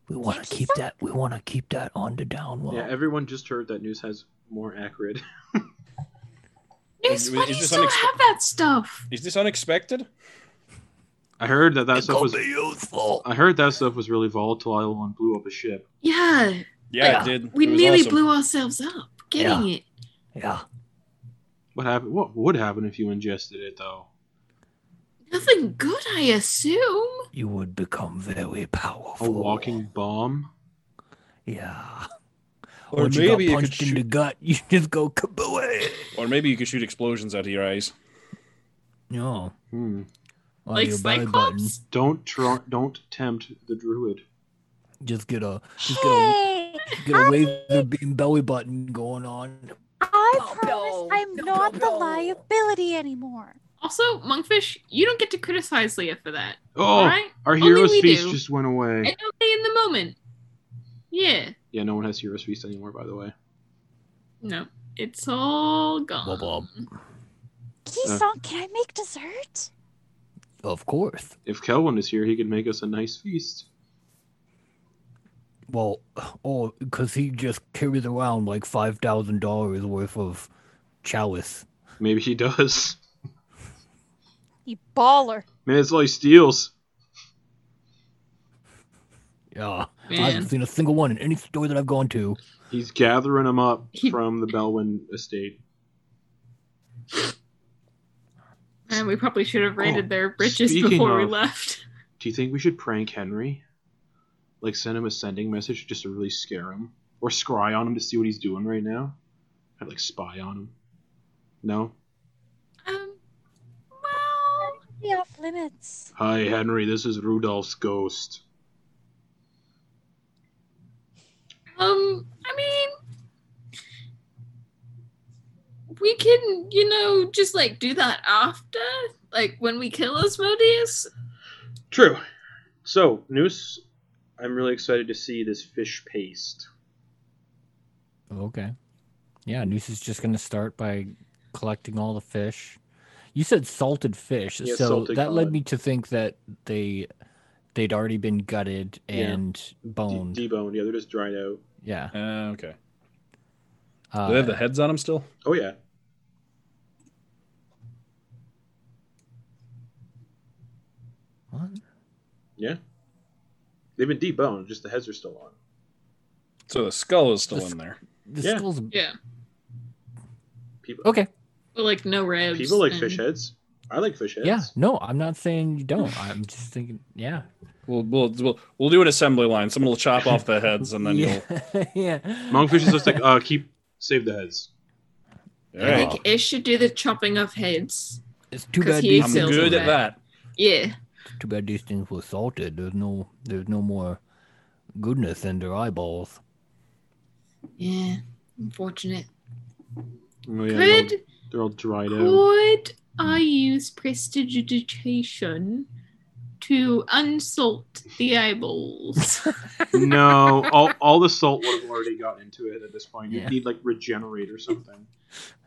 S6: we want to
S7: Keep
S6: keep
S7: some-
S6: that. We want to keep that on the down low.
S3: Yeah, everyone just heard that news has more acrid. [LAUGHS]
S8: Yes,
S4: Is-
S8: why do
S4: is
S8: you
S4: this
S8: still
S4: unexpe-
S8: have that stuff?
S4: Is this unexpected?
S2: I heard that that
S6: It
S2: stuff
S6: could
S2: was. uh,
S6: be useful.
S2: I heard that stuff was really volatile and blew up a ship.
S8: Yeah,
S4: Yeah,
S8: Yeah.
S4: it did.
S8: we
S4: It was
S8: nearly
S4: awesome.
S8: blew ourselves up getting it.
S6: Yeah,
S2: What happened? What would happen if you ingested it though?
S8: Nothing good, I assume.
S6: you would become very
S2: A
S6: powerful.
S2: walking bomb?
S6: Yeah.
S4: Or
S6: Once
S4: maybe
S6: you
S4: you
S6: got
S4: could
S6: punched in the
S4: shoot-
S6: gut, [LAUGHS] you just go kabooey.
S4: Or maybe you could shoot explosions out of your eyes.
S6: No.
S2: Hmm.
S6: Out of
S8: like
S6: your belly button.
S8: Cyclops.
S2: Don't tr- don't tempt the druid.
S6: Just get a just get a
S7: Hey,
S6: get a
S7: I-
S6: laser beam belly button going on.
S7: I
S6: Bow,
S7: promise
S6: bow,
S7: I'm
S6: bow,
S7: not
S6: bow,
S7: the
S6: bow.
S7: liability anymore.
S8: Also, Monkfish, you don't get to criticize Leah for that.
S2: Oh,
S8: Alright,
S2: our
S8: only
S2: hero's
S8: we
S2: feast
S8: do.
S2: just went away.
S8: And okay in the moment. Yeah.
S2: Yeah, no one has hero's feast anymore, by the way.
S8: No. It's all gone.
S6: Blah, blah.
S7: Keystone, can I make dessert?
S6: Of course.
S2: If Kelvin is here, he could make us a nice feast.
S6: Well, [SIGHS] oh, because he just carries around like five thousand dollars worth of chalice.
S2: Maybe he does. [LAUGHS]
S7: You baller.
S2: Man, it's all he steals.
S6: Yeah, I
S8: Man.
S6: haven't seen a single one in any store that I've gone to.
S2: He's gathering them up
S8: He-
S2: from the Belwyn estate.
S8: Man, we probably should have raided
S2: Oh,
S8: their riches
S2: speaking
S8: before
S2: of-
S8: we left. [LAUGHS]
S2: Do you think we should prank Henry? Like, send him a sending message just to really scare him? Or scry on him to see what he's doing right now? I'd like spy on him. No?
S8: Um, well,
S7: Be off limits.
S2: Hi, Henry, this is Rudolph's ghost.
S8: um, I mean, we can, you know, just like do that after, like when we kill Osmodeus.
S3: True. So, Noose, I'm really excited to see this fish paste.
S6: Okay. Yeah, Noose is just gonna start by collecting all the fish. You said salted fish,
S3: Yeah,
S6: so
S3: salted
S6: that led
S3: cod.
S6: me to think that they they'd already been gutted
S3: Yeah.
S6: and
S3: De-
S6: boned.
S3: Deboned. Yeah, they're just dried out.
S6: yeah.
S4: Uh, okay. Do
S6: Uh,
S4: they have the heads on them still?
S3: Oh, yeah.
S6: what?
S3: Yeah. They've been deboned, just the heads are still on.
S4: So the skull is
S6: The
S4: still
S6: sk-
S4: in there.
S6: The
S3: Yeah.
S6: skulls.
S8: Yeah,
S3: People,
S6: Okay.
S8: but like no ribs.
S3: people like
S8: and-
S3: fish heads. I like fish heads.
S6: Yeah. No, I'm not saying you don't. I'm just thinking. Yeah.
S4: We'll we'll we'll, we'll do an assembly line. Someone will chop off the heads and then
S6: [LAUGHS] yeah. yeah.
S2: Monkfish is just like, uh, keep, save the heads.
S4: you'll.
S8: I
S4: All right.
S8: think Ish should do the chopping of heads.
S6: It's too
S8: 'Cause
S6: bad.
S8: he
S6: These,
S4: I'm
S8: sells
S4: good
S8: them
S4: at
S8: back.
S4: that.
S8: Yeah.
S6: Too bad these things were salted. There's no. There's no more goodness in their eyeballs.
S8: Yeah, unfortunate.
S3: Oh, yeah, they're, all,
S8: could
S3: they're all dried out.
S8: could I use prestidigitation to unsalt the [LAUGHS] eyeballs?
S3: no, all, all the salt would have already gotten into it at this point.
S6: Yeah.
S3: You'd need like regenerate or something.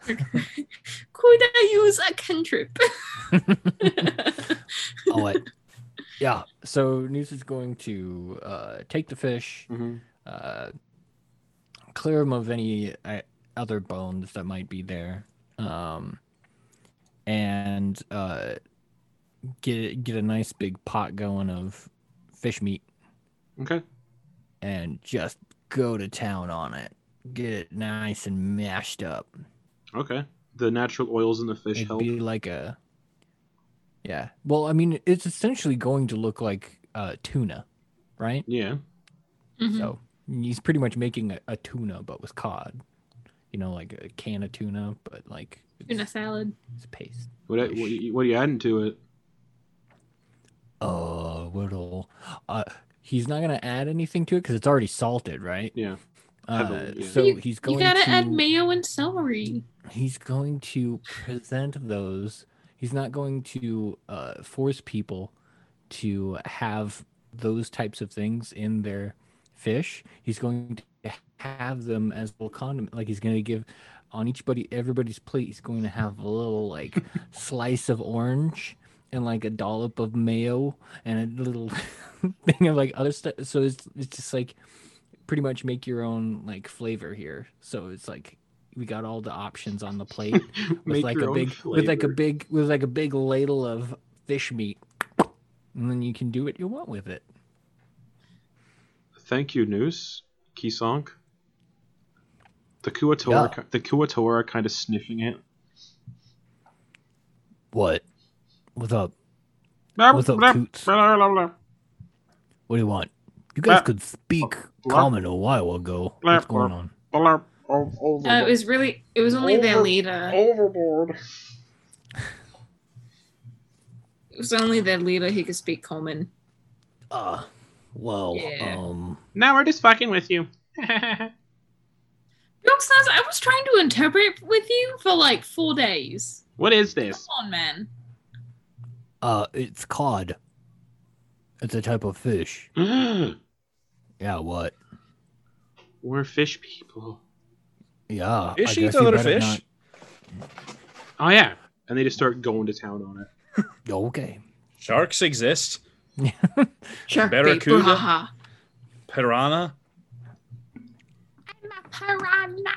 S8: could I use a [LAUGHS] cantrip? [LAUGHS]
S6: Oh, wait. yeah. So News is going to uh, take the fish,
S3: Mm-hmm.
S6: uh, clear him of any uh, other bones that might be there, um, and uh, get get a nice big pot going of fish meat
S3: Okay.
S6: and just go to town on it. Get it nice and mashed up.
S3: Okay. The natural oils in the fish
S6: It'd
S3: help.
S6: be like a yeah. Well, I mean, it's essentially going to look like uh, tuna, right?
S3: Yeah.
S8: Mhm.
S6: So he's pretty much making a, a tuna, but with cod. You know, like a can of tuna, but like
S8: Tuna
S6: it's,
S8: salad.
S6: it's paste.
S3: What, what, you- what are you adding to it?
S6: Oh, what'll uh, he's not gonna add anything to it because it's already salted, right?
S3: Yeah.
S6: Uh,
S3: Heavily, yeah.
S6: so
S8: You-
S6: he's going.
S8: you gotta
S6: to,
S8: add mayo and celery.
S6: he's going to present those he's not going to uh, force people to have those types of things in their fish he's going to have them as little condiment like he's going to give on each buddy everybody's plate he's going to have a little like slice of orange and like a dollop of mayo and a little [LAUGHS] thing of like other stuff so it's, it's just like pretty much make your own like flavor here so it's like we got all the options [LAUGHS] on the plate with
S3: Make
S6: like
S3: your
S6: a
S3: own
S6: big with like a
S3: flavor.
S6: big with like a big ladle of fish meat and then you can do what you want with it
S3: Thank you, Noose. Kisonk. The Kuatora,
S6: Yeah.
S3: the Kuatora kind of sniffing it.
S6: what what's up
S3: What's
S6: what's up coots what do you want you guys
S3: Blah.
S6: could speak
S3: Blah.
S6: common a while ago
S3: Blah.
S6: what's going on
S8: Uh,
S5: No, it was really it was only their
S3: Over-
S5: leader.
S3: Overboard.
S8: It was only their leader who could speak Coleman.
S6: uh well
S8: Yeah.
S6: um
S3: Now we're just fucking with you. [LAUGHS]
S8: Roxas, I was trying to interpret with you for like four days.
S3: what is this?
S8: Come on, man.
S6: uh it's cod it's a type of fish
S3: [GASPS] we're
S6: yeah what
S3: fish people.
S6: yeah
S4: Fish
S6: I
S4: eat
S6: guess you
S4: other
S6: better
S4: fish.
S6: not-
S3: Oh yeah. And they just start going to town on it.
S6: Oh, okay [LAUGHS]
S4: Sharks exist.
S8: Shark
S4: Barracuda?
S8: bait, brouhaha.
S4: Piranha.
S8: I'm a piranha.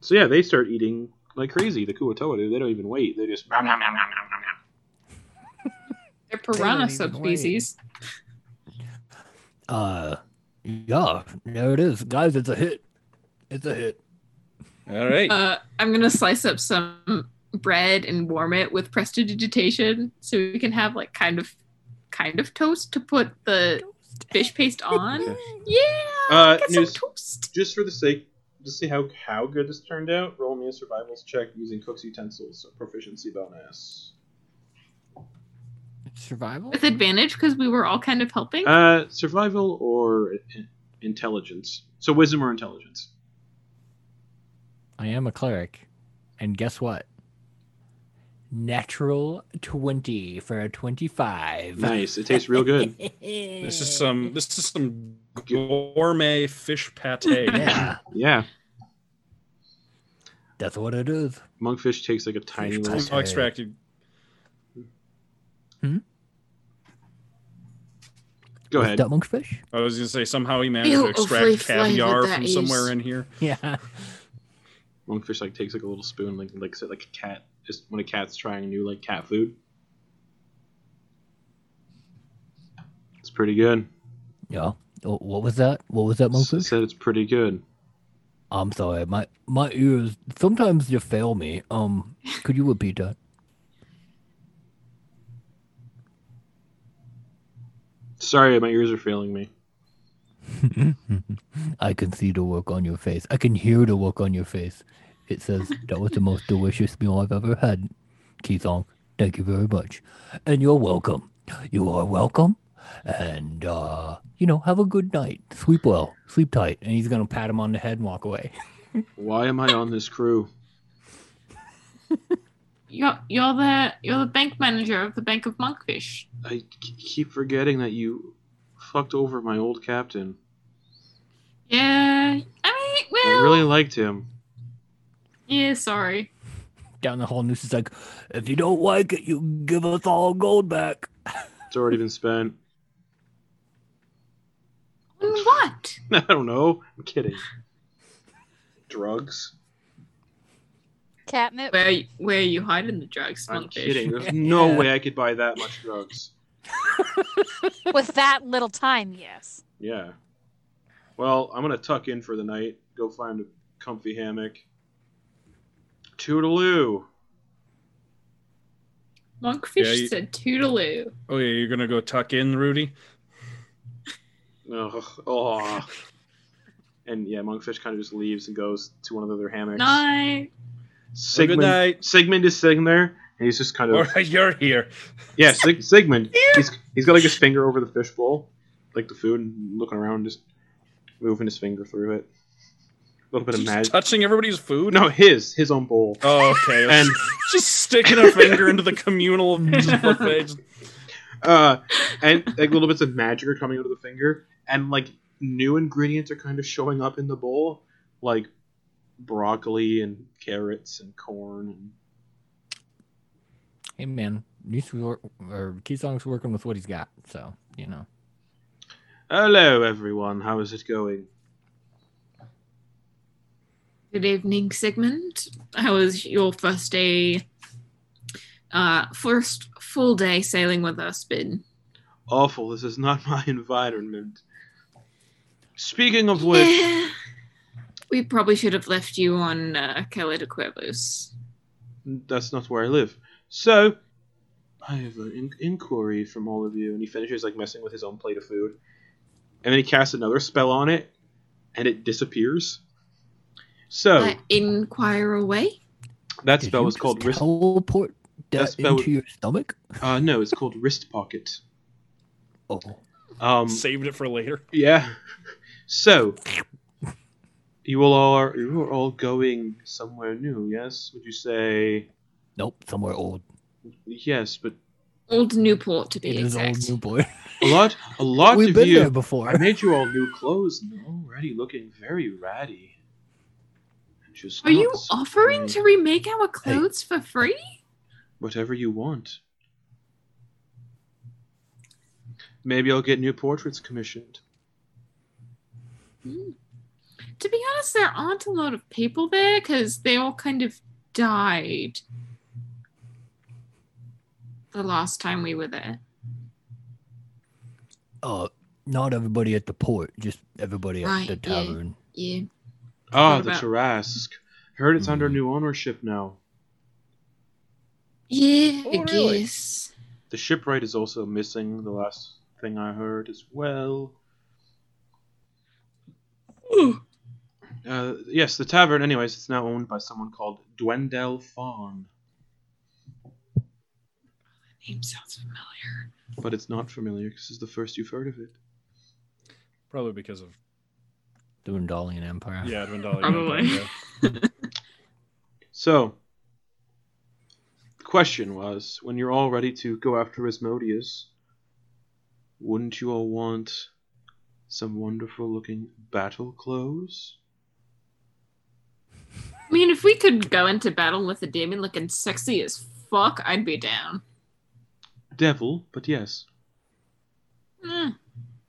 S3: So yeah, they start eating like crazy. The Kuotoa do. They don't even wait. They just. Nom, nom, nom, nom, nom, nom, nom.
S8: They're
S6: They
S8: piranha
S6: don't even
S8: subspecies.
S6: uh yeah there it is guys it's a hit it's a hit
S4: All right.
S8: Uh, I'm gonna slice up some bread and warm it with prestidigitation so we can have like kind of kind of toast to put the fish [LAUGHS] paste on. yeah,
S3: Uh,
S8: get
S3: news-
S8: some toast.
S3: Just for the sake, to see how how good this turned out, roll me a survivals check using cook's utensils so proficiency bonus.
S6: survival
S8: With advantage because we were all kind of helping.
S3: Uh, survival or in- intelligence. So wisdom or intelligence.
S6: I am a cleric. And guess what? Natural 20 for a 25.
S3: Nice. It tastes real
S6: [LAUGHS]
S3: good.
S4: This is some. This is some gourmet fish pate.
S6: [LAUGHS] Yeah,
S3: Yeah.
S6: that's what it is.
S3: Monkfish takes like a tiny
S6: Fish
S3: little.
S6: pie.
S4: Somehow extracted.
S3: Go
S6: What's
S3: ahead.
S6: That monkfish?
S4: I was gonna say somehow he managed to
S8: Ew, oh, overly
S4: extract caviar
S8: flavored that
S4: from
S8: is.
S4: somewhere in here.
S6: [LAUGHS] Yeah.
S3: Monkfish like takes like a little spoon, like like sit like a cat. Just when a cat's trying new like cat food. It's pretty good.
S6: Yeah. Oh, What was that? What was that
S3: S-
S6: monkfish?
S3: said it's pretty good.
S6: I'm sorry. My my ears sometimes they fail me. Um, could you repeat that?
S3: Sorry, my ears are failing me.
S6: I can see the work on your face. I can hear the work on your face. It says that was the most delicious meal I've ever had. Keithong, thank you very much. And you're welcome. You are welcome. and uh, you know, have a good night. Sleep well, sleep tight." And he's gonna pat him on the head and walk away. [LAUGHS]
S2: Why am I on this crew?
S8: You're, you're the you're the bank manager of the Bank of Monkfish.
S2: I k- keep forgetting that you fucked over my old captain.
S8: Yeah, I mean, well,
S2: I really liked him.
S8: yeah, sorry.
S6: Down the hall, Noose is like, "If you don't like it, you can give us all gold back."
S2: It's already been spent. [LAUGHS]
S8: On What?
S2: I don't know. I'm kidding. Drugs?
S7: Catnip.
S8: Where where are you hiding the drugs,
S2: I'm
S8: Monkfish?
S2: kidding. There's no way I could buy that much drugs.
S7: With that little time, yes.
S2: Yeah. Well, I'm gonna tuck in for the night. Go find a comfy hammock. Toodaloo.
S8: Monkfish
S4: Yeah, you-
S8: said toodaloo.
S4: Oh yeah, you're gonna go tuck in, Rudy.
S2: Ugh. Oh. And yeah, monkfish kind of just leaves and goes to one of the other hammocks.
S8: Night.
S4: Well, good
S2: Sigmund,
S4: night.
S2: Sigmund is sitting there, and he's just kind of
S4: All right, you're here.
S2: yeah.
S4: [LAUGHS]
S2: Sig- Sigmund, he's he's got like his finger over the fishbowl, like the food, and looking around, just moving his finger through it. A little bit of
S4: Just
S2: magic.
S4: touching everybody's food.
S2: No, his his own bowl.
S4: Oh, okay.
S2: And
S4: [LAUGHS] just sticking a finger into
S2: [LAUGHS]
S4: the communal buffet.
S2: uh, and like little bits of magic are coming out of the finger, and like new ingredients are kind of showing up in the bowl, like broccoli and carrots and corn. And
S6: Hey man, Noose wor- or Keysong's working with what he's got, so you know.
S2: hello, everyone. How is it going?
S8: Good evening, Sigmund. How was your first day? Uh, first full day sailing with us been?
S2: Awful. This is not [LAUGHS] my environment. Speaking of
S8: [LAUGHS]
S2: which,
S8: [SIGHS] we probably should have left you on uh, Cala de Cuervos.
S2: that's not where I live. So, I have an in- inquiry from all of you. And he finishes like messing with his own plate of food, and then he casts another spell on it, and it disappears. So.
S6: Oh.
S8: Uh, inquire away.
S2: That
S6: Did
S2: spell
S6: you
S2: is called
S6: just
S2: wrist.
S6: teleport
S2: That
S6: that
S2: spell-
S6: into your stomach.
S2: Uh, no, it's called wrist pocket.
S6: Oh,
S2: Um,
S4: Saved it for later.
S2: yeah. So you all are you are all going somewhere new. Yes, would you say
S6: nope, somewhere old.
S2: yes? But
S8: Old Newport to be
S6: It is
S8: exact.
S6: old new boy.
S2: a lot, a lot
S6: We've
S2: of
S6: been
S2: you.
S6: there
S2: I
S6: before.
S2: made you all new clothes and already looking very ratty. And Just
S8: Are you
S2: not
S8: offering
S2: sweet.
S8: to remake our clothes for free?
S2: whatever you want? Maybe I'll get new portraits commissioned.
S8: To be honest, there aren't a lot of people there because they all kind of died the last time we were there.
S6: [LAUGHS] Uh, not everybody at the port, just everybody at
S8: Right,
S6: the
S8: yeah.
S6: tavern.
S8: Yeah.
S2: Ah,
S8: What
S2: the
S8: about-
S2: Tarask. Heard it's under
S6: Mhm.
S2: new ownership now.
S8: Yeah,
S4: Oh,
S8: I
S4: really?
S8: guess.
S2: The shipwright is also missing, the last thing I heard as well. Uh, yes, the tavern, anyways, it's now owned by someone called Dwendal Fawn,
S8: Name sounds familiar.
S2: but it's not familiar because it's the first you've heard of it.
S4: Probably because of
S6: The Vendalian Empire.
S4: yeah, Advendali.
S8: Probably.
S4: Yeah.
S2: So, the question was when you're all ready to go after Asmodeus, wouldn't you all want some wonderful looking battle clothes?
S8: I mean, if we could go into battle with a demon looking sexy as fuck, I'd be down.
S2: Devil, but yes.
S8: Mm.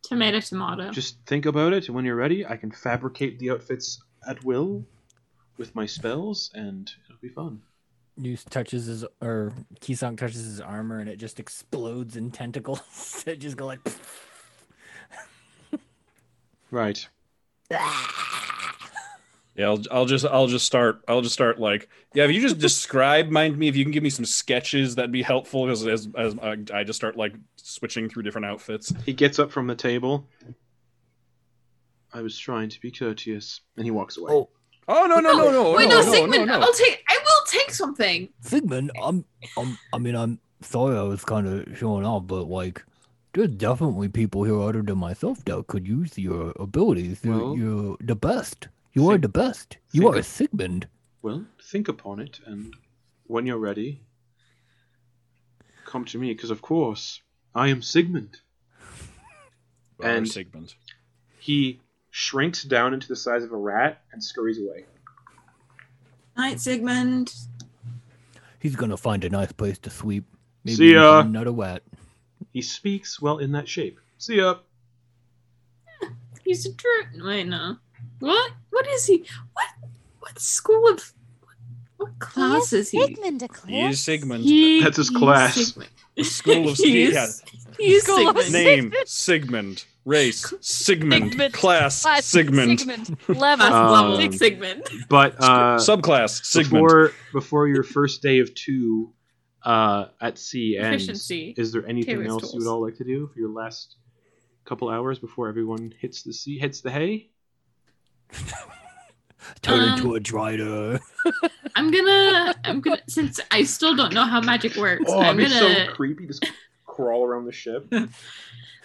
S8: Tomato, tomato.
S2: Just think about it, and when you're ready, I can fabricate the outfits at will with my spells, and it'll be fun.
S6: Noose touches his or Kisong touches his armor, and it just explodes in tentacles. [LAUGHS] it just go like.
S2: Right.
S6: Oh,
S4: Yeah, I'll, I'll just I'll just start I'll just start like yeah. If you just describe, mind me if you can give me some sketches, that'd be helpful because as, as I, I just start like switching through different outfits.
S2: He gets up from the table. I was trying to be courteous, and he walks away.
S6: Oh,
S4: Oh no no no no
S5: Wait,
S4: no
S5: no,
S4: no no
S5: Sigmund,
S4: no!
S5: I'll take. I will take something.
S6: Sigmund, I'm, I'm, I mean, I'm sorry I was kind of showing off, but like, There's definitely people here other than myself that could use your abilities. You're,
S2: Well-
S6: you're the best. You are
S2: Sig-
S6: the best. You are
S2: Sigurd.
S6: a Sigmund.
S2: Well,
S3: Think upon it, and when you're ready, come to me, because of course, I am Sigmund. And-
S4: Or Sigmund.
S3: He shrinks down into the size of a rat and scurries away.
S8: Night, Sigmund.
S6: He's gonna find a nice place to sleep. Maybe
S3: See
S6: even
S3: ya.
S6: Another wet.
S3: He speaks well in that shape. See ya.
S8: He's a druid. Wait, no. What? What is he? What? What school of? What class is he?
S7: Sigmund Eclipse.
S4: He is Sigmund.
S8: He
S3: That's his
S8: is
S3: class.
S8: Sigmund.
S4: School of
S8: he
S4: Sig-
S8: is, he is
S7: School of
S8: Sigmund.
S7: Sig-
S4: Name Sigmund. Race Sigmund.
S7: Sigmund.
S4: Class
S7: Class,
S4: Sigmund.
S7: Level.
S8: Class level
S3: Um,
S8: Sigmund.
S3: But uh,
S4: Subclass Sigmund.
S3: before before your first day of two uh, at sea ends,
S8: Efficiency.
S3: is there anything
S8: Taylor's
S3: else you
S8: tools.
S3: would all like to do for your last couple hours before everyone hits the sea hits the hay?
S6: Turn
S8: Um,
S6: into a drider.
S8: I'm gonna. I'm [LAUGHS] gonna. Since I still don't know how magic works, I'm gonna.
S3: Oh, creepy. Just crawl around the
S8: [LAUGHS]
S3: ship.
S8: Uh,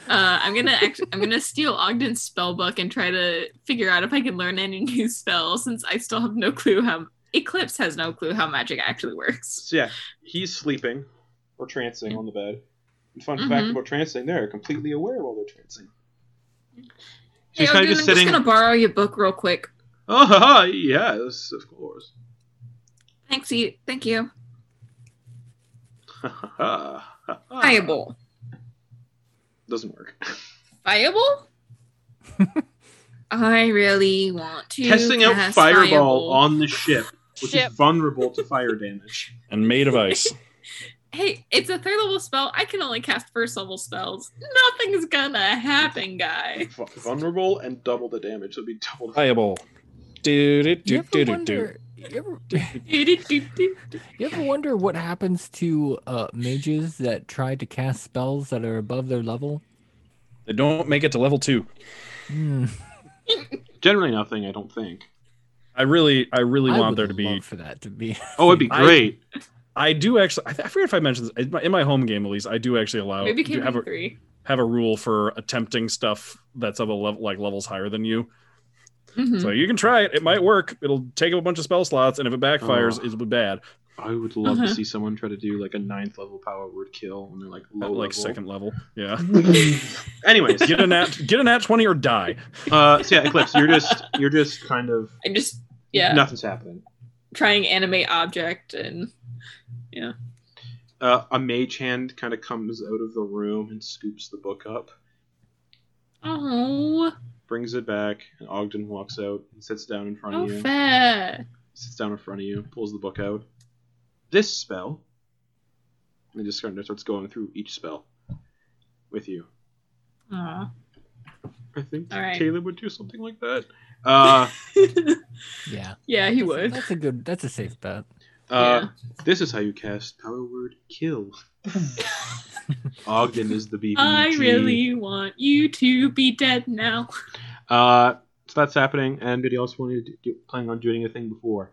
S8: I'm gonna act- I'm gonna steal Ogden's spell book and try to figure out if I can learn any new spells since I still have no clue how Eclipse has no clue how magic actually works.
S3: So yeah, he's sleeping or trancing on the bed. And fun fact
S8: Mhm.
S3: about trancing, they're completely aware while they're trancing.
S8: Hey,
S3: She's kind
S8: Ogden,
S3: of just
S8: I'm
S3: sitting.
S8: just gonna borrow your book real quick.
S3: Oh, ha, ha, yes, of course. [LAUGHS]
S8: Thanks, e- thank you.
S3: Ha, ha, ha, ha,
S8: Oh.
S3: ha.
S5: Fireball.
S3: Doesn't work. [LAUGHS]
S5: Fireball?
S8: I really want to
S3: Testing out
S8: cast
S3: fireball,
S8: Fireball.
S3: on the ship, which
S7: Ship.
S3: is vulnerable to fire damage.
S4: and made of ice.
S8: Hey, it's a third level spell. I can only cast first level spells. Nothing's gonna happen, guy.
S3: Vu- vulnerable and double the damage. So it'd be double. The-
S4: Viable. Do do
S6: You
S4: do do
S6: ever
S4: do do.
S6: wonder? You ever,
S8: Doo-doo-doo-doo.
S6: you ever wonder what happens to uh, mages that try to cast spells that are above their level?
S4: They don't make it to level two.
S6: Hmm.
S3: Generally nothing, I don't think.
S4: I really, I really
S6: I
S4: want
S6: would
S4: there to
S6: love
S4: be.
S6: for that to be. [LAUGHS]
S3: Oh, it'd be
S4: I-
S3: great.
S4: I do actually. I, th- I forget if I mentioned this in my, in my home game at least. I do actually allow
S8: Maybe
S4: do
S8: came
S4: have a
S8: three.
S4: have a rule for attempting stuff that's of a level like levels higher than you.
S8: Mhm.
S6: Mm-hmm.
S4: So you can try it. It might work. It'll take up a bunch of spell slots, and if it backfires,
S3: Oh.
S4: it'll be bad.
S3: I would love to
S8: Uh-huh.
S3: see someone try to do like a ninth level power word kill and they're like low
S4: At, like
S3: level.
S4: second level. Yeah.
S3: [LAUGHS]
S4: [LAUGHS]
S3: Anyways,
S4: Get a nat get a nat twenty or die.
S3: uh, so yeah, Eclipse, you're just
S4: [LAUGHS]
S3: you're just kind of
S8: I'm just yeah
S3: nothing's happening.
S8: trying animate object and
S3: Uh, a mage hand kind of comes out of the room and scoops the book up,
S8: oh
S3: brings it back, and Ogden walks out and sits down in front
S8: how
S3: of you.
S8: fair.
S3: sits down in front of you, pulls the book out. This spell, and just kind of starts going through each spell with you.
S8: [LAUGHS] Aw.
S3: I think
S8: All right.
S3: Caleb would do something like that. Uh,
S6: Yeah,
S8: yeah, he
S6: That's-
S8: would.
S6: That's a good. That's a safe bet.
S3: uh, This is how you cast power word
S8: [LAUGHS]
S3: kill. Ogden is the BBG.
S8: I really want you to be dead now. [LAUGHS]
S3: Uh, so that's happening. And did he also want you to do, planning on doing a thing before?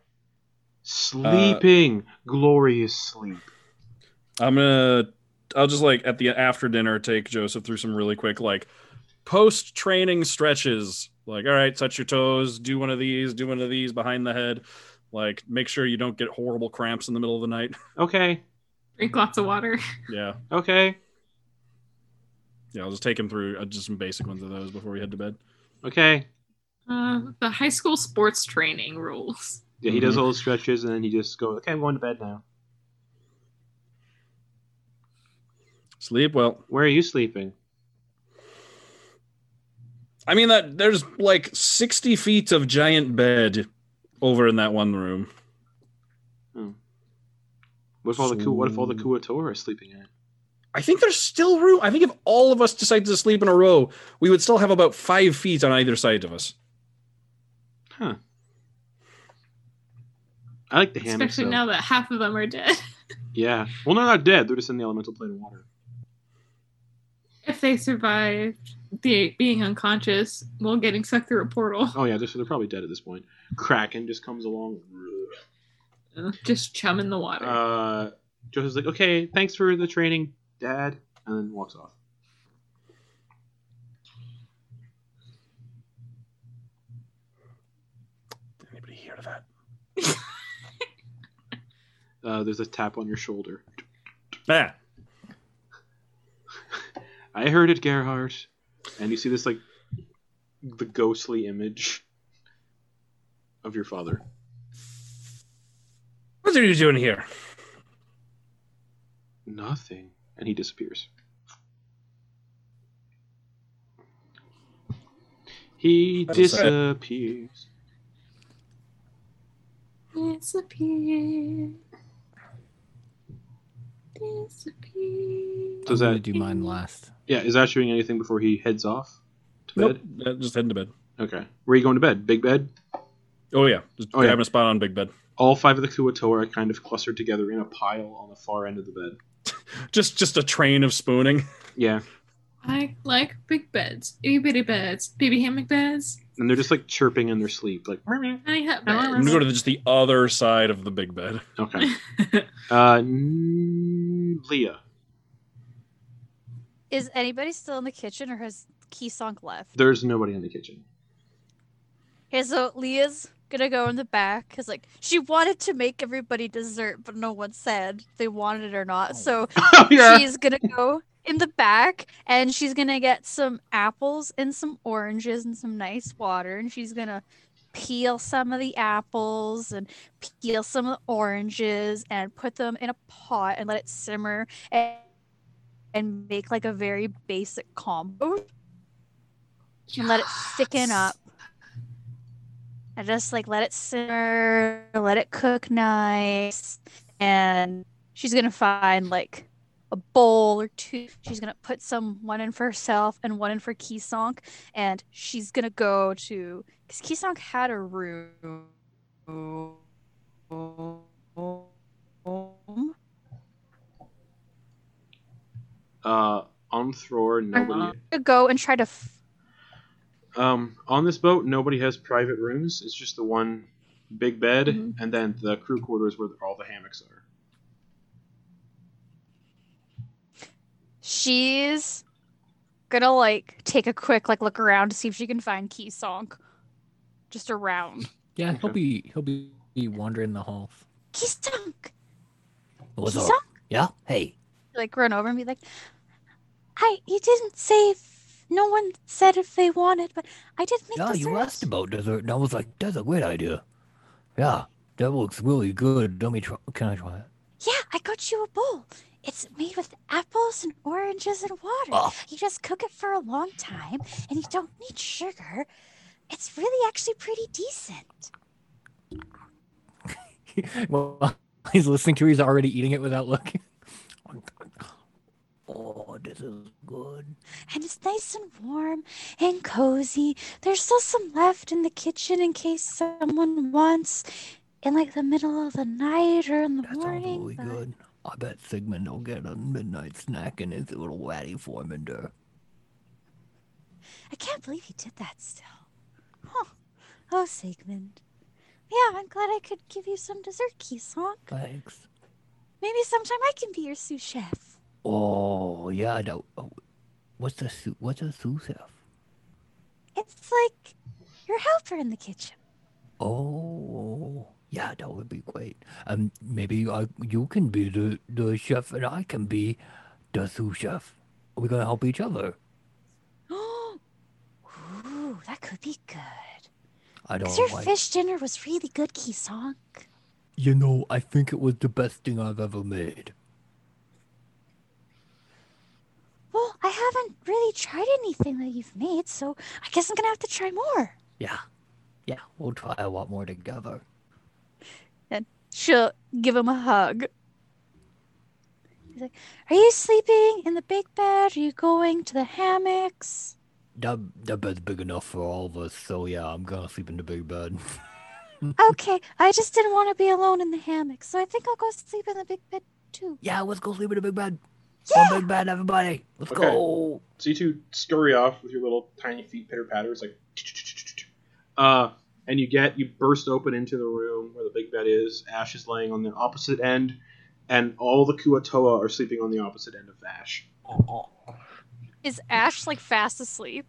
S3: Sleeping, glorious sleep.
S4: I'm gonna. I'll just like at the after dinner take Joseph through some really quick like post training stretches. Like, all right, touch your toes, do one of these, do one of these behind the head. Like, make sure you don't get horrible cramps in the middle of the night. [LAUGHS]
S3: Okay,
S8: Drink lots of water.
S4: yeah,
S3: okay,
S4: yeah. I'll just take him through uh, just some basic ones of those before we head to bed.
S3: okay.
S8: Uh, the high school sports training rules.
S3: Yeah, he does all the stretches and then he just goes, okay, I'm going to bed now.
S4: Sleep well.
S3: Where are you sleeping?
S4: I mean that there's like 60 feet of giant bed over in that one room.
S3: What if all the Ku- what if all the Kuatora are sleeping at?
S4: I think there's still room. I think if all of us decided to sleep in a row, we would still have about five feet on either side of us.
S3: I like the hammock.
S8: Especially
S3: though.
S8: now that half of them are dead. [LAUGHS]
S3: Yeah. Well, they're not dead. They're just in the elemental plane of water.
S8: If they survived the being unconscious while getting sucked through a portal, [LAUGHS]
S3: Oh yeah, they're, so they're probably dead at this point. Kraken just comes along.
S8: Uh, just chum in the water.
S3: Uh, Joseph's like, okay, thanks for the training, Dad, and then walks off. [LAUGHS] Uh, there's a tap on your shoulder.
S4: Ah,
S3: I heard it, Gerhard. And you see this like the ghostly image of your father.
S4: what are you doing here?
S3: Nothing. And he disappears. He
S4: That's sad.
S3: disappears.
S8: Disappear. Disappear.
S3: Does
S6: I'm gonna
S3: that
S6: do mine last?
S3: yeah, is Ash doing anything before he heads off to
S4: Nope,
S3: bed?
S4: uh, just heading to bed.
S3: Okay. Where are you going to bed? Big bed?
S4: Oh yeah, just
S3: Oh, yeah.
S4: grabbing a spot on big bed.
S3: All five of the Kuato are kind of clustered together in a pile on the far end of the bed.
S4: Just just a train of spooning.
S3: Yeah.
S8: I like big beds, itty bitty beds, baby hammock beds,
S3: And they're just like chirping in their sleep, like
S8: tiny hut
S4: I'm gonna
S8: beds.
S4: go to the, just the other side of the big bed.
S3: Okay.
S6: [LAUGHS]
S3: uh, n- Leah.
S7: Is anybody still in the kitchen or has Key Sunk left?
S3: There's nobody in the
S6: [LAUGHS]
S3: kitchen.
S7: Okay, so Leah's gonna go in the back because, like, she wanted to make everybody dessert, but no one said if they wanted it or not. So
S3: Oh,
S7: she's gonna go in the back and she's gonna get some apples and some oranges and some nice water and she's gonna peel some of the apples and peel some of the oranges and put them in a pot and let it simmer and, and make like a very basic combo and let it thicken up and just like let it simmer let it cook nice and she's gonna find like a bowl or two. She's gonna put some one in for herself and one in for Kisonk, and she's gonna go to because Kisonk had a room.
S3: uh, on Thror, nobody.
S7: Gonna Go and try to. F-
S6: Uh-huh.
S3: Um, on this boat, nobody has private rooms. It's just the one big bed,
S8: Mhm.
S3: and then the crew quarters where all the hammocks are.
S7: she's gonna like take a quick like look around to see if she can find Kisonk, just around.
S6: Yeah, he'll
S3: Okay.
S6: be he'll be wandering the halls.
S7: Kisonk,
S6: What's
S7: Kisonk.
S6: up? Yeah. Hey.
S7: like run over and be like, "I you didn't say if no one said if they wanted, but I did make
S6: Yeah,
S7: dessert."
S6: you asked about dessert, and I was like, "That's a great idea." Yeah, that looks really good. Let me try. Can I try it?
S7: Yeah, I got you a bowl. It's made with apples and oranges and water.
S6: Oh.
S7: You just cook it for a long time, and you don't need sugar. It's really actually pretty decent.
S6: [LAUGHS] well, he's listening to. it, He's already eating it without looking. [LAUGHS] oh, this is good.
S7: and it's nice and warm and cozy. There's still some left in the kitchen in case someone wants in like the middle of the night or in the
S6: That sounds
S7: morning.
S6: really
S7: but-
S6: good. I bet Sigmund will get a midnight snack in his little ratty formander.
S7: I can't believe he did that still. Huh. Oh, Sigmund. Yeah, I'm glad I could give you some dessert, Kisonk.
S6: Thanks.
S7: Maybe sometime I can be your sous chef.
S6: Oh yeah, I know. Oh, what's a su- what's a sous chef?
S7: It's like your helper in the kitchen. [GASPS]
S6: Oh, yeah, that would be great. Um, maybe I, you can be the, the chef and I can be the sous chef. We're gonna help each other.
S7: Ooh, that could be good.
S6: I don't
S7: Because your
S6: like.
S7: fish dinner was really good, Kisonk.
S6: You know, I think it was the best thing I've ever made.
S7: Well, I haven't really tried anything that you've made, so I guess I'm gonna have to try more.
S6: Yeah, yeah, we'll try a lot more together.
S7: She'll give him a hug. He's like, Are you sleeping in the big bed? Are you going to the hammocks?
S6: That that bed's big enough for all of us, so yeah, I'm gonna sleep in the big bed.
S7: okay, I just didn't want to be alone in the hammock, so I think I'll go sleep in the big bed too.
S6: yeah, let's go sleep in the big bed.
S7: Yeah!
S6: One big bed, everybody. Let's
S3: Okay.
S6: go.
S3: So you two scurry off with your little tiny feet pitter patters, like, uh, and you get you burst open into the room where the big bed is. Ash is laying on the opposite end, and all the Kuatoa are sleeping on the opposite end of Ash.
S7: Is Ash like fast asleep?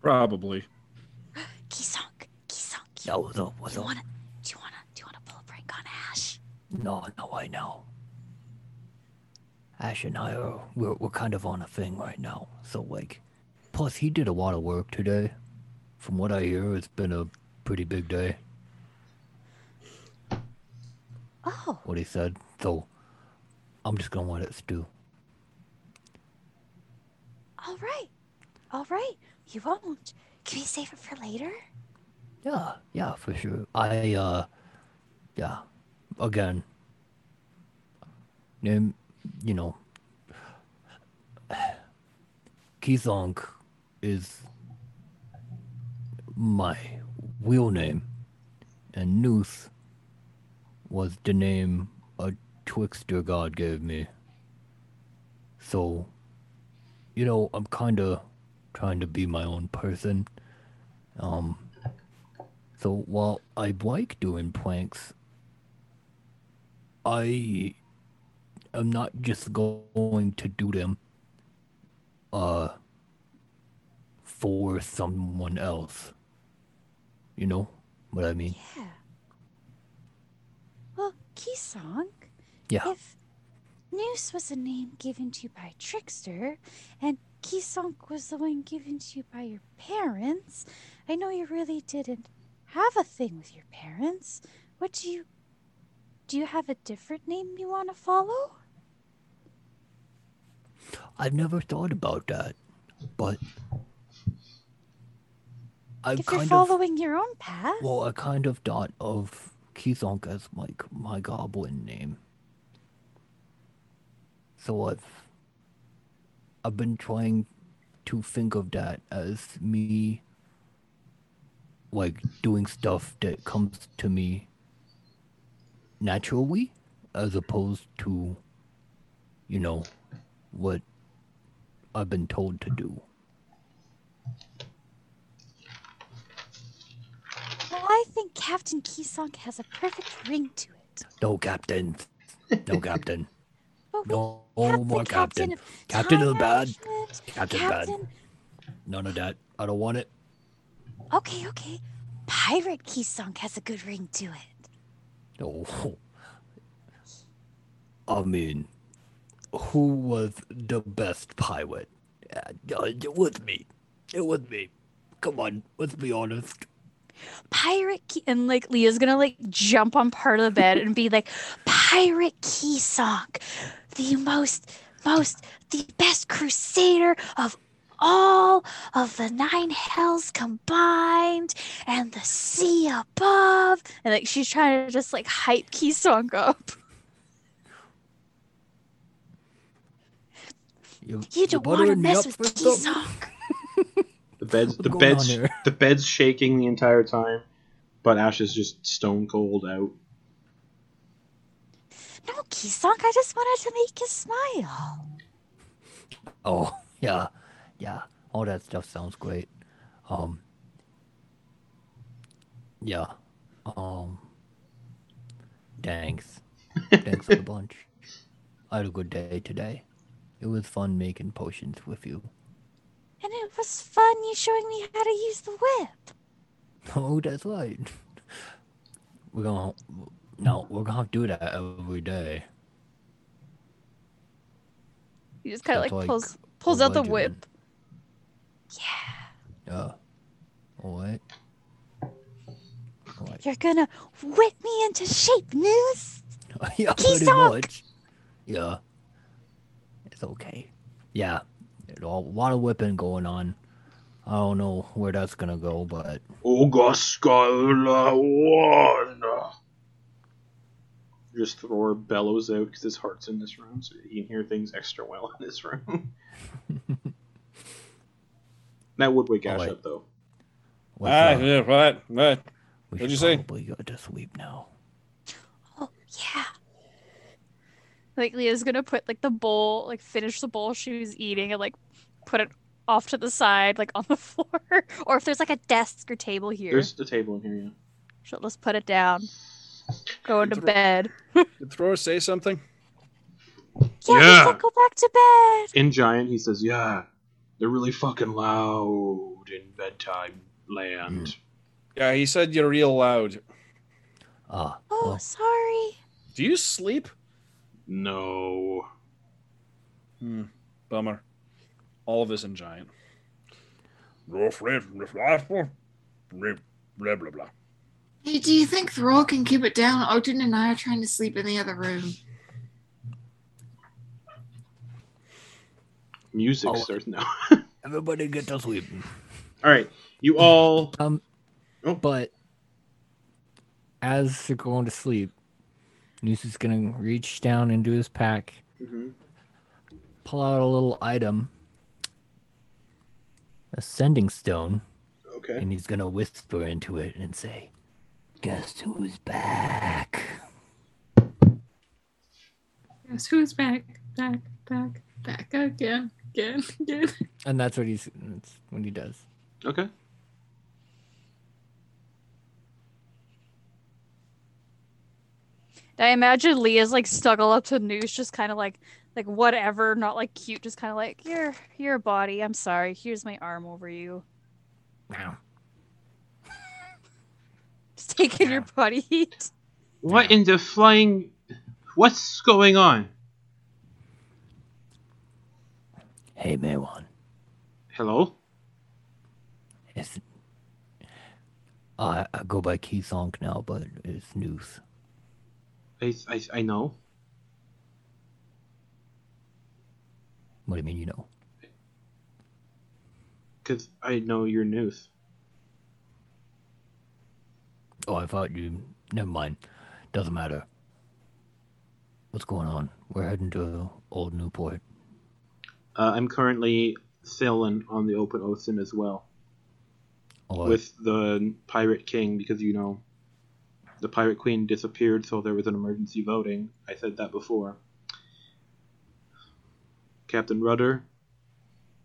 S4: Probably.
S7: Kisonk, Kisonk,
S6: Yo, what's up? What's
S7: do you
S6: up?
S7: wanna do you wanna do you wanna pull a prank on Ash?
S6: No, no, I know. Ash and I are we're, we're kind of on a thing right now. So like, plus he did a lot of work today. From what I hear, it's been a pretty big day.
S7: Oh,
S6: What he said. So I'm just gonna let it stew.
S7: all right. All right. You won't. Can we save it for later?
S6: Yeah, yeah, for sure. I uh yeah. Again. Um, you know [SIGHS] Kizonk is my real name and Noose was the name a trickster god gave me. So you know, I'm kinda trying to be my own person. Um so while I like doing pranks, I am not just going to do them uh for someone else. You know what I mean?
S7: Yeah. Well, Kisong,
S6: Yeah.
S7: if Noose was a name given to you by Trickster and Kisonk was the one given to you by your parents, I know you really didn't have a thing with your parents. What do you do you have a different name you want to follow?
S6: I've never thought about that. But I
S7: if you're
S6: kind of
S7: following your own path.
S6: well, I kind of thought of Kizonk as like my goblin name. So I've I've been trying to think of that as me like doing stuff that comes to me naturally as opposed to you know what I've been told to do.
S7: Well, I think Captain Kisonk has a perfect ring to it.
S6: No captain. No captain.
S7: But we
S6: No
S7: have
S6: more
S7: the captain.
S6: captain.
S7: of
S6: Captain
S7: time
S6: of the bad.
S7: management,
S6: Captain bad.
S7: Captain.
S6: None of that. I don't want it.
S7: Okay, okay. Pirate Kisonk has a good ring to it.
S6: No. [LAUGHS] I mean, who was the best pilot? Uh, it was me. It was me. Come on, let's be honest.
S7: Pirate Ki- and like Leah's gonna like jump on part of the bed and be like, Pirate Kisonk, the most, most, the best crusader of all of the nine hells combined and the sea above. And like she's trying to just like hype Kisonk up.
S6: You,
S7: You
S6: you're
S7: don't want to
S6: buttering me
S7: mess
S6: up
S7: with
S6: for something?
S7: Kisonk.
S3: The bed's
S6: What's
S3: the
S6: going on
S3: bed's
S6: here?
S3: the bed's shaking the entire time, but Ash is just stone cold out.
S7: No, Kisonk, I just wanted to make you smile.
S6: Oh, [LAUGHS] yeah. Yeah. All that stuff sounds great. Um Yeah. Um Thanks. Thanks a bunch. I had a good day today. It was fun making potions with you. [LAUGHS]
S7: And it was fun you showing me how to use the whip.
S6: Oh, that's right. We're gonna no, we're gonna do that every day.
S9: He just kind of
S6: That's
S9: like
S6: like
S9: pulls pulls out the whip.
S6: Legend. Yeah. All right. All right.
S7: You're gonna whip me into shape, Noose.
S6: [LAUGHS] yeah,
S7: Key
S6: pretty
S7: sock.
S6: much. Yeah. It's okay. Yeah. A lot of whipping going on. I don't know where that's gonna go, but
S3: Ogaskala one. Just Thor bellows out because his heart's in this room, so he can hear things extra well in this room. that would wake
S6: Oh,
S3: Ash
S6: wait.
S3: up, though.
S6: we,
S4: Ah,
S6: uh,
S4: yeah, right, right.
S6: we
S4: what'd you
S6: should
S4: say?
S6: probably go to sleep now.
S7: Oh yeah.
S9: Like Leah's gonna put like the bowl, like finish the bowl she was eating, and like put it off to the side, like [LAUGHS] on the floor, or if there's like a desk or table here,
S3: [LAUGHS] There's a table in here, yeah.
S9: she'll just put it down, go into
S4: Throw-
S9: bed.
S4: Did Thor say something?
S7: Yeah,
S3: Yeah.
S7: yeah. go back to bed.
S3: In Giant, he says, Yeah, they're really fucking loud in bedtime land.
S4: Yeah, he said you're real loud.
S6: Ah,
S7: Oh,
S6: well,
S7: sorry.
S4: Do you sleep?
S3: No.
S4: Hmm. Bummer. All of this in giant. Blah, blah, blah, blah, blah, blah.
S8: Hey, do you think Thrall can keep it down? Odin and I are trying to sleep in the other room.
S3: Music
S6: Oh.
S3: starts now.
S6: Everybody get to sleep.
S3: All right. [LAUGHS] You all.
S6: Um,
S3: Oh.
S6: but as they're going to sleep, Noose is gonna reach down into his pack,
S7: Mm-hmm.
S3: Mhm.
S6: pull out a little item, a sending stone,
S3: Okay.
S6: and he's gonna whisper into it and say, "Guess who's back?"
S8: Yes, who's back? Back, back, back again, again, again.
S6: And that's what he's that's what he does.
S3: Okay.
S9: I imagine Leah's like snuggle up to Noose, just kind of like, like whatever, not like cute, just kind of like, you're, you're a body. I'm sorry. Here's my arm over you.
S6: Wow.
S9: Just taking your body [LAUGHS] heat.
S3: What in the flying? What's going on?
S6: Hey, Maywan.
S3: Hello.
S6: It's, I I go by Keysonk now, but it's Noose.
S3: I I, I know.
S6: What do you mean, you know?
S3: Cause I know your news.
S6: Oh, I thought you. Never mind. Doesn't matter. What's going on? We're heading to Old Newport.
S3: Uh, I'm currently sailing on the open ocean as well
S6: Or
S3: with the pirate king because you know the pirate queen disappeared, so there was an emergency voting. I said that before. Captain Rudder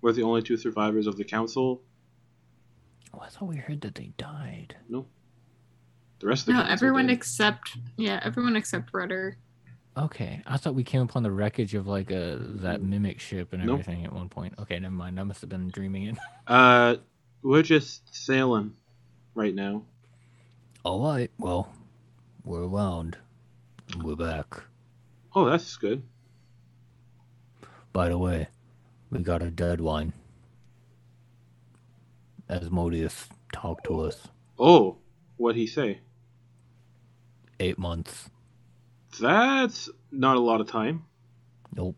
S3: were the only two survivors of the council.
S6: oh, I thought we heard that they died.
S3: The rest of the
S8: [LAUGHS] No,
S3: council
S8: everyone
S3: did.
S8: except yeah, everyone except Rudder.
S6: Okay, I thought we came upon the wreckage of like a that mimic ship and
S3: Nope.
S6: everything at one point. Okay, never mind. I must have been dreaming it. [LAUGHS]
S3: Uh, we're just sailing right now.
S6: All right. Well, we're around. We're back.
S3: Oh, that's good.
S6: By the way, we got a deadline. Asmodeus talked to us.
S3: Oh, what he say?
S6: Eight months.
S3: That's not a lot of time.
S6: Nope.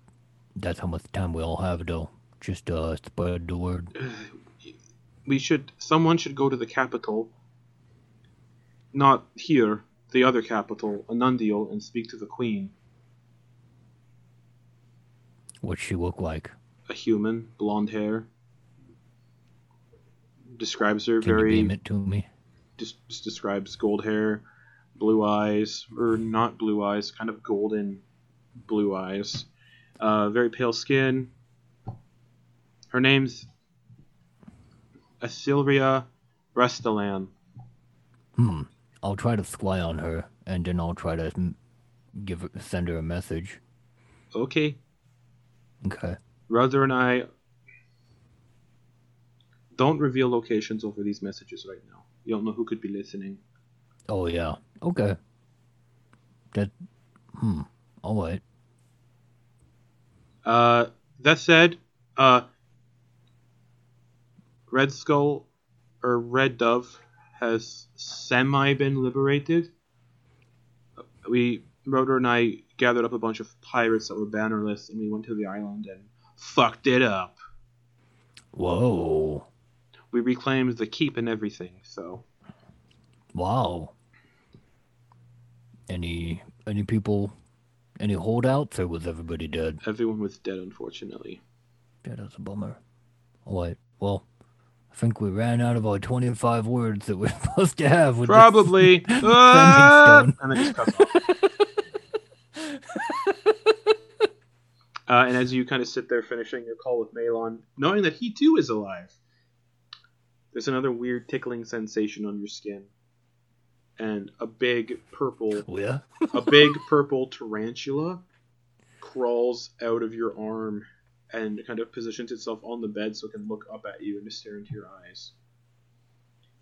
S6: That's how much time we all have, though. Just uh, spread the word.
S3: We should. Someone should go to the capital. Not here, the other capital, Anundial, and speak to the queen.
S6: What's she look like?
S3: A human, blonde hair. Describes her
S6: Can you name
S3: very.
S6: it to me?
S3: Just describes gold hair, blue eyes, or not blue eyes, kind of golden blue eyes. Uh, very pale skin. Her name's Asilria Restalan.
S6: Hmm. I'll try to spy on her, and then I'll try to m- give her, send her a message.
S3: Okay,
S6: Okay.
S3: Ruther and I don't reveal locations over these messages right now. You don't know who could be listening.
S6: Oh yeah. Okay. That. Hmm. All right.
S3: Uh, that said, uh, Red Skull or Red Dove has semi been liberated. Uh, We Rotor and I gathered up a bunch of pirates that were bannerless, and we went to the island and fucked it up.
S6: Whoa.
S3: We reclaimed the keep and everything. So
S6: Wow. Any any people, any holdouts, or was everybody dead?
S3: everyone was dead, unfortunately.
S6: Yeah, that's a bummer. All right. Well, I think we ran out of our 25 words that we're [LAUGHS] supposed to have. With this
S3: Probably. Ah!
S6: sending
S3: And then just cuts off. Uh, and as you kind of sit there finishing your call with Malon, knowing that he too is alive, there's another weird tickling sensation on your skin, and a big purple,
S6: stone. Oh, Yeah.
S3: a big purple tarantula crawls out of your arm and kind of positions itself on the bed so it can look up at you and just stare into your eyes.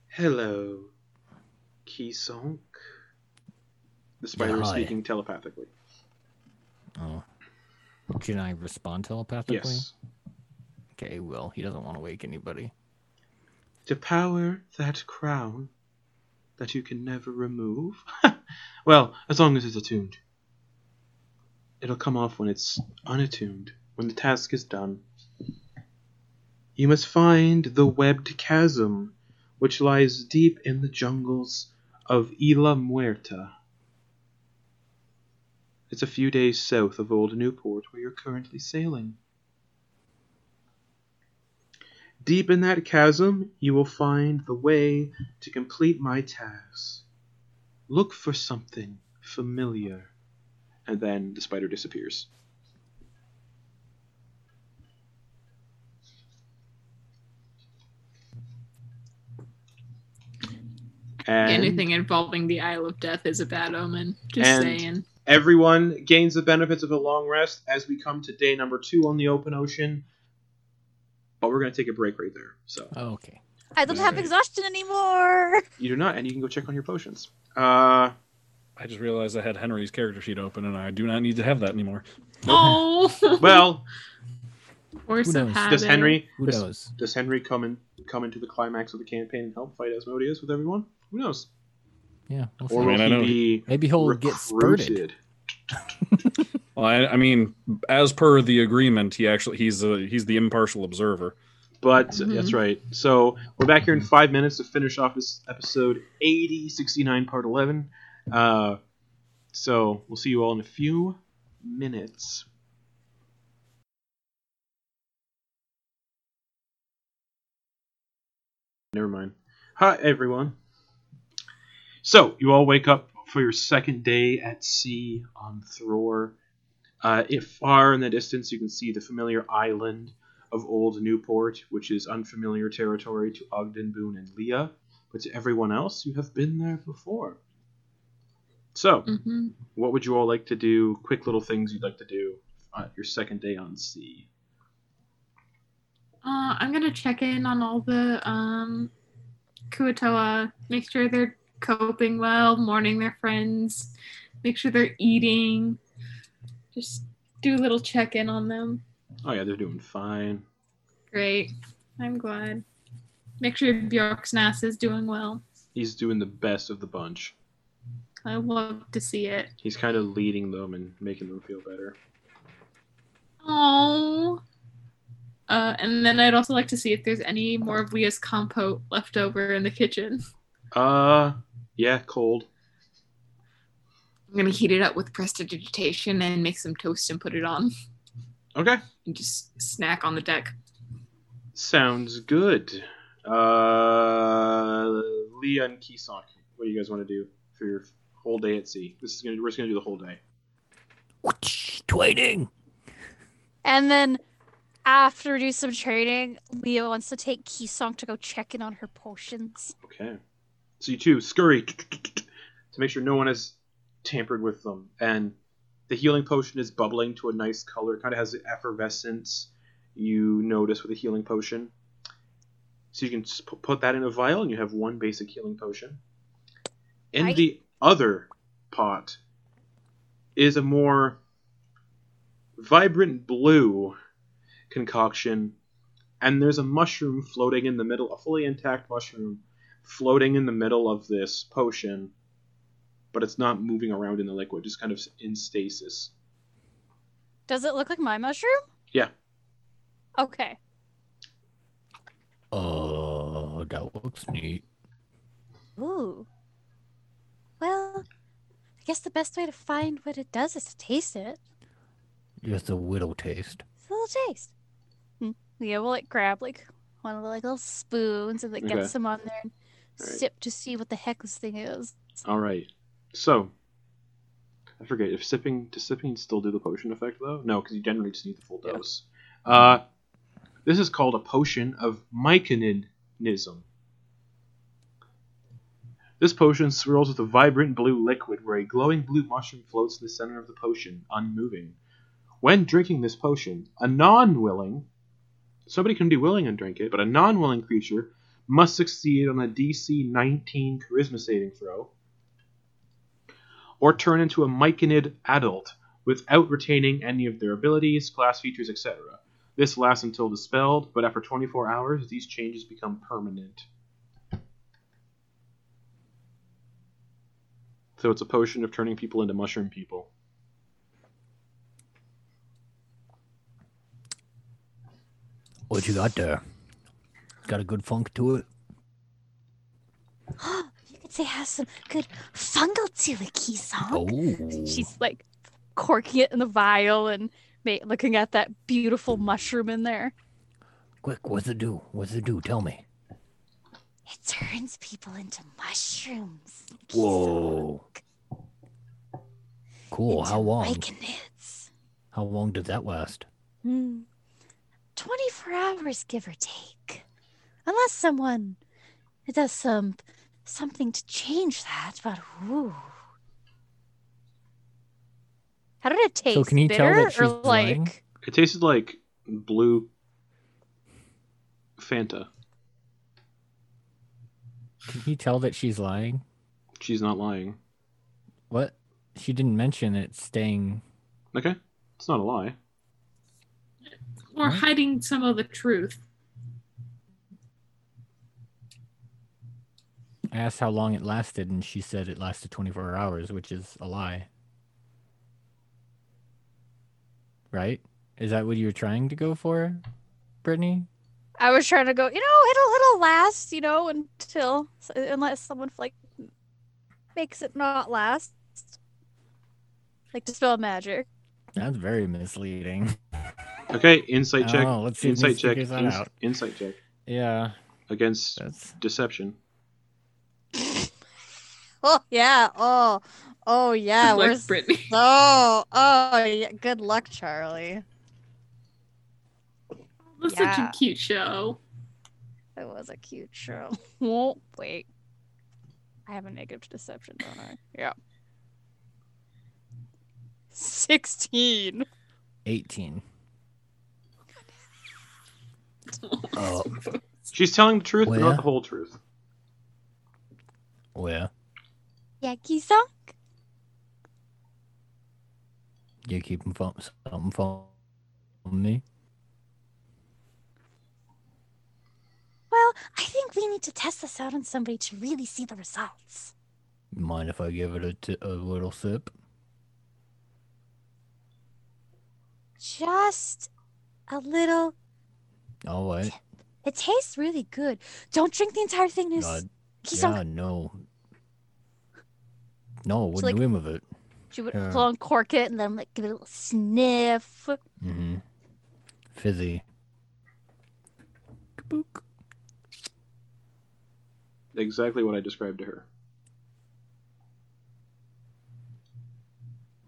S3: Hello, Kisonk. The spider is
S6: Right.
S3: speaking telepathically.
S6: Oh. Can I respond telepathically?
S3: Yes.
S6: Okay, Will. He doesn't want to wake anybody.
S3: To power that crown that you can never remove. [LAUGHS] well, as long as it's attuned. It'll come off when it's unattuned, when the task is done. You must find the webbed chasm which lies deep in the jungles of Isla Muerta. It's a few days south of Old Newport, where you're currently sailing. Deep in that chasm, you will find the way to complete my task. Look for something familiar. And then the spider disappears. And
S8: Anything involving the Isle of Death is a bad omen. Just
S3: And-
S8: saying.
S3: everyone gains the benefits of a long rest as we come to day number two on the open ocean. But we're going to take a break right there. So
S6: Oh, okay.
S7: I don't have
S4: Right.
S7: exhaustion anymore.
S3: you do not, and you can go check on your potions. Uh,
S4: I just realized I had Henry's character sheet open, and I do not need to have that anymore.
S8: Oh, [LAUGHS]
S3: well,
S8: force
S6: Who
S8: of
S6: knows?
S8: habit.
S3: does Henry
S6: Who
S3: does,
S6: knows?
S3: does Henry come in come into the climax of the campaign and help fight Asmodeus with everyone? Who knows?
S6: Yeah. we'll
S3: Or
S6: see.
S4: I mean, I
S3: will
S4: know-
S3: he be
S6: Maybe he'll get
S3: recruited?
S6: spurted.
S4: Well, I, I mean, as per the agreement, he actually he's a, he's the impartial observer.
S3: But
S6: Mm-hmm.
S8: Mhm.
S3: that's right. So we're back here in five minutes to finish off this episode 80, 69, part 11. Uh, so we'll see you all in a few minutes. Never mind. Hi, everyone. So you all wake up for your second day at sea on Thror. Uh, if far in the distance, you can see the familiar island of Old Newport, which is unfamiliar territory to Ogden, Boone, and Leah, but to everyone else, you have been there before. So,
S8: Mhm.
S3: what would you all like to do? Quick little things you'd like to do on your second day on sea.
S8: Uh, I'm gonna check in on all the um, Kuatoa. Make sure they're coping well, mourning their friends. Make sure they're eating. Just do a little check in on them.
S3: Oh yeah, they're doing fine.
S8: Great. I'm glad. Make sure Bjorksnass is doing well.
S3: He's doing the best of the bunch.
S8: I love to see it.
S3: He's kind of leading them and making them feel better.
S8: Oh. Uh, and then I'd also like to see if there's any more of Leah's compote left over in the kitchen.
S3: Uh, yeah, cold.
S8: I'm gonna heat it up with prestidigitation and make some toast and put it on
S3: Okay,
S8: and just snack on the deck.
S3: sounds good. Uh, Leah and Kisak, what do you guys want to do for your whole day at sea? This is gonna we're just gonna do the whole day.
S6: Whoosh, Twining.
S9: And then after we do some training, Leah wants to take Kisong to go check in on her potions.
S3: Okay. So you two scurry to make sure no one has tampered with them. And the healing potion is bubbling to a nice color. It kind of has the effervescence you notice with a healing potion. So you can s- pu- put that in a vial and you have one basic healing potion. In
S9: Right.
S3: the other pot is a more vibrant blue concoction. And there's a mushroom floating in the middle, a fully intact mushroom floating in the middle of this potion, but it's not moving around in the liquid, just kind of in stasis.
S9: Does it look like my mushroom?
S3: Yeah.
S9: Okay.
S6: Oh, that looks neat.
S7: Ooh. Well, I guess the best way to find what it does is to taste it.
S6: Just a whittle taste.
S7: It's a little taste.
S9: Leah will Hmm. like grab like one of the like little spoons and like get
S3: Okay.
S9: some on there and
S3: Alright.
S9: sip to see what the heck this thing is. [GASPS]
S3: All right. So, I forget if sipping does sipping still do the potion effect though? No, because you generally just need the full
S6: Yeah.
S3: dose. Uh, this is called a potion of myconinism. This potion swirls with a vibrant blue liquid where a glowing blue mushroom floats in the center of the potion, unmoving. When drinking this potion, a non willing somebody can be willing and drink it, but a non willing creature must succeed on a DC 19 charisma saving throw or turn into a myconid adult without retaining any of their abilities, class features, etc. This lasts until dispelled, but after 24 hours, these changes become permanent. So it's a potion of turning people into mushroom people.
S6: What you got there? Got a good funk to it.
S7: you could say has some good fungal to it, Kizong.
S6: Oh,
S9: She's like corking it in the vial and ma- looking at that beautiful mushroom in there.
S6: quick! What's it do? What's it do? Tell me.
S7: It turns people into mushrooms.
S6: Whoa. Cool. How long?
S7: Myconids.
S6: How long did that last?
S7: Hmm. 24 hours, give or take. Unless someone does some something to change that, but ooh.
S9: How did it taste?
S6: So can you
S9: Bitter
S6: tell that
S9: or
S6: she's
S9: like
S6: lying?
S3: It tasted like blue Fanta.
S6: Can you tell that she's lying?
S3: She's not lying.
S6: What? She didn't mention it staying.
S3: Okay? It's not a lie.
S8: Or
S6: What?
S8: hiding some of the truth.
S6: I asked how long it lasted, and she said it lasted 24 hours, which is a lie. Right? Is that what you were trying to go for, Brittany?
S9: I was trying to go, you know, it'll it'll last, you know, until unless someone like makes it not last, like dispel magic. [LAUGHS]
S6: That's very misleading.
S3: Okay, insight check.
S6: Oh, let's see if
S3: Insight
S6: Miss
S3: check.
S6: figures that
S3: Ins-
S6: out.
S3: insight check.
S6: Yeah,
S3: Against
S6: that's
S3: deception.
S9: Oh yeah, oh, oh yeah,
S5: Like
S9: we're
S5: Brittany.
S8: [LAUGHS]
S9: so oh yeah. Good luck, Charlie.
S8: That's
S9: Yeah.
S8: such a cute show.
S9: It was a cute show. [LAUGHS] Won't wait. I have a negative to deception, don't I? Yeah. Sixteen.
S6: 18. Oh,
S3: She's telling the truth, but
S6: Well.
S3: not the whole truth.
S6: well,
S7: Yeah, Kizong.
S6: you keeping fun, something fun on me?
S7: Well, I think we need to test this out on somebody to really see the results.
S6: Mind if I give it a, t- a little sip?
S7: Just a little.
S6: All right.
S7: It tastes really good. Don't drink the entire thing, Noose.
S6: God,
S7: Kizong,
S6: yeah, no. No, wouldn't
S9: like-
S6: dream of it.
S9: She would
S6: Yeah.
S9: yeah.
S7: full on cork it and then like give it a little sniff.
S6: Mm-hmm. Fizzy. Kabook.
S3: Exactly what I described to her.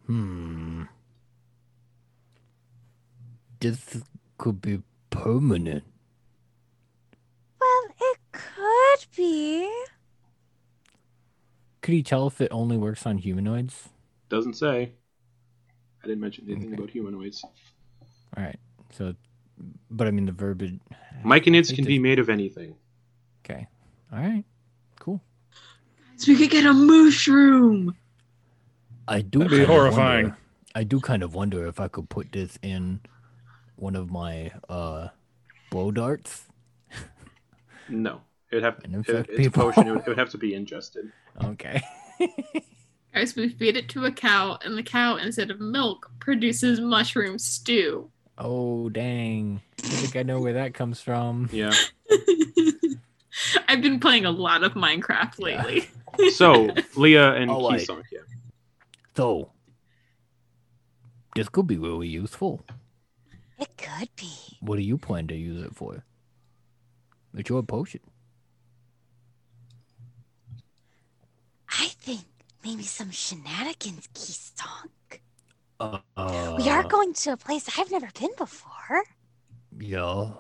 S6: Hmm. This could be permanent.
S7: Well, it could be.
S6: Could you tell if it only works on humanoids?
S3: Doesn't say. I didn't mention anything
S6: Okay.
S3: about humanoids.
S6: All right. So, but I mean the verbiage.
S3: Myconids
S6: It
S3: can be
S6: does-
S3: made of anything.
S6: Okay. All right. Cool.
S5: we could get a mushroom.
S6: I do.
S4: That'd be
S6: kind of
S4: horrifying.
S6: wonder- I do kind of wonder if I could put this in one of my uh blow darts.
S3: No. It'd have
S6: And
S3: it,
S6: infect
S3: it's a
S6: people.
S3: potion. It would, it would have to be ingested.
S6: [LAUGHS] Okay. [LAUGHS]
S8: Guys, we feed it to a cow, and the cow, instead of milk, produces mushroom stew. [LAUGHS]
S6: oh dang! I think I know where that comes from.
S3: Yeah.
S8: I've been playing a lot of Minecraft lately.
S6: [LAUGHS]
S3: So, Leah and
S6: All right.
S3: Kisong, yeah.
S6: So, this could be really useful.
S7: It could be.
S6: What do you plan to use it for? It's your potion.
S7: I think maybe some shenanigans, Keystone.
S6: Uh, uh,
S7: we are going to a place I've never been before.
S6: Yeah.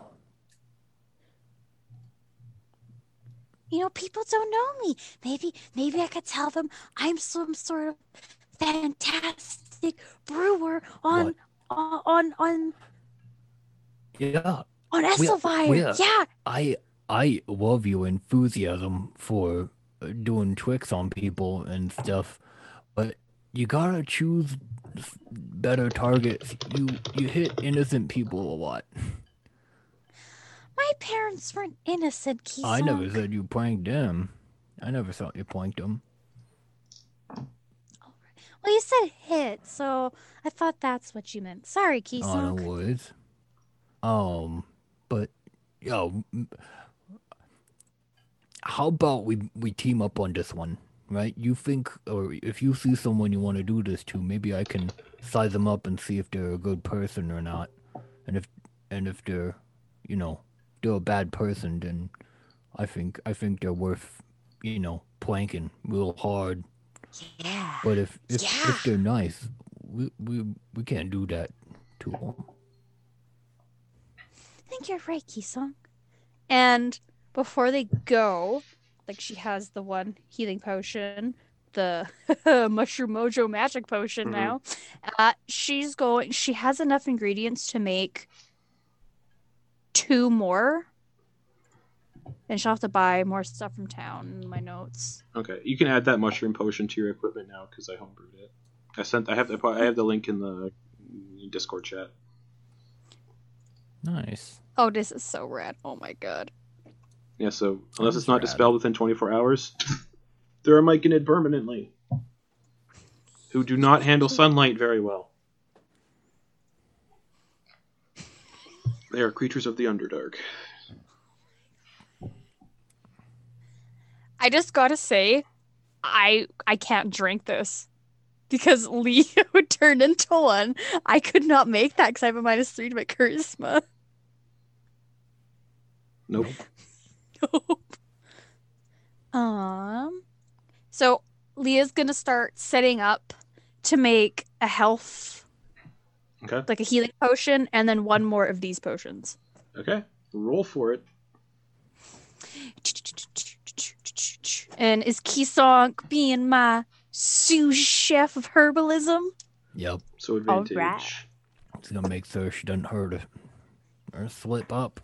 S7: You know, people don't know me. Maybe, maybe I could tell them I'm some sort of fantastic brewer on
S6: What?
S7: on on on,
S6: Yeah.
S7: on
S6: We are- we
S7: Esselvire.
S6: are-
S7: Yeah,
S6: I I love your enthusiasm for uh, doing tricks on people and stuff, but you gotta choose better targets. You you hit innocent people a lot.
S10: My parents weren't innocent, Keith.
S6: I never said you pranked them. I never thought you pranked them.
S10: Well, you said hit, so I thought that's what you meant. Sorry, Keith.
S6: Oh, no worries. Um, but yo, m- how about we we team up on this one, right? You think, or if you see someone you want to do this to, maybe I can size them up and see if they're a good person or not, and if and if they're, you know, they're a bad person, then I think I think they're worth, you know, planking real hard.
S10: Yeah.
S6: But if if,
S10: Yeah.
S6: if they're nice, we we we can't do that to them.
S10: I think you're right, Kisong.
S7: And before they go, like she has the one healing potion, the [LAUGHS] mushroom mojo magic potion
S3: Mhm.
S7: now. Uh, she's going. She has enough ingredients to make two more. And she'll have to buy more stuff from town. in My notes.
S3: Okay, you can add that mushroom potion to your equipment now because I homebrewed it. I sent. I have. The, I have the link in the Discord chat.
S6: Nice.
S7: Oh, this is so rad. Oh my god.
S3: Yeah. So unless
S6: Sounds
S3: it's not
S6: rad.
S3: dispelled within 24 hours, they're miking it permanently. Who do not handle sunlight very well. They are creatures of the Underdark.
S7: I just gotta say, I I can't drink this because [LAUGHS] Leo turned into one. I could not make that because I have a minus three to my charisma.
S3: Nope.
S7: [LAUGHS] um, so Leah's gonna start setting up to make a health,
S3: Okay.
S7: like a healing potion, and then one more of these potions.
S3: Okay. Roll for it.
S7: And is Kisong being my sous chef of herbalism?
S6: Yep.
S3: So
S7: All
S3: advantage.
S7: right.
S6: It's gonna make sure she doesn't hurt her or slip up.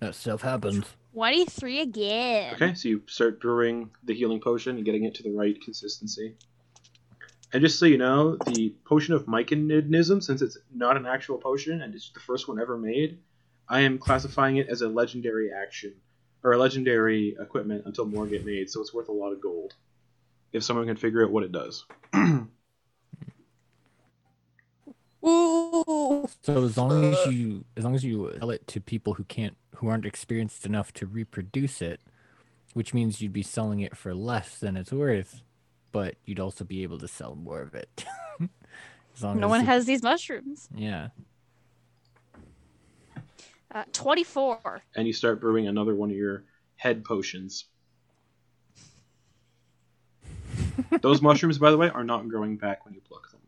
S6: That stuff happens.
S7: 23 again.
S3: Okay, so you start brewing the healing potion and getting it to the right consistency. And just so you know, the potion of myconinism, since it's not an actual potion and it's the first one ever made, I am classifying it as a legendary action or a legendary equipment until more get made, so it's worth a lot of gold if someone can figure out what it does.
S7: Ooh.
S6: So as long as you as long as you sell Uh, it to people who can't who aren't experienced enough to reproduce it, which means you'd be selling it for less than it's worth, but you'd also be able to sell more of it. [LAUGHS] as long
S7: No
S6: as
S7: one
S6: the-
S7: has these mushrooms.
S6: Yeah.
S7: Uh, 24.
S3: And you start brewing another one of your head potions. Those mushrooms, by the way, are not growing back when you pluck them.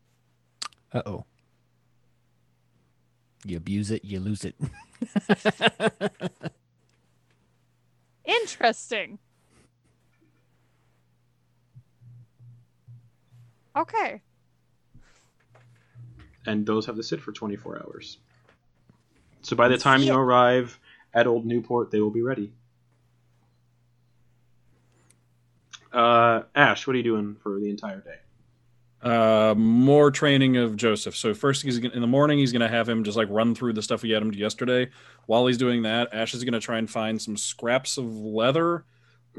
S6: Uh oh. You abuse it, you lose it. [LAUGHS]
S7: Interesting. Okay.
S3: and those have to sit for 24 hours. So by the time you arrive at Old Newport, they will be ready. Uh, Ash, what are you doing for the entire day?
S4: Uh, more training of Joseph. So first, he's gonna, in the morning. He's going to have him just like run through the stuff we had him do yesterday. While he's doing that, Ash is going to try and find some scraps of leather,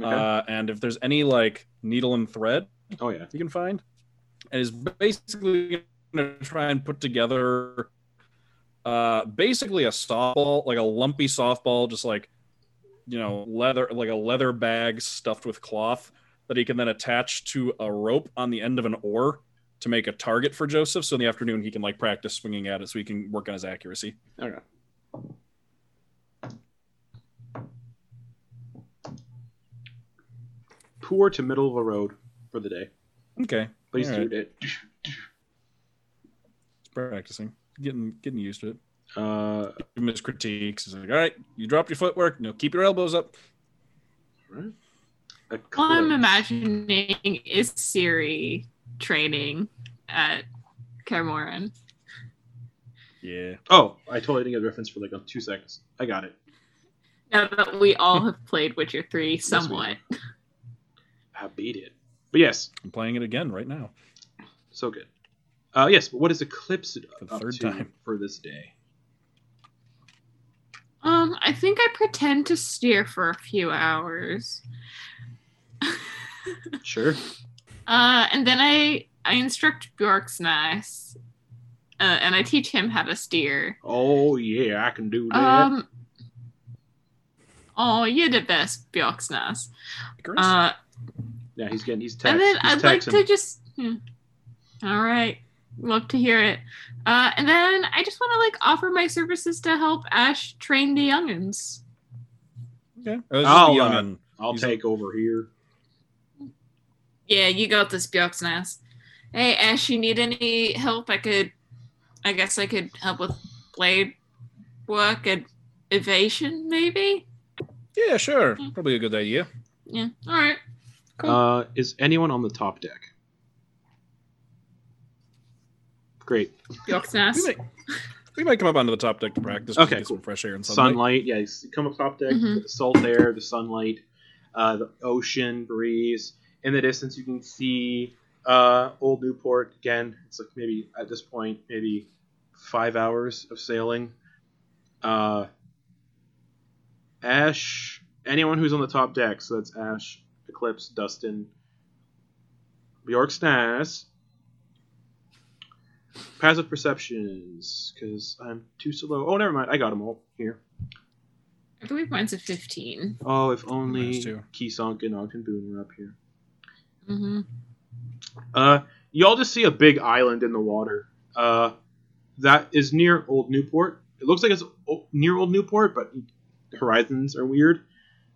S4: uh, and if there's any like needle and thread
S3: oh yeah.
S4: he can find, and is basically going to try and put together, uh, basically a softball, like a lumpy softball, just like, you know, leather, like a leather bag stuffed with cloth that he can then attach to a rope on the end of an oar to make a target for Joseph. So in the afternoon, he can like practice swinging at it so he can work on his accuracy.
S3: Okay. Poor to middle of the road for the day,
S4: Okay,
S3: but he's
S4: All
S3: doing
S4: right.
S3: it.
S4: he's practicing, getting getting used to it.
S3: Uh,
S4: Give him his critiques. He's like, all right, you dropped your footwork. No, keep your elbows up.
S3: eclipse.
S8: All I'm imagining is Siri training at Kermoran.
S4: Yeah.
S3: Oh, I totally didn't get the reference for like uh, two seconds. I got it.
S8: Now that we all have played Witcher 3 somewhat.
S3: I beat it. But yes,
S4: I'm playing it again right now.
S3: So good. Uh, yes, but what is Eclipse
S4: For the
S3: up
S4: third
S3: to
S4: time.
S3: for this day?
S8: Um, I think I pretend to steer for a few hours.
S3: Sure.
S8: Uh, and then I I instruct Bjork's nice, uh, and I teach him how to steer.
S3: Oh yeah, I can do that.
S8: Um. Oh, you're the best, Bjork's nice.
S4: Icarus?
S8: Uh,
S3: yeah, he's getting he's taxed.
S8: and then
S3: he's
S8: I'd like
S3: taxing.
S8: to just. Hmm. All right, love to hear it. Uh, and then I just want to like offer my services to help Ash train the youngins.
S4: okay. Oh, it's just
S3: I'll,
S4: the young
S3: uh,
S4: un.
S3: I'll
S4: he's
S3: take over here.
S8: Yeah, you got this, Bjorksnass. Hey, Ash, you need any help? I could, I guess I could help with blade work and evasion, maybe?
S4: Yeah, sure.
S8: Mm.
S4: Probably a good idea.
S8: Yeah, all right. Cool.
S3: Uh, is anyone on the top deck? Great.
S4: We
S8: Bjorksnass.
S4: might, we might come up onto the top deck to practice. just
S3: Okay,
S4: to get some
S3: cool.
S4: fresh air and sunlight.
S3: Sunlight. Yeah, you s- come up top deck.
S8: Mhm.
S3: with The salt air, the sunlight, uh, the ocean breeze. In the distance, you can see uh, Old Newport again. It's like maybe at this point, maybe five hours of sailing. Uh, Ash. Anyone who's on the top deck. So that's Ash, Eclipse, Dustin, Bjork Stas. Passive perceptions, because I'm too slow. Oh, never mind. I got them all here.
S8: I believe mine's a 15.
S3: Oh, if only
S4: Minus two.
S3: Keesonk and Ogden Boone were up here.
S8: hmm
S3: Uh, y'all just see a big island in the water. Uh, that is near Old Newport. It looks like it's o- near Old Newport, but the horizons are weird.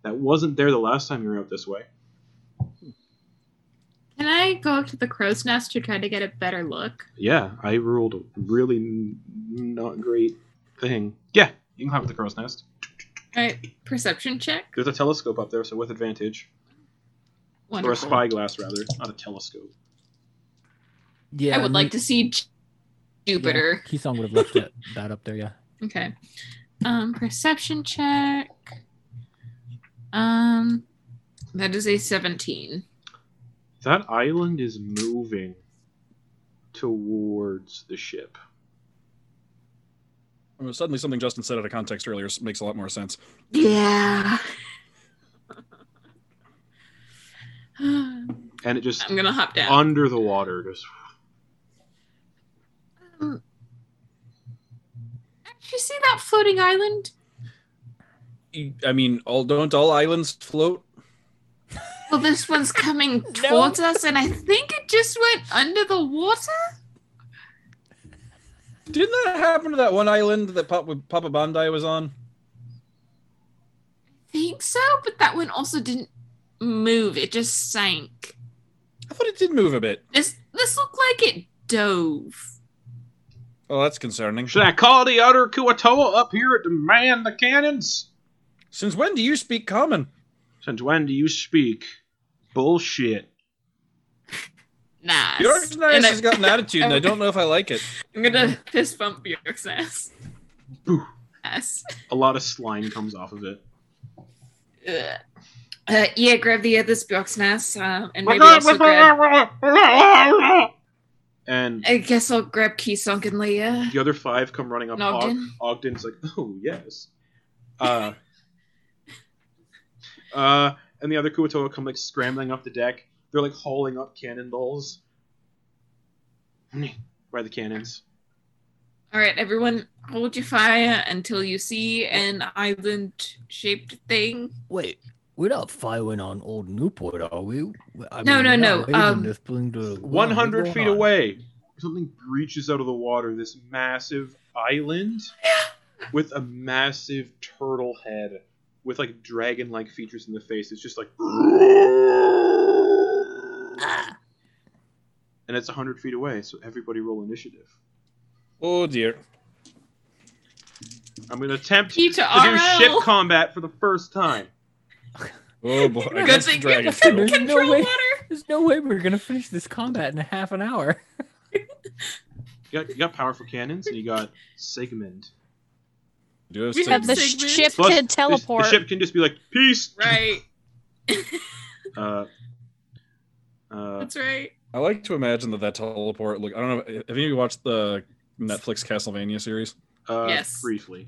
S3: That wasn't there the last time you were out this way.
S8: Can I go up to the crow's nest to try to get a better look?
S3: Yeah, I ruled a really n- not great thing. Yeah, you can climb up the crow's nest.
S8: All right, perception check.
S3: There's a telescope up there, so with advantage. Or a
S8: Wonderful.
S3: spyglass, rather. Not a telescope.
S6: Yeah.
S8: I would like to see J- Jupiter.
S6: Yeah, Keystone would have left that, that up there. Yeah.
S8: Okay. Um, perception check. Um, that is a seventeen.
S3: That island is moving towards the ship.
S4: Oh, Suddenly, something Justin said out of context earlier s- makes a lot more sense.
S8: Yeah. I'm
S3: And it just
S8: gonna hop down.
S3: under the water just
S8: Um, did you see that floating island?
S4: You- I mean, all don't all islands float?
S8: Well, this one's [LAUGHS] coming towards us, and I think it just went under the water.
S4: Didn't that happen to that one island that Papa, Papa Bandai was on?
S8: I think so, but that one also didn't move. It just sank.
S4: I thought it did move a bit.
S8: This this looked like it dove.
S4: Oh, that's concerning.
S3: Should I call the other Kuatoa up here to man the cannons?
S4: Since when do you speak common?
S3: Since when do you speak? Bullshit.
S8: Nice.
S4: Your nice
S8: And I-
S4: has got an attitude, and I don't know if I like it.
S8: [LAUGHS] I'm gonna fist bump Bjork's ass.
S3: Ooh.
S8: Ass.
S3: A lot of slime comes off of it.
S8: Ugh. Uh, yeah, grab the other Bjork's ass, um, and maybe also grab.
S3: And
S8: I guess I'll grab Keysunk and Leia.
S3: the other five come running up.
S8: Ogden.
S3: Og- Ogden's like, oh, yes. Uh, [LAUGHS] uh, and the other Kuatoa come like scrambling up the deck. They're like hauling up cannonballs. [CLEARS THROAT] By the cannons.
S8: All right, everyone, hold your fire until you see an island-shaped thing.
S6: Wait, we're not firing on old Newport, are we? We- I
S8: No,
S6: we're
S8: no,
S6: not
S8: no,
S6: raising
S8: um,
S6: this balloon to the ground.
S3: One hundred
S6: What's
S3: feet
S6: going on?
S3: away, something breaches out of the water. This massive
S8: [LAUGHS]
S3: island with a massive turtle head with like dragon-like features in the face. It's
S8: [LAUGHS]
S3: just like, and it's hundred feet away. So everybody roll initiative.
S4: Oh dear.
S3: I'm gonna attempt
S8: Peter
S3: to do ship
S8: RL.
S3: combat for the first time.
S4: Oh boy.
S8: Good
S4: Against the
S8: thing
S4: dragon.
S8: you
S6: dragon.
S8: [LAUGHS] can [LAUGHS]
S6: There's no
S8: control
S6: way.
S8: water.
S6: There's no way we're gonna finish this combat in a half an hour.
S3: You got, you got powerful cannons, and you got Sigmund.
S4: Do have
S8: We
S4: six-
S7: And the
S8: Sigmund.
S7: ship
S3: Plus,
S7: can
S3: This-
S7: teleport.
S3: The ship can just be like peace.
S8: Right.
S3: Uh, uh,
S8: [LAUGHS] That's right.
S4: I like to imagine that that teleport. Look, I don't know. Have you watched the Netflix Castlevania series?
S3: Uh,
S8: Yes.
S3: Briefly.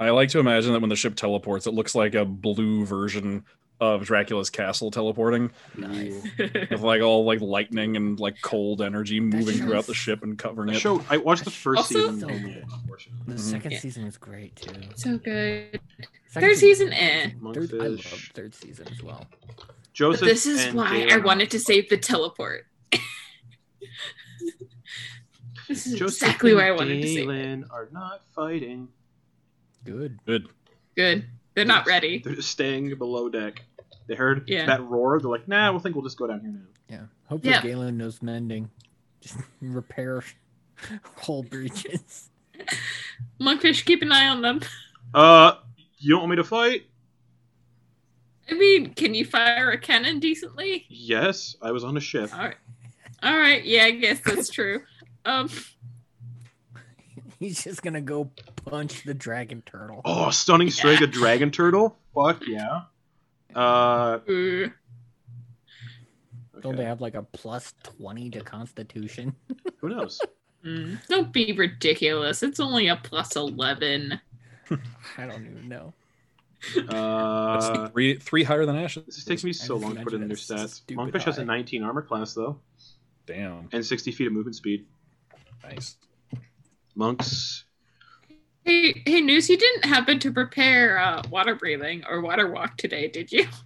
S4: I like to imagine that when the ship teleports, it looks like a blue version of Dracula's castle teleporting,
S8: Nice.
S4: with like all like lightning and like cold energy moving
S8: show's-
S4: throughout the ship and covering
S3: I
S4: it.
S3: show. I watched the first
S8: Also-
S3: season. Oh,
S6: So
S3: only,
S6: good.
S3: unfortunately.
S6: The
S4: Mhm.
S6: second
S8: Yeah.
S6: season was great too.
S8: [LAUGHS] so good.
S6: Second
S8: Third season, eh.
S6: Third, I love
S3: Monkfish.
S6: third season as well.
S8: But
S3: Joseph.
S8: this is
S3: and
S8: why I
S3: Jalen.
S8: wanted to save the teleport. [LAUGHS] this is
S3: Joseph
S8: exactly where I
S3: and
S8: wanted to save it.
S3: Jalen are not fighting.
S6: Good.
S4: Good.
S8: Good. They're not ready.
S3: They're just staying below deck. They heard
S8: Yeah.
S3: that roar. They're like, nah, we think we'll just go down here now.
S6: Yeah. Hopefully
S8: Yeah.
S6: Galen knows mending. Just [LAUGHS] repair whole breaches. [LAUGHS]
S8: Monkfish, keep an eye on them. [LAUGHS]
S3: Uh, you don't want me to fight?
S8: I mean, can you fire a cannon decently?
S3: Yes, I was on a ship.
S8: All right. All right. Yeah, I guess that's true. Um,
S6: He's just gonna go punch the dragon turtle.
S3: Oh, stunning strike a dragon turtle? Fuck yeah. Uh,
S8: ooh.
S3: okay.
S6: Don't they have like a plus twenty to Constitution? [LAUGHS]
S3: who knows?
S8: Mm, don't be ridiculous. It's only a plus 11.
S6: I don't even know.
S4: That's
S3: Uh,
S4: three three higher than Ashes.
S3: this takes me so long to put in their stats. Monkfish has a 19 armor class though,
S4: Damn.
S3: and 60 feet of movement speed.
S4: Nice.
S3: Monks.
S8: Hey, hey, Noose, you didn't happen to prepare uh, water breathing or water walk today, did you? [LAUGHS]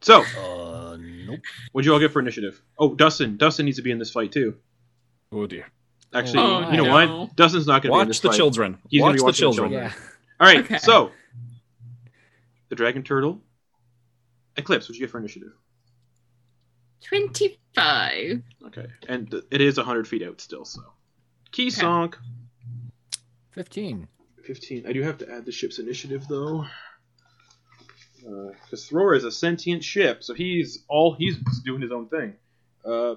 S3: So,
S6: Uh, nope.
S3: what'd you all get for initiative? Oh, Dustin. Dustin needs to be in this fight too.
S4: Oh dear.
S3: Actually,
S6: Oh,
S3: you know
S8: no.
S3: what? Dustin's not gonna be in
S4: Watch
S3: this
S4: the
S3: fight.
S4: children.
S3: He's gonna
S4: Watch
S3: be
S4: the
S3: watching the
S4: children.
S3: children.
S6: Yeah.
S3: All right,
S8: Okay.
S3: so the dragon turtle, Eclipse. What'd you get for initiative?
S8: 25.
S3: Okay, and th- it is 100 feet out still. So, key
S8: Okay.
S3: song.
S6: Fifteen.
S3: 15. I do have to add the ship's initiative though, because Thrower is a sentient ship, so he's all he's doing his own thing. Uh,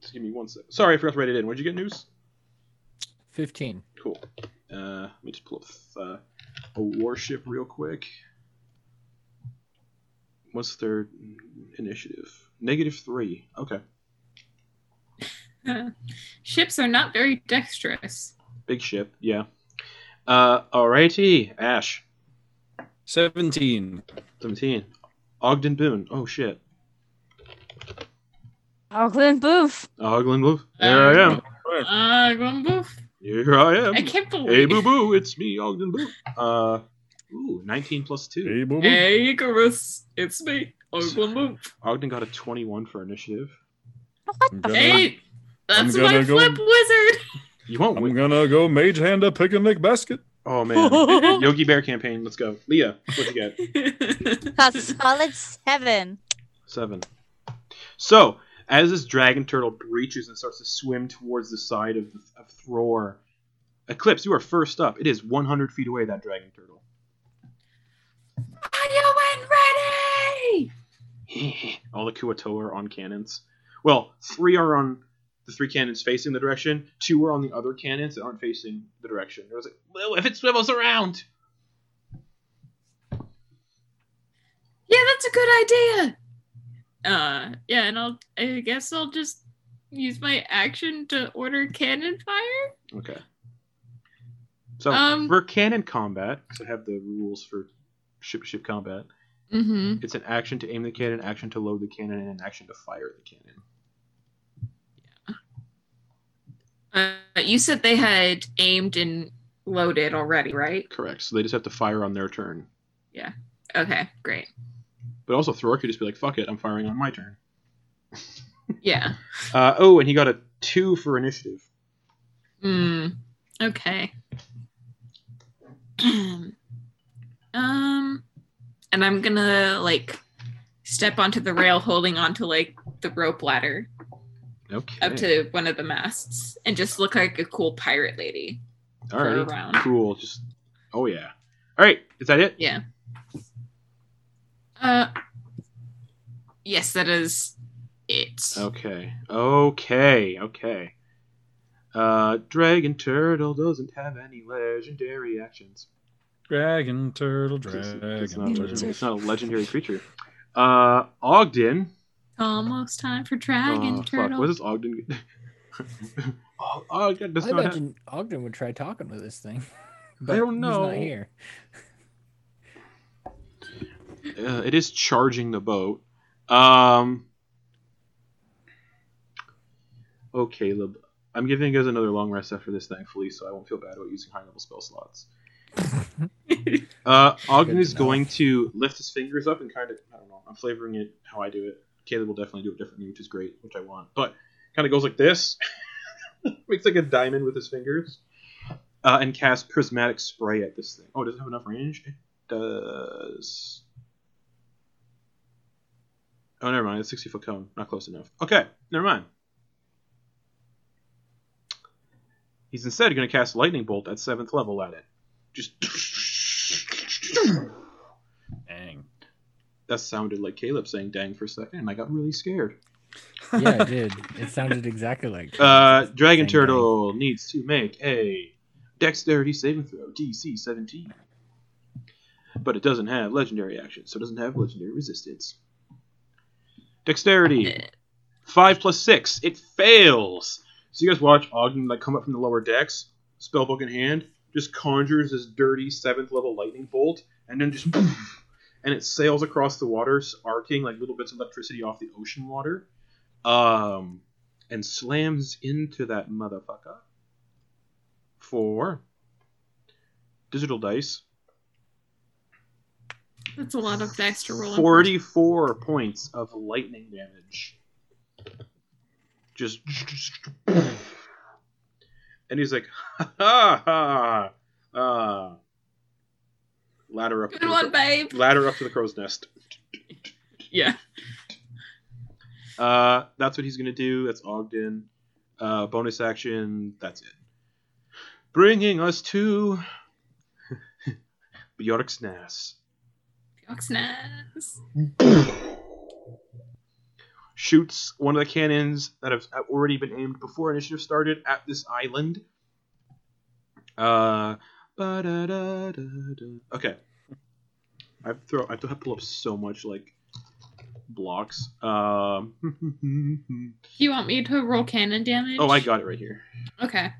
S3: just give me one sec. Sorry, I forgot to write it in. Where'd you get news?
S6: Fifteen.
S3: Cool. Uh, let me just pull up uh, a warship real quick. What's their initiative? Negative three. Okay.
S8: [LAUGHS] Ships are not very dexterous.
S3: Big ship. Yeah. Uh, alrighty. Ash.
S4: Seventeen.
S3: 17. Ogden Boone. Oh, shit.
S7: Ogland Oh, Boof.
S3: Ogden Boone. There I am.
S8: Uh, Grumboof?
S3: Here I
S8: Um, I
S3: am.
S8: can't believe
S3: Hey, boo boo. It's me, Ogden Boone. Uh, ooh, 19 plus 2.
S4: Hey, boo-boo.
S8: Hey, Icarus, it's me, Oh, Oglumboof.
S3: Ogden got a 21 for initiative.
S4: I'm gonna-
S8: Hey, that's
S4: I'm
S8: my
S4: gonna go-
S8: flip wizard. [LAUGHS]
S3: You won't
S4: I'm
S3: win.
S4: gonna go mage hand a picnic basket.
S3: Oh,
S7: [LAUGHS]
S3: man. Yogi Bear campaign. Let's go. Leah, what'd you get?
S7: A [LAUGHS] solid seven.
S3: Seven. So, as this dragon turtle breaches and starts to swim towards the side of, of Thror, Eclipse, you are first up. It is 100 feet away, that dragon turtle. [LAUGHS]
S8: Are you in ready?
S3: All the Kuato are on cannons. Well, three are on the three cannons facing the direction, two are on the other cannons that aren't facing the direction. It was like, well, if it swivels around!
S8: Yeah, that's a good idea. Uh, yeah, and I'll. I guess I'll just use my action to order cannon fire.
S3: Okay. So,
S8: Um,
S3: for cannon combat, because I have the rules for ship to ship combat,
S8: Mm-hmm.
S3: It's an action to aim the cannon, action to load the cannon, and an action to fire the cannon.
S8: Uh, you said they had aimed and loaded already, right?
S3: Correct. So they just have to fire on their turn.
S8: Okay, great.
S3: But also, Thor could just be like, "Fuck it, I'm firing on my turn."
S8: Yeah.
S3: Uh, oh, and he got a two for initiative.
S8: Mm, okay. [CLEARS THROAT] um, and I'm gonna like step onto the rail, holding onto like the rope ladder
S3: Okay.
S8: up to one of the masts, and just look like a cool pirate lady
S3: All
S8: for a
S3: right.
S8: round.
S3: Cool. Just. Oh yeah. All right. Is that it?
S8: Yeah. Uh. Yes, that is it.
S3: Oh. Okay. Okay. Okay. Uh, Dragon Turtle doesn't have any legendary actions.
S4: Dragon turtle,
S3: It's,
S4: dragon
S3: it's not a legendary.
S4: turtle.
S3: It's not a legendary creature. Uh, Ogden.
S8: Almost time for Dragon
S3: oh, fuck.
S8: Turtle.
S3: What is Ogden? [LAUGHS] oh, Ogden does
S6: I
S3: not have.
S6: imagine Ogden would try talking with this thing. [LAUGHS] But
S3: don't
S6: He's not
S3: know. [LAUGHS]
S6: here.
S3: Uh, it is charging the boat. Um. Oh, Caleb. I'm giving you guys another long rest after this, thankfully, so I won't feel bad about using high level spell slots. uh, Ogden
S6: Good
S3: is
S6: to know.
S3: going to lift his fingers up and kind of, I don't know, I'm flavoring it how I do it. Caleb will definitely do it differently, which is great, which I want. But kind of goes like this [LAUGHS] makes like a diamond with his fingers, uh, and cast prismatic spray at this thing. Oh, does it have enough range? It does. Oh, never mind. It's sixty foot cone. Not close enough. Okay, never mind. He's instead going to cast lightning bolt at seventh level at it. Just.
S4: Dang.
S3: That sounded like Caleb saying "dang" for a second, and I got really scared.
S6: Yeah, it did. It sounded exactly like
S3: Uh, Dragon
S6: Dang, dang.
S3: Turtle needs to make a dexterity saving throw, DC 17. But it doesn't have legendary action, so it doesn't have legendary resistance. Dexterity 5 plus 6. It fails. So you guys watch Ogden like come up from the lower decks, spellbook in hand, just conjures this dirty 7th level lightning bolt, and then just poof, and it sails across the water, arcing like little bits of electricity off the ocean water. Um and slams into that motherfucker for digital dice
S8: That's a lot of dice to roll. in.
S3: 44 points of lightning damage just and he's like ha ha ha ah." ladder up to
S5: Good
S3: the-
S5: one, babe.
S3: ladder up to the crow's nest
S5: Yeah.
S3: Uh, that's what he's gonna do. That's Ogden. Uh, bonus action. That's it. Bringing us to [LAUGHS] Bjork's Nass.
S8: Oxness.
S3: Shoots one of the cannons that have have already been aimed before initiative started at this island. Uh, ba-da-da-da-da. okay. I throw. I have to pull up so much like blocks. Um,
S8: You want me to roll cannon damage?
S3: [LAUGHS] oh, I got it right here.
S8: Okay.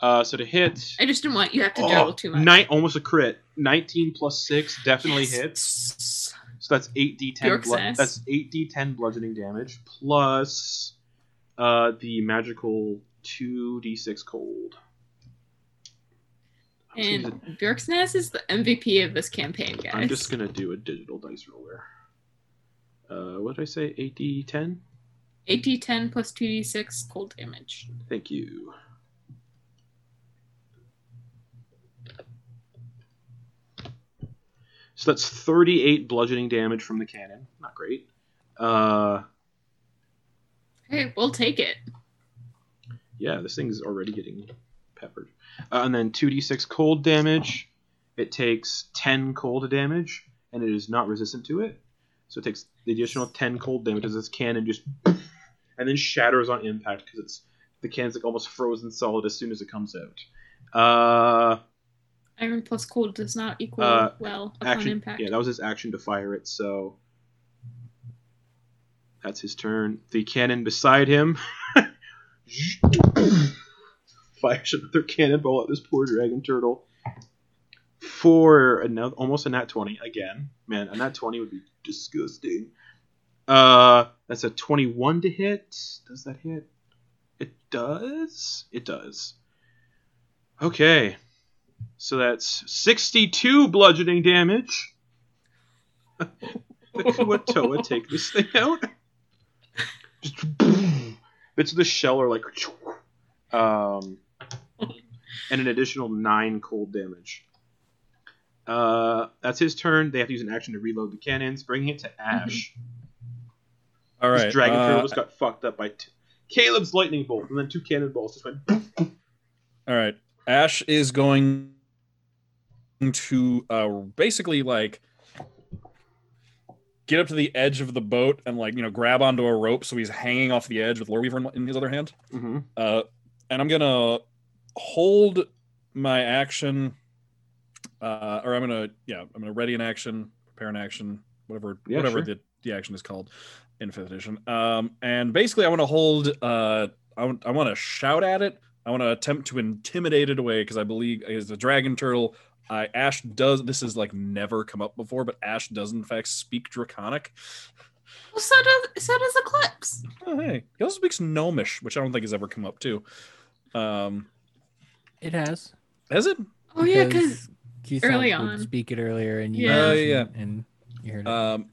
S3: Uh, so to hit.
S8: I just didn't want you to have to
S3: Oh,
S8: juggle too much.
S3: Nine, almost a crit. 19 plus 6 definitely
S8: Yes.
S3: hits. So that's 8d10
S8: Bjork's
S3: blo-
S8: ass.
S3: that's 8d10 bludgeoning damage plus uh, the magical 2d6 cold. I'm just, gonna,
S8: And Bjorksness is the MVP of this campaign, guys.
S3: I'm just gonna do a digital dice roller. Uh, what did I say? 8d10?
S8: 8d10 plus 2d6 cold damage.
S3: Thank you. So that's 38 bludgeoning damage from the cannon. Not great. Uh,
S8: Hey, we'll take it.
S3: yeah, this thing's already getting peppered. Uh, and then 2d6 cold damage. It takes 10 cold damage, and it is not resistant to it. So it takes the additional 10 cold damage as this cannon just. [LAUGHS] and then shatters on impact because it's the cannon's like almost frozen solid as soon as it comes out. Uh,
S8: Iron plus cold does not equal
S3: Uh,
S8: well upon
S3: action.
S8: impact.
S3: Yeah, that was his action to fire it. So that's his turn. The cannon beside him [LAUGHS] fires another cannonball at this poor dragon turtle for another almost a nat twenty again. Man, a nat twenty would be disgusting. Uh, that's a twenty-one to hit. Does that hit? It does. It does. Okay. So that's 62 bludgeoning
S4: [LAUGHS]
S3: damage. the Kuatoa take this thing out. Just boom. Bits of the shell are like. Um, and an additional 9 cold damage. Uh, that's his turn. They have to use an action to reload the cannons, bringing it to Ash.
S4: [LAUGHS] All right.
S3: This dragon
S4: uh,
S3: turtle just got fucked up by t- Caleb's lightning bolt, and then two cannonballs just went.
S4: All right. Ash is going to uh, basically like get up to the edge of the boat and like you know grab onto a rope so he's hanging off the edge with Lore Weaver in, in his other hand.
S3: Mhm.
S4: Uh, and I'm gonna hold my action, uh, or I'm gonna yeah, I'm gonna ready an action, prepare an action, whatever
S3: Yeah,
S4: whatever
S3: sure.
S4: the the action is called in fifth edition. Um, and basically, I want to hold. Uh, I want to shout at it. I want to attempt to intimidate it away because I believe as a dragon turtle, I Ash does. This has like never come up before, but Ash does in fact speak Draconic.
S8: Well, so does so does Eclipse.
S4: Oh, hey, he also speaks Gnomish, which I don't think has ever come up too. Um,
S6: It has.
S4: has it?
S8: Oh yeah, because
S6: Keystone
S8: early
S6: would
S8: on.
S6: speak it earlier, and you
S8: Yeah.
S4: Oh,
S6: guys-
S4: yeah.
S6: and, you heard it.
S4: Um,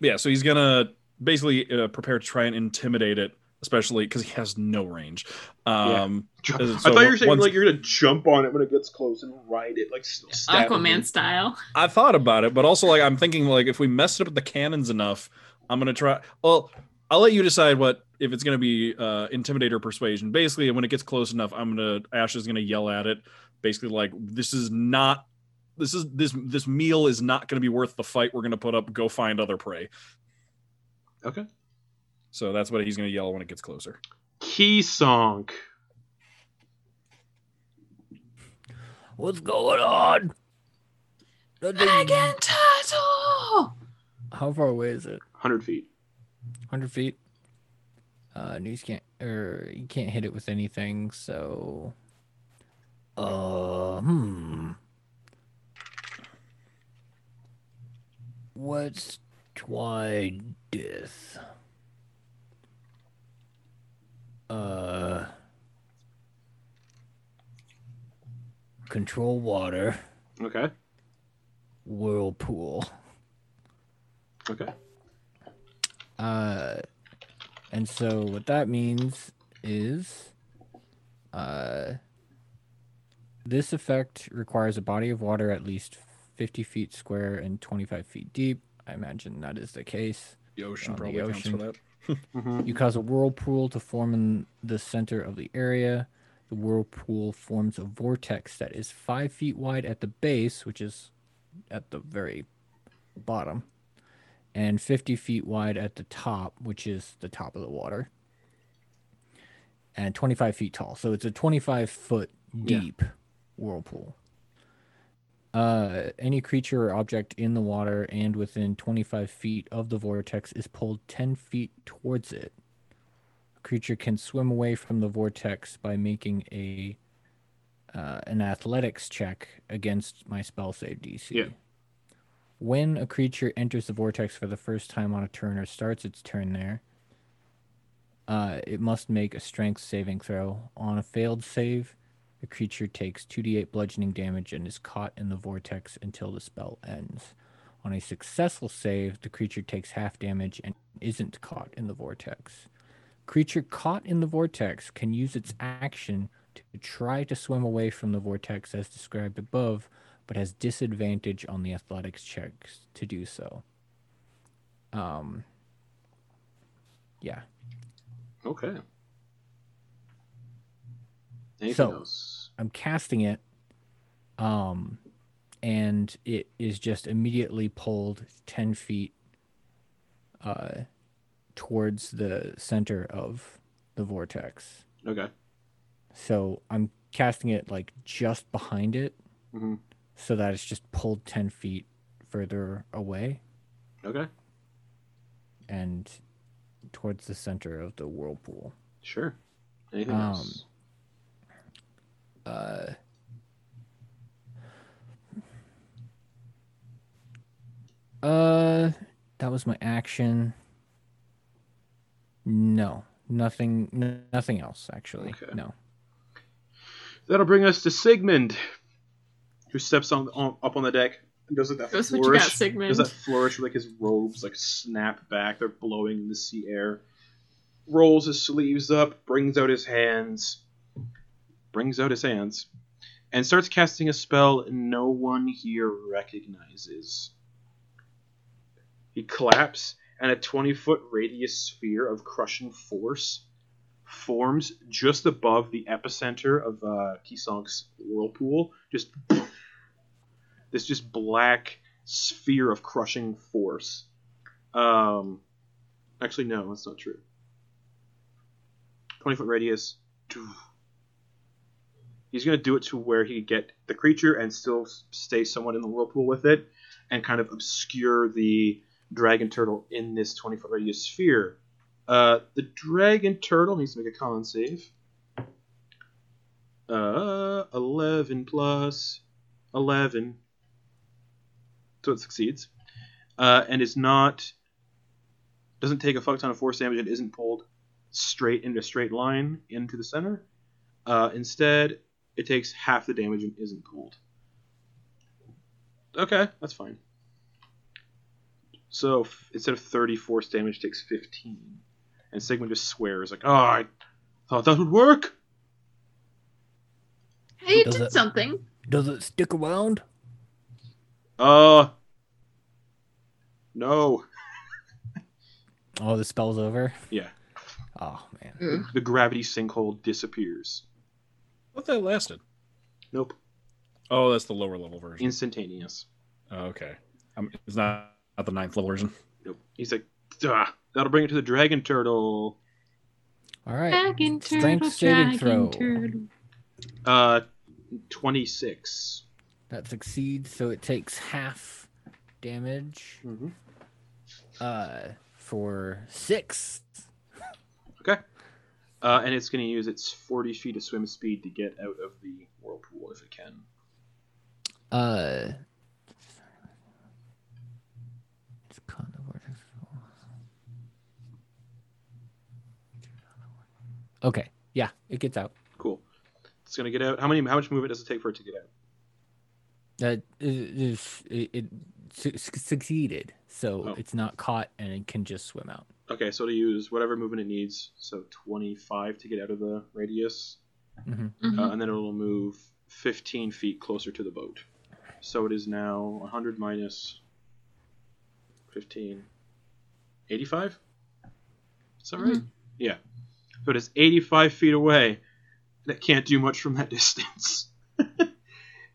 S4: yeah, so he's gonna basically uh, prepare to try and intimidate it, especially because he has no range. Um,
S2: Ju-
S4: as-
S2: I
S4: so
S3: I thought you were saying
S4: once-
S3: like you're gonna jump on it when it gets close and ride it like s- stab it.
S8: Aquaman style.
S4: I thought about it, but also like I'm thinking like if we mess up the cannons enough, I'm gonna try. Well, I'll let you decide what if it's gonna be uh, intimidate or persuasion. Basically, when it gets close enough, I'm gonna Ash is gonna yell at it, basically like this is not. This is this this meal is not going to be worth the fight we're going to put up. Go find other prey.
S2: Okay.
S4: So that's what he's going to yell when it gets closer.
S3: Key song.
S6: What's going on? That thing-
S8: Dragon turtle.
S6: How far away is it?
S3: Hundred feet.
S6: 100 feet. Uh, news can't, or you can't hit it with anything, so. Uh, hmm. What's twy death? Uh. Control water,
S3: Okay.
S6: whirlpool.
S3: Okay.
S6: Uh, and so what that means is, uh, this effect requires a body of water at least 50 feet square and 25 feet deep. I imagine that is the case.
S4: Uh, The ocean
S6: On the
S4: probably counts for
S6: ocean.
S4: that.
S3: hmm
S6: You cause a whirlpool to form in the center of the area. The whirlpool forms a vortex that is five feet wide at the base, which is at the very bottom, and 50 feet wide at the top, which is the top of the water, and 25 feet tall. So it's a 25 foot
S4: Yeah.
S6: deep whirlpool. Uh, any creature or object in the water and within 25 feet of the vortex is pulled 10 feet towards it. A creature can swim away from the vortex by making a uh, an athletics check against my spell save DC.
S3: Yeah.
S6: When a creature enters the vortex for the first time on a turn or starts its turn there, uh, it must make a strength saving throw. On a failed save, the creature takes 2d8 bludgeoning damage and is caught in the vortex until the spell ends. On a successful save, the creature takes half damage and isn't caught in the vortex. Creature caught in the vortex can use its action to try to swim away from the vortex as described above, but has disadvantage on the athletics checks to do so. Um, yeah.
S2: Okay.
S3: Anything
S6: So-
S3: else?
S6: I'm casting it, um, and it is just immediately pulled ten feet, uh, towards the center of the vortex.
S3: Okay.
S6: So I'm casting it like just behind it,
S3: Mhm.
S6: so that it's just pulled ten feet further away
S3: Okay.
S6: and towards the center of the whirlpool.
S3: Sure. Anything
S6: Um,
S3: else?
S6: Uh, uh, that was my action. No, nothing, n- nothing else actually.
S3: Okay.
S6: No.
S3: That'll bring us to Sigmund, who steps on, on up on the deck and does like that
S8: Goes what you got,
S3: flourish.
S8: Sigmund.
S3: Does that flourish where like his robes like snap back? They're blowing in the sea air. Rolls his sleeves up, brings out his hands, brings out his hands, and starts casting a spell no one here recognizes. He claps, and a 20 foot radius sphere of crushing force forms just above the epicenter of uh, Kisong's whirlpool. Just this just black sphere of crushing force. Um, actually, no, that's not true. Twenty foot radius. He's gonna do it to where he could get the creature and still s- stay somewhat in the whirlpool with it, and kind of obscure the dragon turtle in this 20 foot radius sphere. Uh, the dragon turtle needs to make a con save. Uh, 11 plus 11. So it succeeds. Uh, and is not. Doesn't take a fuck ton of force damage and isn't pulled straight into a straight line into the center. Uh, instead, it takes half the damage and isn't cooled. Okay, that's fine. So f- instead of 30 force damage, it takes 15. And Sigma just swears, like, oh, I thought that would work!
S5: Hey, you
S6: Does
S5: did
S6: it-
S5: something.
S6: Does it stick around?
S3: Uh. No.
S6: Oh, the spell's over.
S3: Yeah.
S6: Oh man.
S5: Ugh.
S3: The gravity sinkhole disappears.
S4: What that lasted?
S3: Nope.
S4: Oh, that's the lower level version.
S3: Instantaneous.
S4: Oh, okay, um, it's not, not the ninth level version.
S3: Nope. He's like, "Duh, that'll bring it to the dragon turtle.
S6: All right.
S8: Dragon
S6: Strength
S8: turtle,
S6: saving
S8: dragon
S6: throw.
S8: turtle.
S3: Uh, 26.
S6: That succeeds, so it takes half damage.
S3: Mhm.
S6: Uh, for six.
S3: Uh, and it's going to use its 40 feet of swim speed to get out of the whirlpool if it can.
S6: Uh. it's kind of what it's- Okay. Yeah, it gets out.
S3: Cool. It's going to get out. How many? How much movement does it take for it to get out?
S6: That is it, it su- su- succeeded, so
S3: Oh.
S6: it's not caught and it can just swim out.
S3: Okay, so to use whatever movement it needs. So 25 to get out of the radius.
S6: Mhm.
S5: Mhm.
S3: Uh, and then it'll move 15 feet closer to the boat. So it is now 100 minus 15. 85? Is that right? Yeah. So it is 85 feet away, and it can't do much from that [LAUGHS] distance.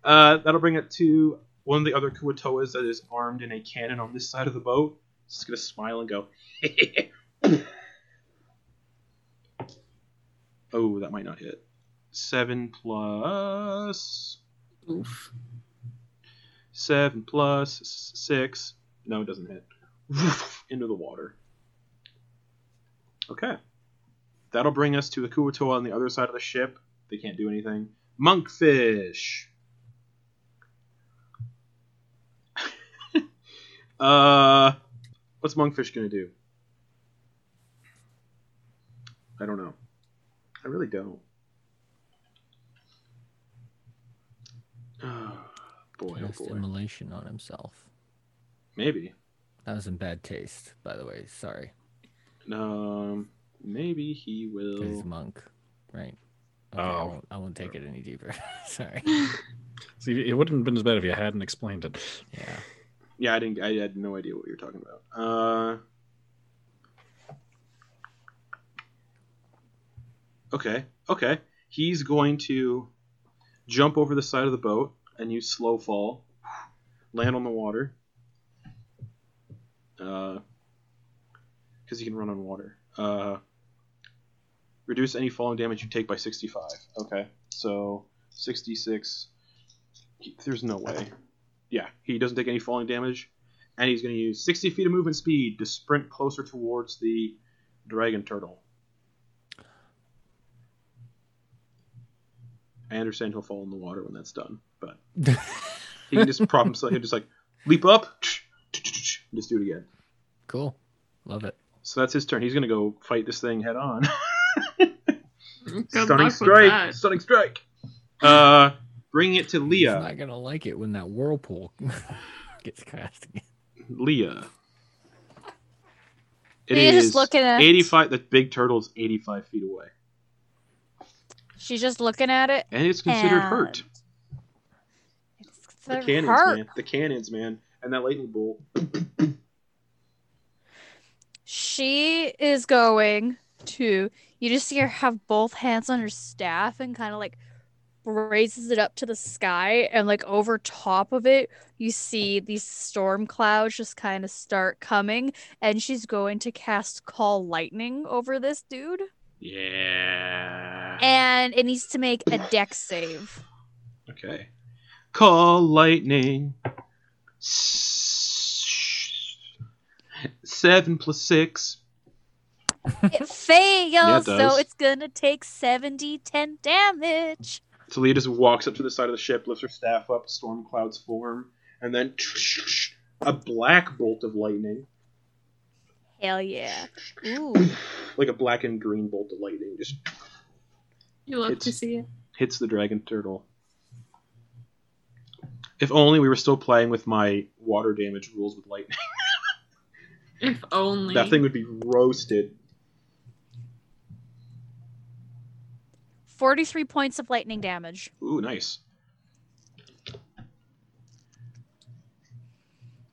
S3: uh, that'll bring it to one of the other Kuatoas that is armed in a cannon on this side of the boat. It's just going to smile and go, [LAUGHS] Oh, that might not hit. Seven plus.
S5: Oof.
S3: Seven plus s- six. No, it doesn't hit. [LAUGHS] Into the water. Okay. That'll bring us to the Kuatoa on the other side of the ship. They can't do anything. Monkfish! [LAUGHS] uh, what's Monkfish gonna do? I don't know. I really don't. [SIGHS] Ah, boy, oh
S6: Cast
S3: boy.
S6: immolation on himself.
S3: Maybe.
S6: That was in bad taste, by the way. Sorry,
S3: Um, maybe he
S6: 'cause he's a
S3: will.
S6: monk, right? Okay, I,
S4: Oh.
S6: won't, I won't take it any deeper. [LAUGHS] Sorry.
S4: See, it wouldn't have been as bad if you hadn't explained it.
S6: Yeah.
S3: Yeah, I didn't. I had no idea what you were talking about. Uh. Okay. Okay. He's going to jump over the side of the boat and use slow fall, land on the water. Uh. Because he can run on water. Uh. Reduce any falling damage you take by 65. Okay. So 66. There's no way yeah, he doesn't take any falling damage, and he's going to use 60 feet of movement speed to sprint closer towards the dragon turtle. I understand he'll fall in the water when that's done, but he can
S8: [LAUGHS]
S3: just prop himself. He'll just like leap up, and just do it again.
S6: cool. Love it.
S3: So that's his turn. He's going to go fight this thing head on.
S8: Good luck
S3: stunning
S8: with
S3: strike!
S8: that.
S3: Stunning strike! Uh, bringing it to Leah.
S6: He's not gonna like it when that whirlpool [LAUGHS] gets cast again.
S3: Leah. It
S9: Leah
S3: is
S9: just looking at-
S3: 85. The big turtle's 85 feet away.
S9: She's just looking at it.
S3: And it's considered
S9: and-
S3: hurt.
S9: It's
S3: The
S9: considered
S3: cannons,
S9: hurt.
S3: man. The cannons, man. And that lightning bolt.
S9: She is going to. You just see her have both hands on her staff and kind of like raises it up to the sky. And like over top of it, you see these storm clouds just kind of start coming. And she's going to cast Call Lightning over this dude.
S3: Yeah.
S9: And it needs to make a deck save.
S3: Okay. Call lightning. Shh. Seven plus six.
S7: It
S3: does.
S7: fails, so it's gonna take 70, 10 damage.
S3: Talia just walks up to the side of the ship, lifts her staff up, storm clouds form, and then a black bolt of lightning, [SNIFFS]
S7: Hell yeah. Ooh.
S3: like a black and green bolt of lightning, just
S8: You love to
S3: It's-
S8: see it.
S3: hits the dragon turtle. If only we were still playing with my water damage rules with lightning.
S8: If only.
S3: That thing would be roasted.
S7: 43 points of lightning damage.
S3: Ooh, nice.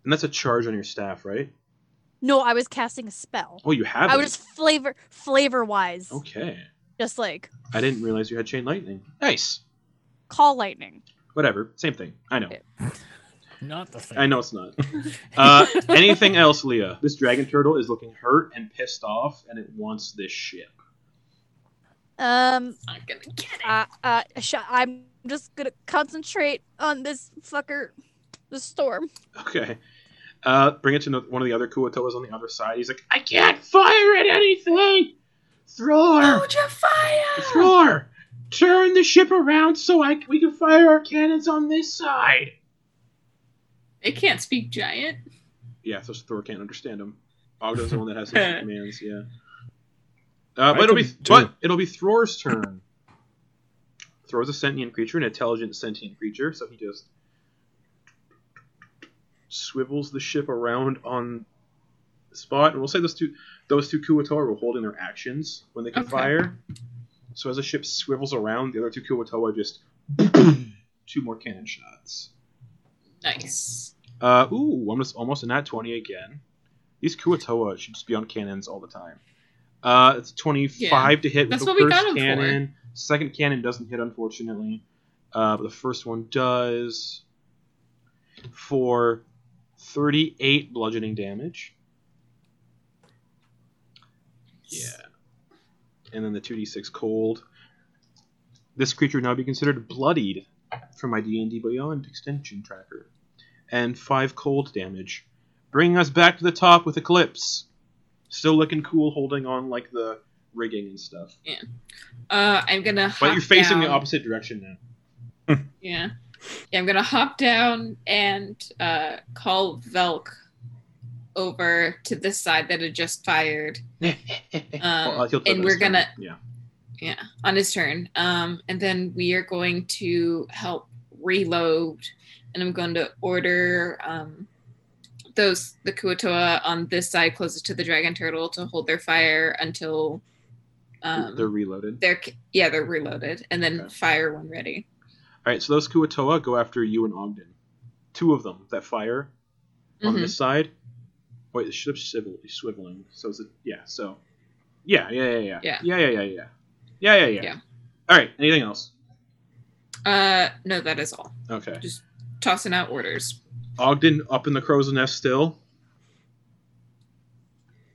S3: And that's a charge on your staff, right?
S7: No, I was casting a spell.
S3: Oh, you have
S7: I
S3: it.
S7: was flavor flavor wise.
S4: Oh.
S3: Okay.
S7: Just like
S3: I didn't realize you had chain lightning. Nice.
S7: call lightning.
S3: Whatever. Same thing. I know.
S6: Not the same.
S3: I know it's not. Uh, anything else, Leah? This dragon turtle is looking hurt and pissed off, and it wants this ship.
S7: Um
S5: Not gonna get it.
S7: uh, uh sh- I'm just gonna concentrate on this fucker the storm.
S3: Okay. Uh, bring it to no- one of the other Kuatoas on the other side. He's like, I can't fire at anything! Throw
S8: Oh,
S3: her!
S5: Hold your fire!
S3: Throw her! Turn the ship around so I c- we can fire our cannons on this side!
S5: It can't speak giant.
S3: Yeah, so Thor can't understand him. Ogdo's the one that has his commands, yeah. Uh, but it'll be
S4: could do.
S3: but it'll be Thror's turn. Thror's a sentient creature, an intelligent sentient creature, so he just swivels the ship around on the spot. And we'll say those two those two Kuwatoa were holding their actions when they can
S5: Okay.
S3: fire. So as the ship swivels around, the other two Kuwatoa just [CLEARS THROAT] two more cannon shots.
S5: Nice.
S3: Uh, ooh, I'm just almost in that 20 again. These Kuatoa should just be on cannons all the time. Uh, it's 25 to hit with
S5: That's
S3: the
S5: what we
S3: first
S5: got 'em for.
S3: cannon. Second cannon doesn't hit, unfortunately. Uh, but the first one does for 38 bludgeoning damage. Yeah. And then the 2d6 cold. This creature now be considered bloodied from my D&D Beyond extension tracker. And 5 cold damage. Bringing us back to the top with Eclipse. Still looking cool holding on like the rigging and stuff.
S5: Uh, I'm gonna.
S3: But
S5: hop
S3: you're facing the
S5: down.
S3: opposite direction now.
S5: Yeah. Yeah, I'm gonna hop down and uh, call Velk over to this side that had
S3: [LAUGHS]
S5: just fired
S3: Well, uh, he'll try
S5: Um, and
S3: that
S5: we're
S3: this time.
S5: gonna-
S3: Yeah.
S5: on his turn. Um, and then we are going to help reload, and I'm going to order um, those the Kuatoa on this side closest to the dragon turtle to hold their fire until um,
S3: They're
S5: they're,
S3: reloaded.
S5: yeah they're reloaded, and then
S3: Okay.
S5: fire when ready.
S3: Alright, so those Kuatoa go after you and Ogden. Two of them that fire on
S5: Mhm.
S3: this side. Wait, the ship's swivel- swiveling. So is it? Yeah. So. Yeah. Yeah. Yeah. Yeah.
S5: Yeah.
S3: Yeah. Yeah. Yeah. Yeah. Yeah. Yeah. Yeah.
S5: Yeah.
S3: All right. Anything else?
S5: Uh, no, that is all.
S3: Okay.
S5: Tossing out orders.
S3: Ogden up in the crow's nest still,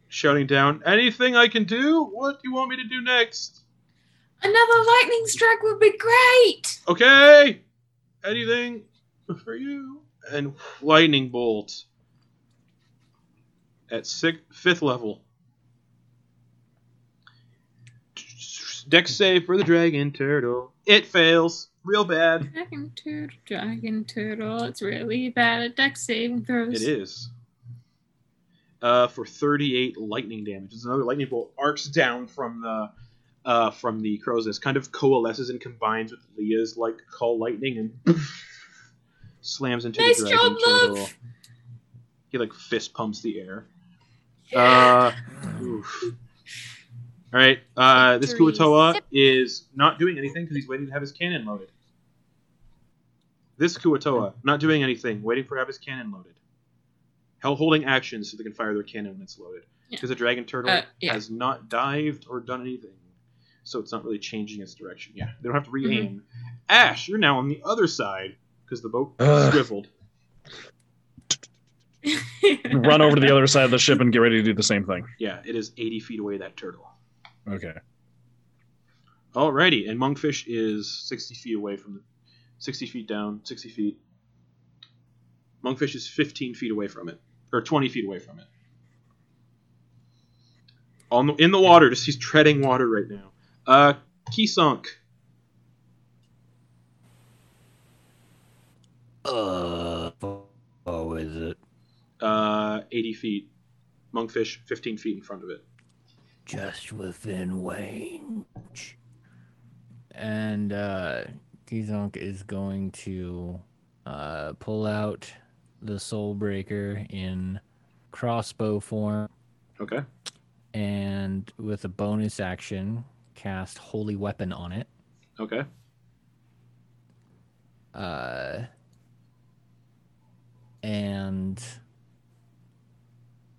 S3: shouting down. Anything I can do? What do you want me to do next?
S5: Another lightning strike would be great.
S3: Okay. Anything for you? And lightning bolt at six, fifth level. Dex save for the dragon turtle. It fails real bad.
S8: Dragon turtle, dragon turtle. It's really bad at deck saving throws.
S3: It is. Uh, for 38 lightning damage. It's another lightning bolt arcs down from the uh, from the crow's nest, kind of coalesces and combines with Leah's like call lightning and [LAUGHS] slams into
S5: Nice
S3: the dragon
S5: job, love.
S3: turtle. He like fist pumps the air. Uh, oof. All right, uh, this
S7: Victory
S3: Kuatoa
S7: sip.
S3: is not doing anything because he's waiting to have his cannon loaded. This Kuatoa not doing anything, waiting for to have his cannon loaded. Hell holding actions so they can fire their cannon when it's loaded.
S5: Yeah.
S3: Because the dragon turtle
S5: Uh, yeah.
S3: has not dived or done anything, so it's not really changing its direction. Yeah, they don't have to
S5: Mm-hmm.
S3: re-aim. Ash, you're now on the other side because the boat
S4: Ugh.
S3: swiveled.
S8: [LAUGHS]
S4: Run over to the other side of the ship and get ready to do the same thing.
S3: Yeah, it is 80 feet away. That turtle.
S4: Okay.
S3: Alrighty, and monkfish is 60 feet away from the, 60 feet down, 60 feet. Monkfish is 15 feet away from it, or 20 feet away from it. on the, in the water. Just he's treading water right now. Uh, Kisunk.
S6: Uh, oh, is it?
S3: uh, 80 feet. Monkfish, 15 feet in front of it.
S6: just within range. And uh Gizonk is going to uh pull out the soul breaker in crossbow form
S3: Okay.
S6: and with a bonus action cast holy weapon on it.
S3: Okay.
S6: Uh and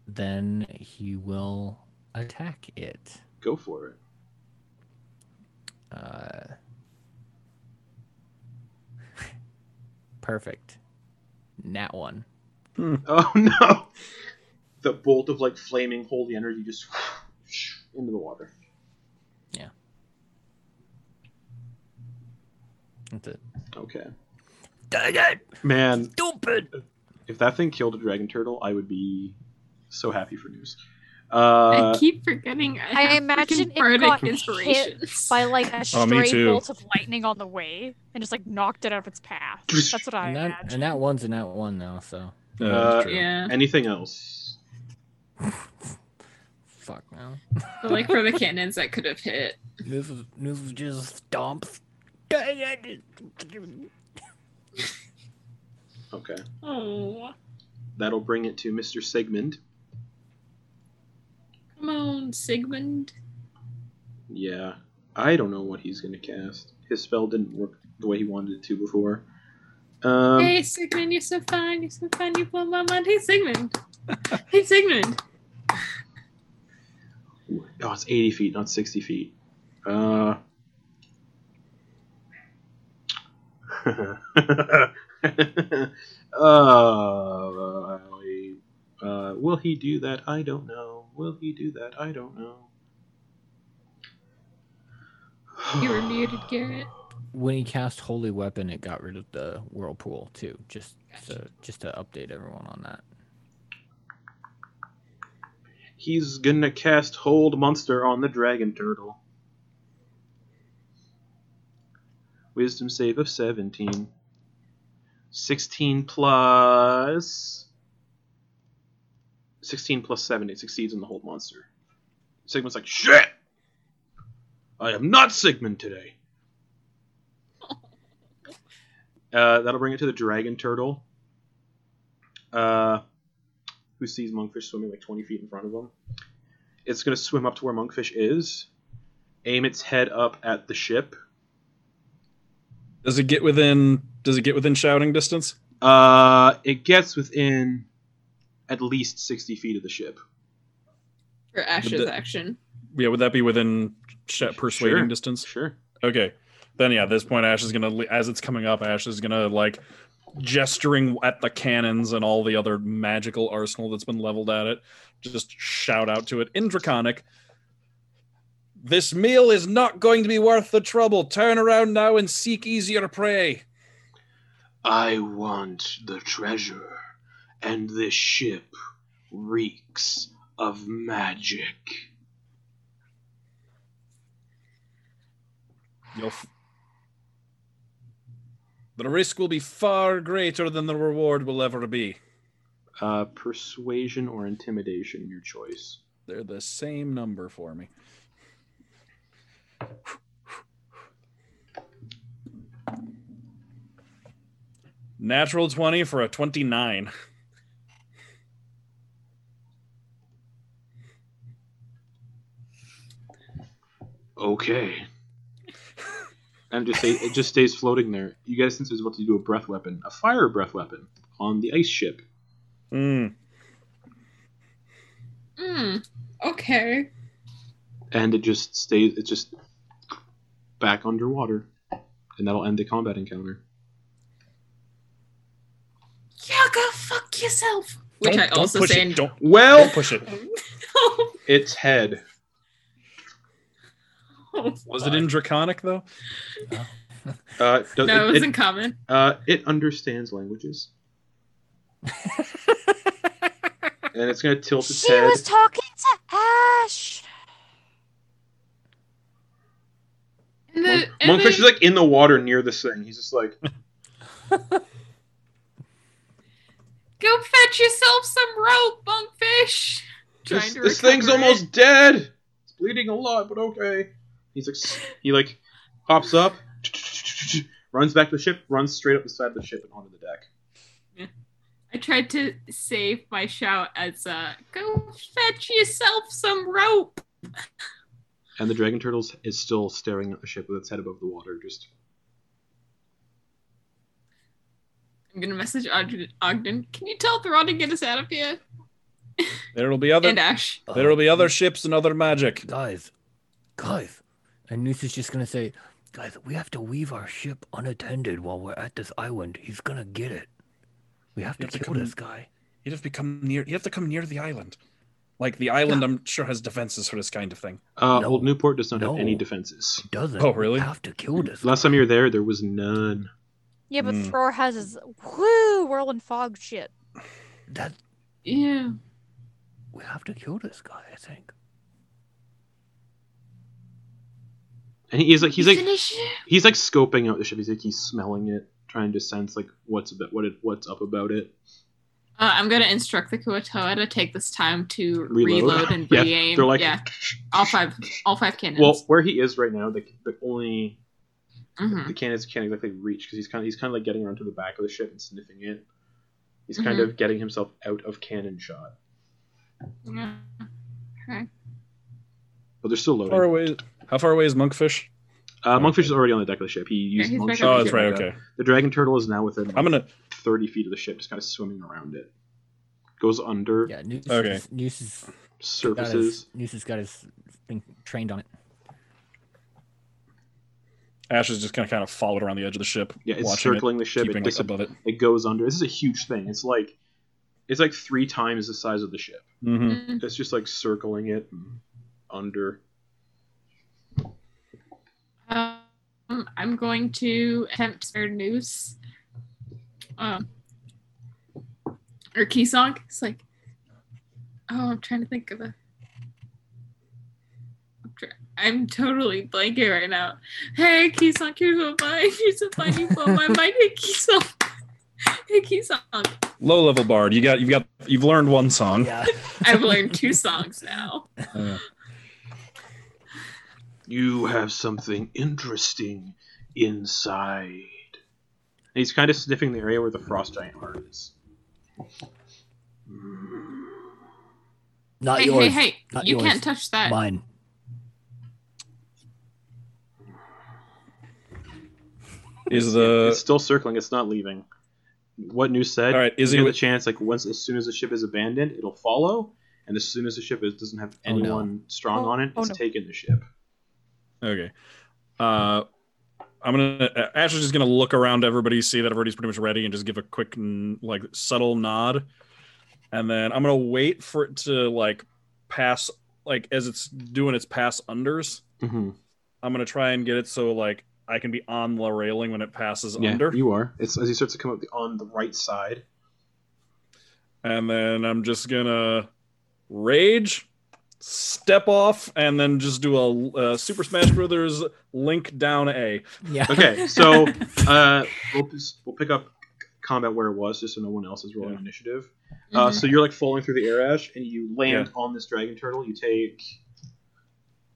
S6: then he will attack it.
S3: Go for it. [LAUGHS]
S6: Uh, [LAUGHS] perfect. Nat one.
S3: Oh no! The bolt of like flaming holy energy just [LAUGHS] into the water.
S6: That's it.
S3: Okay.
S6: Dang it!
S3: Man,
S6: Stupid!
S3: if that thing killed a dragon turtle, I would be so happy for news.
S8: I
S3: Uh,
S8: keep forgetting. I,
S9: I
S8: have
S9: imagine
S8: freaking
S9: it
S8: bardic
S9: got hit
S8: inspirations.
S9: by like a
S4: Oh, me
S9: stray
S4: too.
S9: bolt of lightning on the way and just like knocked it out of its path. That's what I
S6: And that,
S9: imagine.
S6: and that one's a nat one now, so.
S4: Yeah,
S3: Uh,
S4: that's true.
S5: Yeah.
S3: anything else?
S6: Fuck now.
S5: But like for the cannons that could have hit.
S6: This is, this is just stomps. Dang it!
S3: Okay. [LAUGHS]
S5: Oh.
S3: That'll bring it to Mr. Sigmund.
S5: Come on, Sigmund.
S3: Yeah. I don't know what he's going to cast. His spell didn't work the way he wanted it to before. Um,
S8: hey, Sigmund, you're so fine. You're so fine. You blow my mind. Hey, Sigmund. hey, Sigmund.
S3: Oh, it's 80 feet, not 60 feet. Uh. [LAUGHS] uh, uh, will he do that? I don't know. Will he do that? I don't know.
S8: You were muted, Garrett.
S6: When he cast Holy Weapon, it got rid of the whirlpool too. Just so, just to update everyone on that.
S3: He's gonna cast Hold Monster on the Dragon Turtle. Wisdom save of 17. 16 plus. 16 plus 7. It succeeds on the Hold Monster. Sigmund's like, Shit! I am not Sigmund today! [LAUGHS] Uh, that'll bring it to the Dragon Turtle. Uh who sees Monkfish swimming like 20 feet in front of him. It's going to swim up to where Monkfish is, aim its head up at the ship.
S4: Does it get within? Does it get within shouting distance?
S3: Uh, it gets within at least 60 feet of the ship.
S5: For Ash's
S4: The-
S5: action.
S4: Yeah, would that be within sh- persuading
S3: Sure.
S4: distance?
S3: Sure.
S4: Okay. Then yeah, at this point, Ash is gonna le- as it's coming up, Ash is gonna like gesturing at the cannons and all the other magical arsenal that's been leveled at it. Just shout out to it in Draconic. This meal is not going to be worth the trouble. Turn around now and seek easier prey.
S3: I want the treasure, and this ship reeks of magic.
S4: You'll f- the risk will be far greater than the reward will ever be.
S3: Uh, persuasion or intimidation, your choice.
S4: They're the same number for me. Natural 20 for a 29.
S3: Okay. and just stay, it just stays floating there. You guys since it's about to do a breath weapon, a fire breath weapon on the ice ship.
S4: Mm.
S8: Hmm,
S5: Mm. Okay.
S3: and it just stays it just back underwater and that'll end the combat encounter
S8: Yeah, go fuck yourself.
S5: Which
S4: Don't-
S5: I
S4: don't
S5: also
S4: push
S5: say
S4: it.
S8: [LAUGHS]
S5: in-
S4: Don't,
S3: well
S4: don't push it.
S8: Oh,
S3: its head
S4: Was it in Draconic, though?
S3: uh, does,
S5: No, it
S3: it,
S5: was
S3: it,
S5: in common.
S3: uh, it understands
S6: [LAUGHS]
S3: languages and it's going to tilt its
S7: She
S3: head
S7: was talking to Ash.
S11: I
S12: Monkfish is
S11: mean-
S12: like in the water near this thing. He's just like,
S8: Go fetch yourself some rope, monkfish.
S12: this,
S8: Trying to
S12: this thing's
S8: recover it.
S12: almost dead. It's bleeding a lot, but okay. He's like, s- he like hops up, runs back to the ship, runs straight up the side of the ship and onto the deck.
S8: I tried to save my shout as uh, "Go fetch yourself some rope."
S3: And the dragon turtles is still staring at the ship with its head above the water. Just
S8: I'm gonna message Ogden. Ogden, can you tell Thron to get us out of here?
S4: There will be other
S8: and Ash.
S5: uh,
S4: there will be other ships and other magic.
S6: guys, guys. And Noose is just gonna say, guys, we have to leave our ship unattended while we're at this island. He's gonna get it. We have to
S4: You have to
S6: kill
S4: come-
S6: this guy.
S4: You'd have become near. You'd have to come near the island, like the island. I'm sure has defenses for this kind of thing.
S3: uh,
S6: No.
S3: old Newport does not
S6: No.
S3: have any defenses.
S6: Doesn't.
S4: Oh, really?
S6: We have to kill this.
S3: Last time you were there, there was none.
S7: Yeah, but
S4: Mm.
S7: Thror has his woo whirling fog shit.
S6: guy. That
S8: Yeah.
S6: we have to kill this guy. I think.
S3: And he's like, he's like,
S8: in a ship.
S3: he's like scoping out the ship. He's like, he's smelling it, trying to sense like what's about what it, what's up about it.
S8: Uh, I'm gonna instruct the Kuatoa to take this time to
S3: Reload.
S8: reload, and
S3: Yeah,
S8: re-aim. Yeah,
S3: They're like,
S8: all five, all five cannons.
S3: well, where he is right now, the, the only
S8: Mhm.
S3: the cannons can't exactly reach because he's kind of he's kind of like getting around to the back of the ship and sniffing it. He's kind
S8: Mhm.
S3: of getting himself out of cannon shot,
S8: Yeah. Okay.
S3: but they're still
S4: Far
S3: loading.
S4: away. How far away is Monkfish?
S3: Uh, Monkfish is already on the deck of the ship. He used
S8: he's
S3: monkfish.
S8: back up
S4: Oh,
S3: to
S4: that's
S3: get
S4: right.
S3: back up.
S4: Okay.
S3: The dragon turtle is now within like,
S4: I'm gonna.
S3: thirty feet of the ship, just kind of swimming around it. Goes under,
S6: Yeah. Noose.
S4: Okay.
S6: Is, Noose is got
S3: surfaces.
S6: his, Noose has got his thing trained on it.
S4: Ash is just gonna kind of follow it around the edge of the ship.
S3: Yeah, it's
S4: watching it,
S3: circling the ship. It,
S4: keeping it
S3: disap-
S4: above it.
S3: it goes under. This is a huge thing. It's like it's like three times the size of the ship.
S4: hmm
S8: Mm.
S3: It's just like circling it and under.
S8: Um, I'm going to attempt spare noose. Um, or Kisong. It's like, oh, I'm trying to think of a. I'm try- I'm totally blanking right now. Hey, Kisong, here's a mine. Here's a mine. You blow
S6: [LAUGHS]
S8: my mind. Hey, Kisong. Hey, Kisong.
S4: Low level bard. You got. You've got. You've learned one song.
S6: Yeah.
S8: I've learned two songs now.
S4: Uh,
S3: You have something interesting inside. And he's kind of sniffing the area where the frost giant heart is.
S6: Not
S8: hey,
S6: yours.
S8: hey, hey,
S6: Not
S8: You
S6: yours.
S8: can't touch that.
S6: Mine.
S4: is the
S3: it's still circling. It's not leaving. What New said.
S4: all right? Is
S3: you have
S4: it
S3: the chance like once as soon as the ship is abandoned, it'll follow, and as soon as the ship is, doesn't have
S6: Oh, no.
S3: anyone strong
S7: Oh,
S3: on it,
S7: oh,
S3: it's
S7: no.
S3: taken the ship.
S4: Okay. Uh, I'm gonna. uh, Ash is just gonna look around everybody, see that everybody's pretty much ready, and just give a quick, n- like, subtle nod. And then I'm gonna wait for it to like pass, like as it's doing its pass unders.
S3: Mm-hmm.
S4: I'm gonna try and get it so like I can be on the railing when it passes
S3: Yeah,
S4: under.
S3: you are. It's as he starts to come up the, on the right side.
S4: [LAUGHS] And then I'm just gonna rage, step off, and then just do a uh, Super Smash Brothers link down A.
S6: Yeah. [LAUGHS]
S3: Okay, so uh, we'll just, we'll pick up combat where it was, just so no one else is rolling
S4: Yeah.
S3: initiative.
S8: Mm-hmm.
S3: Uh, so you're like falling through the air ash, and you land
S4: Yeah.
S3: on this dragon turtle. You take.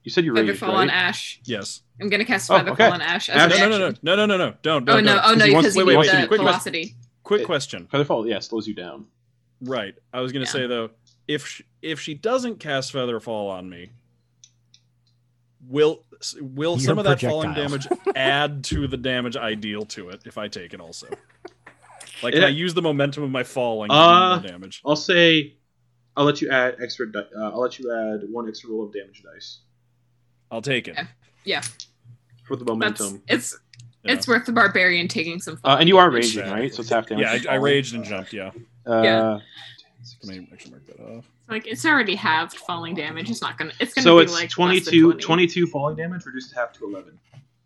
S3: You said you
S11: Feather
S3: raged,
S11: fall
S3: right?
S11: on Ash.
S4: Yes.
S11: I'm gonna cast
S3: Oh,
S11: Feather
S3: okay.
S11: Fall on Ash.
S4: No,
S11: As an
S3: Ash-
S4: no, no, no,
S11: action.
S4: no, no, no, no, don't.
S11: Oh
S4: don't,
S11: no!
S4: don't.
S11: Oh no!
S3: he wants-
S11: Because you
S3: wait, wait,
S11: need
S3: wait,
S11: the
S3: wait, quick, quick.
S11: velocity.
S4: Quick question.
S3: Feather fall, yeah, slows you down.
S4: Right. I was gonna
S11: Yeah.
S4: say though, if she, if she doesn't cast feather fall on me, will will
S6: Your
S4: some of that falling
S11: [LAUGHS]
S4: damage
S6: projectile.
S4: add to the damage I deal to it if I take it also? Like,
S3: It-
S4: can I use the momentum of my falling to
S3: Uh,
S4: do more damage?
S3: I'll say, I'll let you add extra. Di- uh, I'll let you add one extra roll of damage dice
S4: I'll take it.
S11: Yeah.
S3: for the
S8: That's,
S3: momentum.
S8: it's
S4: Yeah.
S8: it's worth the barbarian taking some.
S3: Uh,
S8: fall
S3: and you are
S8: damage.
S3: raging, right? So it's half damage.
S4: Yeah, I, I raged and jumped. Yeah.
S3: Uh,
S8: Yeah.
S4: Let me actually mark that off.
S8: Like it's already halved falling damage. It's not gonna. It's gonna
S3: So
S8: be
S3: it's
S8: like less than
S3: 22,
S8: 20.
S3: 22 falling damage, reduced half to 11.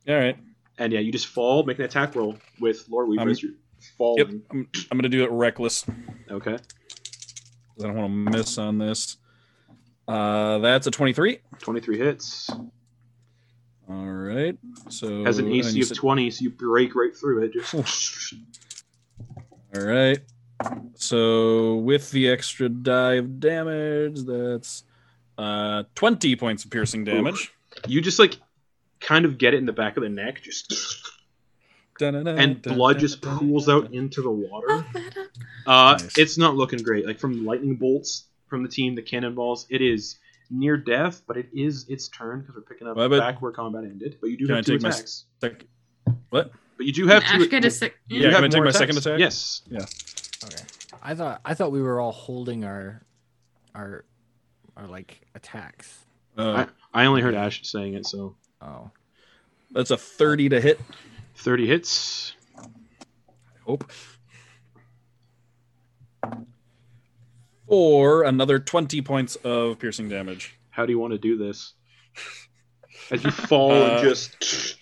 S4: All right.
S3: And yeah, you just fall, make an attack roll with Lord Weaver
S4: Um,
S3: as you're
S4: Yep.
S3: falling.
S4: I'm, I'm gonna do it reckless. 'cause
S3: Okay.
S4: I don't want to miss on this. Uh, that's a 23.
S3: 23 hits.
S4: All right. So
S3: Has an
S4: Oh, and
S3: AC
S4: you
S3: of
S4: said- Oh,
S3: 20, so you break right through it. Just
S4: All right. So with the extra die of damage, that's uh, 20 points of piercing damage.
S3: you just like kind of get it in the back of the neck, just and blood just pools out into the water. Uh,
S4: Nice.
S3: it's not looking great. Like from lightning bolts from the team, the cannonballs, it is near death, but it is its turn because we're picking up
S4: Well, but-
S3: back where combat ended. But you do
S4: Can
S3: have
S4: I
S3: two
S4: take my s-
S3: attacks.
S4: Sec- What?
S3: But you do have
S8: Ash
S3: two.
S8: get a sec-
S3: you
S4: Yeah,
S3: have
S4: can I take
S3: more
S4: my second attack?
S3: Yes.
S6: Okay. I thought I thought we were all holding our our our like attacks.
S4: Uh,
S3: I only heard Ash saying it, so
S6: Oh.
S4: that's a 30 to hit.
S3: thirty hits.
S4: I hope. Or another 20 points of piercing damage.
S3: How do you want to do this? As you fall
S4: Uh,
S3: and just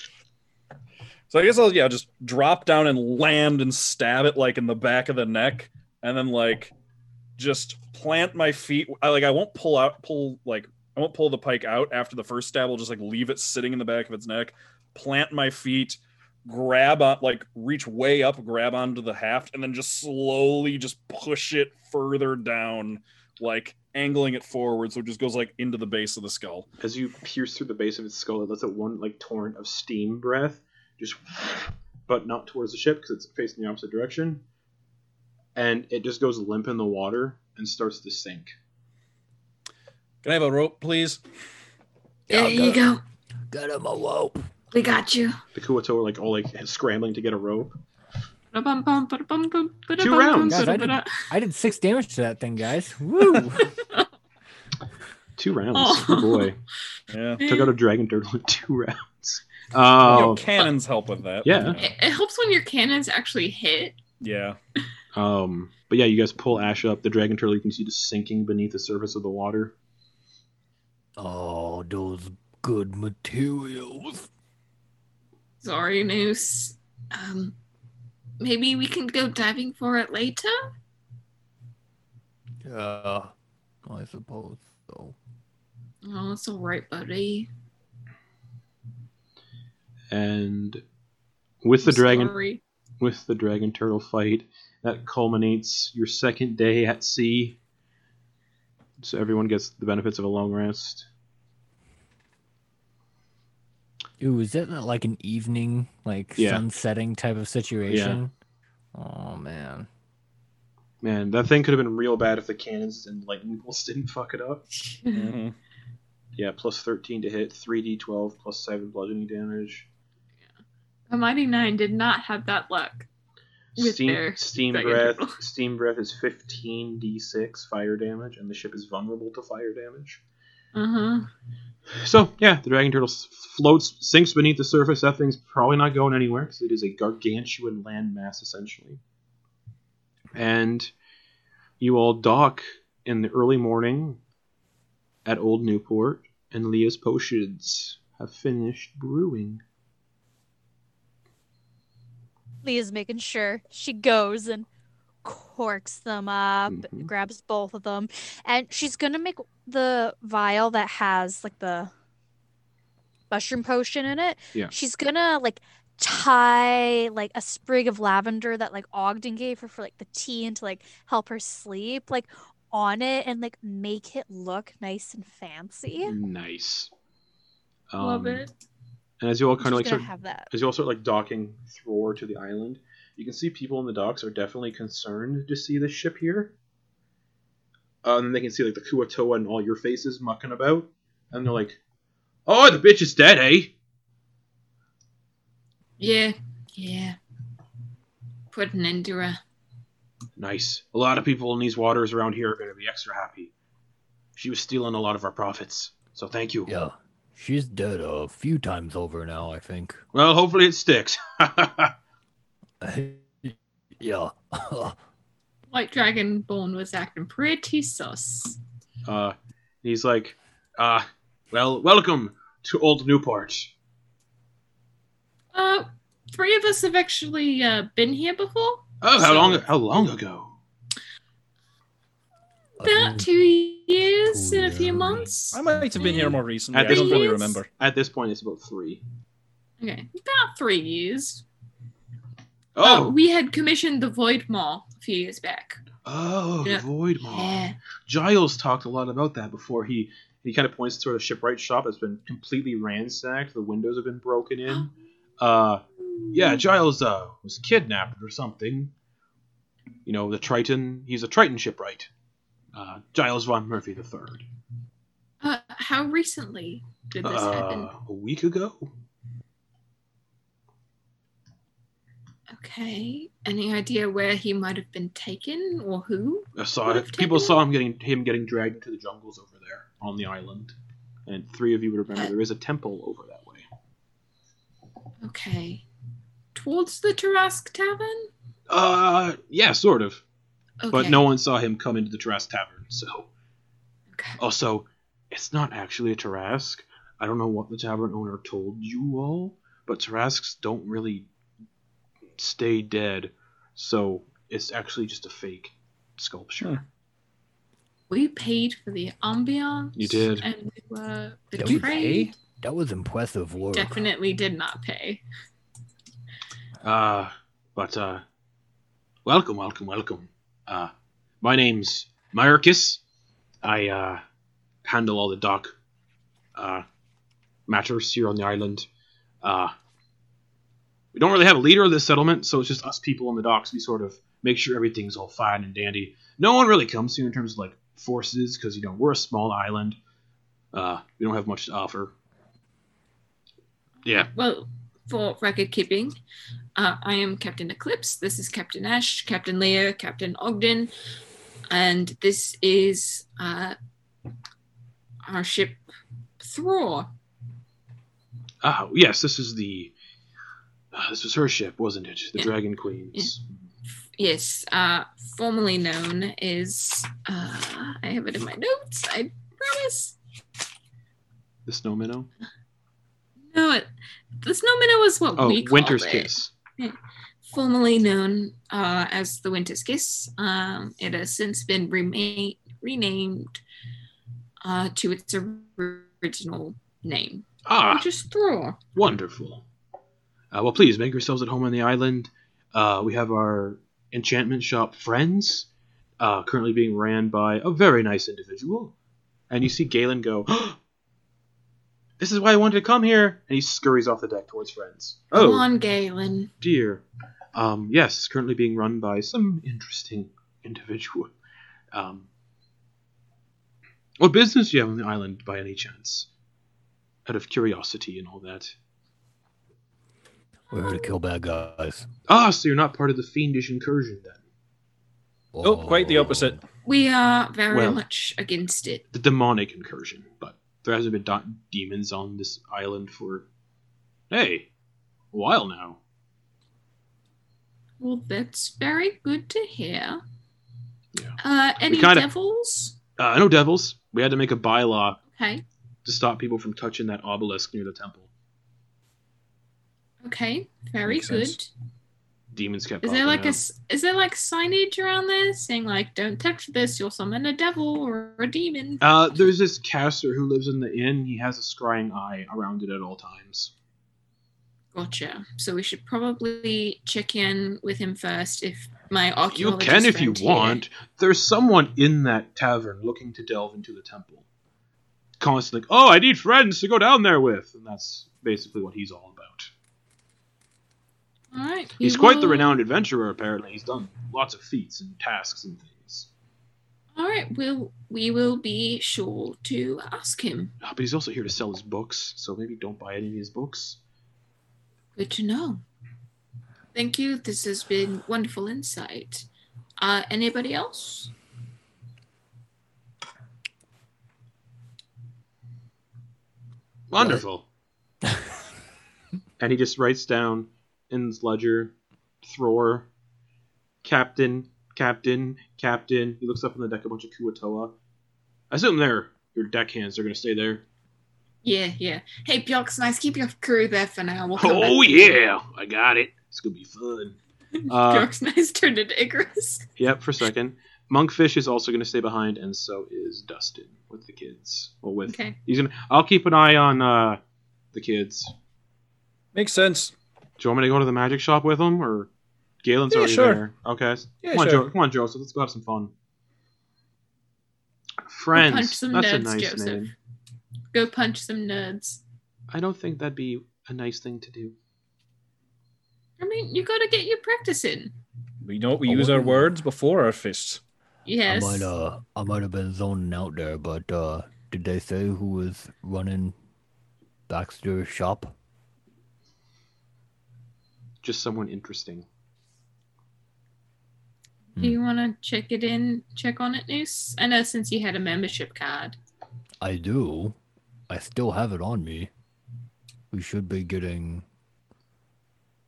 S4: So I guess I'll yeah just drop down and land and stab it like in the back of the neck, and then like just plant my feet. I like I won't pull out pull like I won't pull the pike out after the first stab. I'll just like leave it sitting in the back of its neck. Plant my feet, grab on like reach way up, grab onto the haft, and then just slowly just push it further down, like angling it forward so it just goes like into the base of the skull.
S3: as you pierce through the base of its skull, it lets out one like torrent of steam breath, just but not towards the ship because it's facing the opposite direction, and it just goes limp in the water and starts to sink.
S4: Can I have a rope, please?
S6: Yeah,
S8: There you go.
S6: Get him a rope.
S8: We got you.
S3: The Kuato are like all like scrambling to get a rope.
S8: Ba-da-bum-bum, ba-da-bum-bum,
S3: Two rounds.
S6: Guys, I did-
S8: ba-da-bum-bum,
S6: I did six damage to that thing, [LAUGHS] guys. Woo!
S3: Two rounds.
S8: Oh.
S3: Oh boy,
S4: Yeah.
S3: took out a dragon turtle in two rounds.
S4: Your
S3: Oh,
S4: cannons help with that.
S3: Yeah.
S8: It, it helps when your cannons actually hit.
S4: Yeah.
S3: um, but yeah, you guys pull Ash up. The dragon turtle you can see just sinking beneath the surface of the water.
S6: oh, those good materials.
S8: Zorianus. Um, maybe we can go diving for it later.
S6: Yeah. I suppose so.
S8: Oh, it's all right, buddy.
S3: And with the
S8: I'm
S3: dragon
S8: sorry. [LAUGHS]
S3: with the dragon turtle fight that culminates your second day at sea so everyone gets the benefits of a long rest
S6: Ooh, is that not like an evening, like
S3: Yeah.
S6: sunsetting type of situation? Oh man.
S3: man that thing could have been real bad if the cannons and lightning bolts [LAUGHS] didn't fuck it up
S4: Mhm.
S3: yeah plus 13 to hit 3d12 plus 7 bludgeoning damage
S8: A mighty nine did not have that luck. With
S3: steam,
S8: their
S3: steam
S8: dragon
S3: breath
S8: turtle.
S3: steam breath is 15d6 fire damage and the ship is vulnerable to fire damage
S8: Uh huh.
S3: So yeah, the dragon turtle s- floats, sinks beneath the surface. That thing's probably not going anywhere because it is a gargantuan landmass essentially. And you all dock in the early morning at Old Newport, and Leah's potions have finished brewing.
S7: Leah's making sure she goes and corks them up,
S3: Mhm.
S7: grabs both of them, and she's gonna make the vial that has like the mushroom potion in it.
S3: Yeah.
S7: She's gonna like tie like a sprig of lavender that like Ogden gave her for like the tea and to like help her sleep, like on it and like make it look nice and fancy.
S3: Mm. Nice. Um,
S8: Love it.
S3: And as you all kind
S7: she's
S3: of like
S7: gonna
S3: start
S7: have that.
S3: as you all start like docking through to the island, you can see people in the docks are definitely concerned to see this ship here. Uh, and they can see like the Kuatoa and all your faces mucking about, and they're like, "Oh, the bitch is dead, eh?"
S8: Yeah. Yeah. Put an end to her.
S3: Nice. A lot of people in these waters around here are going to be extra happy. She was stealing a lot of our profits, so thank you.
S6: Yeah. She's dead a few times over now, I think. [LAUGHS]
S3: Well, hopefully it sticks. [LAUGHS]
S6: yeah. [LAUGHS]
S8: White Dragonborn was acting pretty sus.
S3: Uh, he's like, uh, well, welcome to Old Newport.
S8: Uh, three of us have actually uh, been here before.
S3: Oh, how
S8: So-
S3: long? How long ago?
S8: about two years
S13: Two
S8: and a few
S13: years.
S8: months.
S4: I might have been here more recently.
S3: At
S4: I
S3: this
S4: don't really
S8: point-
S4: remember.
S3: At this point, it's about three.
S8: Okay, about three years.
S3: Oh,
S8: Um, we had commissioned the Void Mall a few years back.
S3: oh,
S8: yeah.
S3: Void Mall.
S8: Yeah.
S3: Giles talked a lot about that before he he kind of points to a shipwright shop that's been completely ransacked. The windows have been broken in.
S8: Oh.
S3: Uh, yeah, Giles uh, was kidnapped or something. You know, the Triton. He's a Triton shipwright. Uh, Giles von Murphy the third.
S8: Uh, how recently did this happen?
S3: Uh, a week ago.
S8: Okay. Any idea where he might have been taken or who?
S3: I saw
S8: What
S3: it.
S8: if
S3: People
S8: Titan-
S3: saw him getting him getting dragged into the jungles over there on the island. And three of you would remember there is a temple over that way.
S8: Okay. Towards the Tarask Tavern?
S3: Uh, yeah, sort of.
S8: Okay.
S3: But no one saw him come into the Tarrasque Tavern. So
S8: Okay.
S3: also, it's not actually a Tarrasque. I don't know what the tavern owner told you all, but Tarrasques don't really stay dead. So it's actually just a fake sculpture.
S8: We paid for the ambiance.
S3: You did.
S8: And we were
S6: Did we
S8: betrayed.
S6: pay? That was impressive work.
S8: Definitely did not pay.
S3: Uh, but uh, welcome, welcome, welcome. Uh, my name's Myricus. I uh, handle all the dock uh, matters here on the island. Uh, we don't really have a leader of this settlement, so it's just us people on the docks. We sort of make sure everything's all fine and dandy. No one really comes here in terms of like forces, because you know we're a small island. Uh, we don't have much to offer. Yeah.
S8: Well, for record keeping, uh, I am Captain Eclipse. This is Captain Ash, Captain Leia, Captain Ogden, and this is uh, our ship Thror.
S3: Ah, yes, this is the. ah, this was her ship, wasn't it? The
S8: Yeah.
S3: Dragon Queen's.
S8: Yes, uh, formerly known as. Uh, I have it in my notes. I promise.
S3: The Snow Minnow?
S8: No, it, the snowman was what
S3: Oh,
S8: we called
S3: Winter's
S8: it.
S3: Kiss.
S8: formerly known uh, as the Winter's Kiss. Um, it has since been rema- renamed uh, to its original name,
S3: Ah,
S8: which is Thror.
S3: wonderful. Uh, well, please make yourselves at home on the island. Uh, we have our enchantment shop, Friends, uh, currently being ran by a very nice individual. And you see Galen go, [GASPS] This is why I wanted to come here! And he scurries off the deck towards Friends.
S8: Come
S3: Oh,
S8: on, Galen.
S3: dear. Um, yes, currently being run by some interesting individual. [LAUGHS] Um, what business do you have on the island by any chance? Out of curiosity and all that.
S6: We're here to kill bad guys.
S3: Ah, so you're not part of the fiendish incursion then?
S4: Oh, quite the opposite.
S8: We are very
S3: Well-
S8: much against it.
S3: The demonic incursion, but there hasn't been do- demons on this island for, hey, a while now.
S8: Well, that's very good to hear.
S3: Yeah.
S8: Uh, any
S3: kinda-
S8: devils?
S3: Uh, no devils. We had to make a bylaw
S8: Okay.
S3: to stop people from touching that obelisk near the temple.
S8: Okay. Very
S4: Makes
S8: good.
S4: sense.
S3: Demons kept.
S8: Is there
S3: popping
S8: like a
S3: out.
S8: s- is there like signage around there saying like don't touch this you'll summon a devil or a demon?
S3: Uh, there's this caster who lives in the inn. He has a scrying eye around it at all times.
S8: Gotcha. So we should probably check in with him first if my
S3: You
S8: archaeologist.
S3: can if you
S8: friend here-
S3: want. There's someone in that tavern looking to delve into the temple. Constantly, oh, I need friends to go down there with. And that's basically what he's all about.
S8: All right. we
S3: He's quite the
S8: will-
S3: renowned adventurer, apparently. He's done lots of feats and tasks and things.
S8: All right. We'll we will be sure to ask him.
S3: Ah, But he's also here to sell his books, so maybe don't buy any of his books.
S8: Good to know. Thank you. This has been wonderful insight. Uh, anybody else?
S3: Wonderful. and he just writes down in his ledger, Thror, Captain, Captain, Captain. He looks up on the deck a bunch of Kuatoa. I assume they're your deckhands are going to stay there.
S8: Yeah, yeah. Hey, Bjork's nice. Keep your crew there for now. We'll come
S3: Oh,
S8: back to you.
S3: yeah. I got it. It's going to be fun. Uh,
S8: [LAUGHS] Bjork's nice turned into Icarus.
S3: yep, for a second. Monkfish is also going to stay behind, and so is Dustin with the kids. Well, with
S8: Okay.
S3: he's gonna. I'll keep an eye on uh, the kids.
S4: Makes sense.
S3: Do you want me to go to the magic shop with them, or Galen's
S4: Yeah,
S3: already
S4: sure.
S3: there? Okay.
S4: Yeah,
S3: come on,
S4: sure.
S3: jo- come on, Joseph. Let's go have some fun.
S8: Punch
S3: Friends.
S8: some
S3: That's a
S8: nerds,
S3: nice
S8: Joseph.
S3: name.
S8: Go punch some nerds.
S3: I don't think that'd be a nice thing to do.
S8: I mean, you gotta get your practice in.
S4: We know we
S6: Oh,
S4: use our
S6: wow.
S4: words before our fists.
S6: I
S8: Yes.
S6: might uh I might have been zoning out there, but uh did they say who was running Baxter's shop?
S3: Just someone interesting.
S8: Do you want to check it in? Check on it, Noose? I know since you had a membership card.
S6: I do. I still have it on me. We should be getting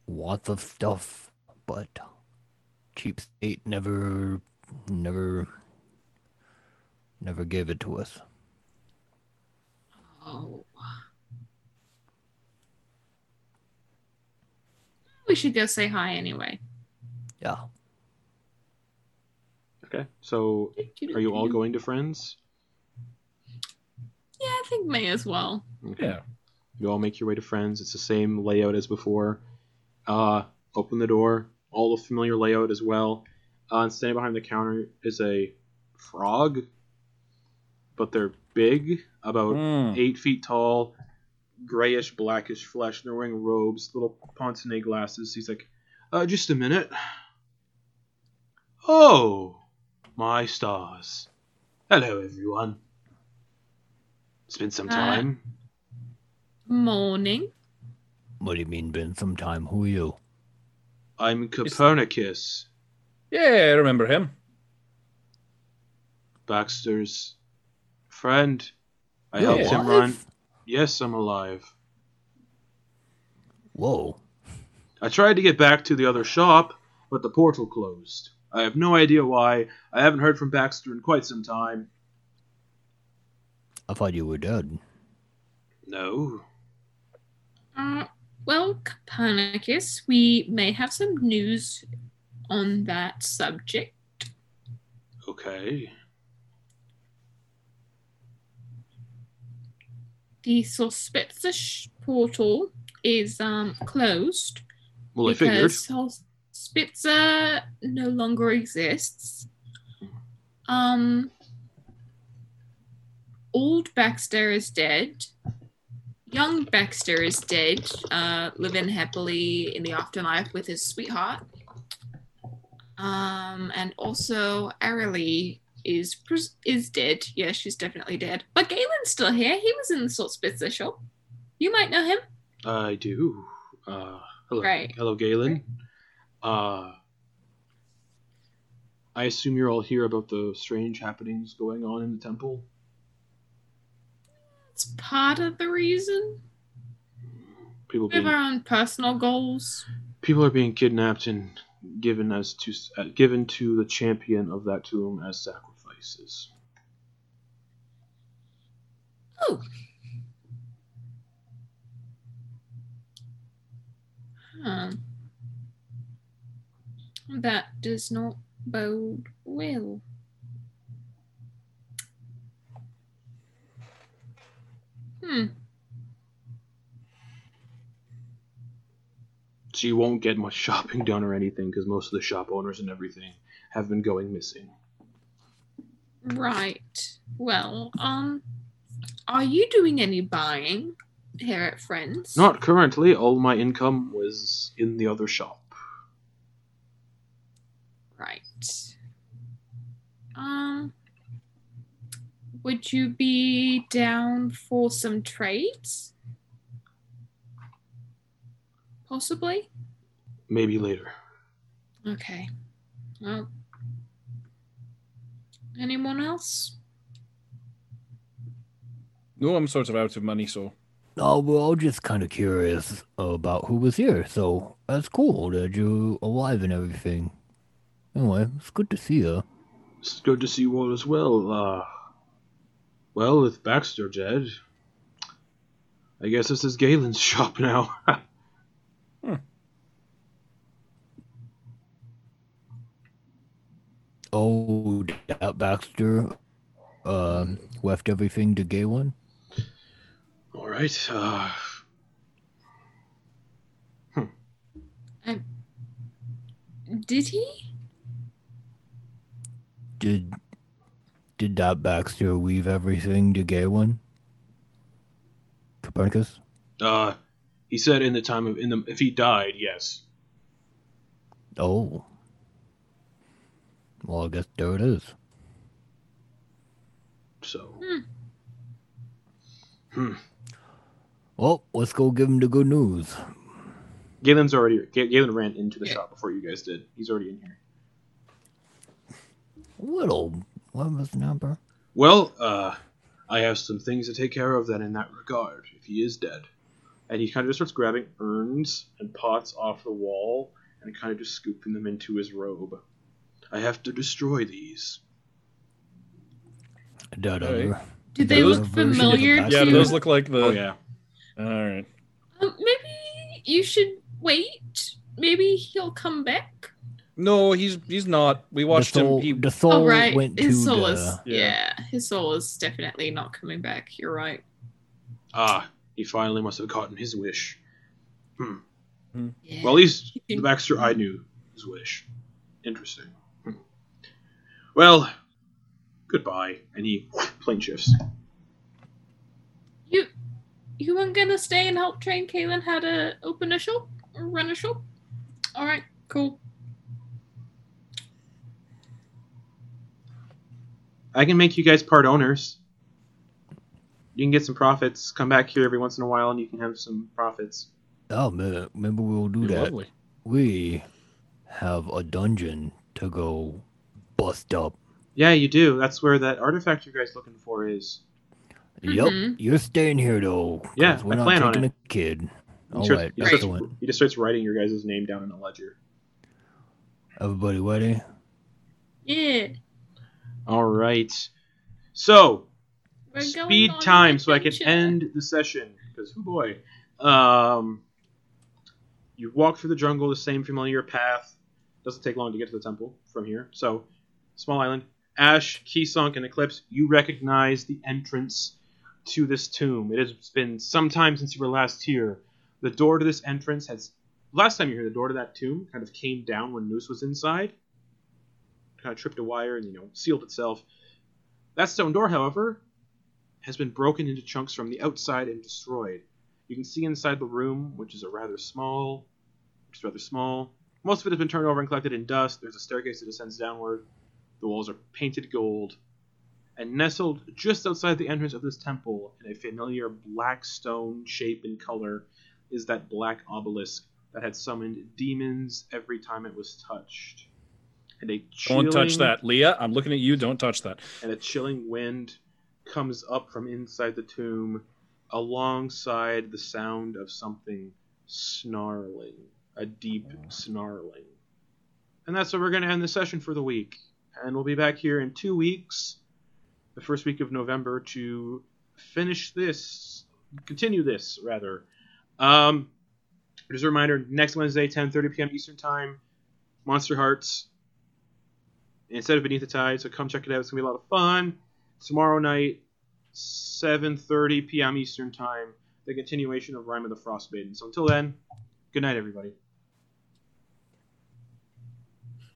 S6: lots of stuff, but Cheap State never never never gave it to us.
S8: Oh. We should go say hi anyway.
S6: Yeah.
S3: Okay. So, are you all going to friends?
S8: Yeah, I think may as well.
S3: Okay.
S4: Yeah.
S3: You all make your way to friends. It's the same layout as before. Uh, open the door. All the familiar layout as well. Uh, and standing behind the counter is a frog, but they're big, about
S4: Mm.
S3: eight feet tall, grayish, blackish flesh. and They're wearing robes, little pince-nez glasses. He's like, uh, just a minute. Oh, my stars. Hello, everyone. It's been some
S8: Hi.
S3: time.
S8: Morning.
S6: What do you mean been some time? Who are you?
S3: I'm Copernicus,
S4: Yeah, I remember him.
S3: Baxter's friend. I helped him run. Yes, I'm alive.
S6: Whoa.
S3: I tried to get back to the other shop, but the portal closed. I have no idea why. I haven't heard from Baxter in quite some time.
S6: I thought you were dead.
S3: No.
S8: Uh, well, Copernicus, we may have some news on that subject.
S3: Okay.
S8: The Suspicious portal is um, closed.
S3: Well, I figured.
S8: because Spitzer no longer exists. Um, old Baxter is dead. Young Baxter is dead, uh, living happily in the afterlife with his sweetheart. Um, and also Arily is pres- is dead. Yeah, she's definitely dead. But Galen's still here. He was in the Salt Spitzer shop. You might know him.
S3: I do. Uh, hello.
S8: Right.
S3: Hello, Galen. Uh, I assume you're all here about the strange happenings going on in the temple.
S8: That's part of the reason.
S3: People
S8: We have
S3: being
S8: our own personal goals.
S3: people are being kidnapped and given as to uh, given to the champion of that tomb as sacrifices.
S8: Oh. Huh. Um, That does not bode well. Hmm.
S3: So you won't get much [LAUGHS] shopping done or anything because most of the shop owners and everything have been going missing.
S8: Right. Well, um, are you doing any buying here at Friends?
S3: Not currently. All my income was in the other shop.
S8: Right. Um, would you be down for some trades? Possibly?
S3: Maybe later.
S8: Okay. Well, anyone else?
S4: No, I'm sort of out of money, so
S6: Oh, we're all just kind of curious about who was here, so that's cool that you're alive and everything. Anyway, it's good to see you.
S3: It's good to see you all as well. Uh, well, with Baxter dead, I guess this is Galen's [LAUGHS] shop now.
S6: old out Baxter uh, left everything to gay one?
S3: All right. Uh,
S5: Did he?
S6: Did did Dot Baxter leave everything to gay one? Copernicus?
S3: uh, he said in the time of in the if he died, yes.
S6: Oh. Well, I guess there it is.
S3: So
S6: Well, let's go give him the good news.
S3: Galen's already Ga- Galen ran into the shop before you guys did. He's already in here.
S6: Little, what was the number?
S3: Well, uh, I have some things to take care of then in that regard. If he is dead, and he kind of just starts grabbing urns and pots off the wall and kind of just scooping them into his robe. I have to destroy these.
S6: That
S4: All right.
S6: other.
S8: Do they
S4: Yeah,
S8: look
S6: those versions of
S8: familiar
S6: that.
S8: to
S4: Yeah, do those look like the.
S3: Oh yeah.
S4: All right.
S5: Um, maybe you should wait. Maybe he'll come back.
S4: No, he's he's not. We watched
S6: the soul,
S4: him. He,
S6: the soul
S5: oh right,
S6: went to
S5: his soul
S6: the,
S5: is
S4: Yeah.
S5: yeah. his soul is definitely not coming back. You're right.
S3: Ah, he finally must have gotten his wish.
S5: Yeah.
S3: Well, at least the Baxter I knew his wish. Interesting. Hmm. Well, goodbye. And he plane shifts.
S5: you you weren't gonna stay and help train Kaylin how to open a shop or run a shop. All right, cool.
S3: I can make you guys part owners. You can get some profits. Come back here every once in a while, and you can have some profits.
S6: Oh man, maybe we'll do that.
S4: lovely.
S6: We have a dungeon to go bust up.
S3: Yeah, you do. That's where that artifact you guys looking for is.
S5: Mhm.
S6: Yep, you're staying here though. 'cause
S3: Mm-hmm. Yeah,
S6: we're
S3: I
S6: not
S3: plan on
S6: taking
S3: it.
S6: a kid.
S3: He,
S6: All
S3: starts-
S6: right,
S3: he, starts,
S6: excellent.
S3: he just starts writing your guys' name down in a ledger.
S6: Everybody ready?
S5: Yeah,
S3: All right. So,
S5: we're going
S3: speed
S5: on an
S3: time so I can
S5: adventure.
S3: end the session. Because, oh boy. Um, you walk through the jungle, the same familiar path. Doesn't take long to get to the temple from here. So, small island. Ash, Kisunk, and Eclipse, you recognize the entrance to this tomb. It has been some time since you were last here. The door to this entrance has. Last time you were here, the door to that tomb kind of came down when Moose was inside. Kind of tripped a wire and, you know, sealed itself. That stone door, however, has been broken into chunks from the outside and destroyed. You can see inside the room, which is a rather small, which is rather small. Most of it has been turned over and collected in dust. There's a staircase that descends downward. The walls are painted gold, and nestled just outside the entrance of this temple, in a familiar black stone shape and color, is that black obelisk that had summoned demons every time it was touched. And a
S4: Don't touch
S3: chilling-
S4: that, Leah. I'm looking at you. Don't touch that.
S3: and a chilling wind comes up from inside the tomb alongside the sound of something snarling, a deep snarling. And that's where we're going to end the session for the week. And we'll be back here in two weeks, the first week of November, to finish this, continue this, rather. Um, just a reminder, next Wednesday, 10.30 p.m. Eastern Time, Monster Hearts, instead of Beneath the Tide. So come check it out. It's gonna be a lot of fun. Tomorrow night, 7:30 p.m. Eastern Time, the continuation of Rhyme of the Frostbitten. So until then, good night, everybody.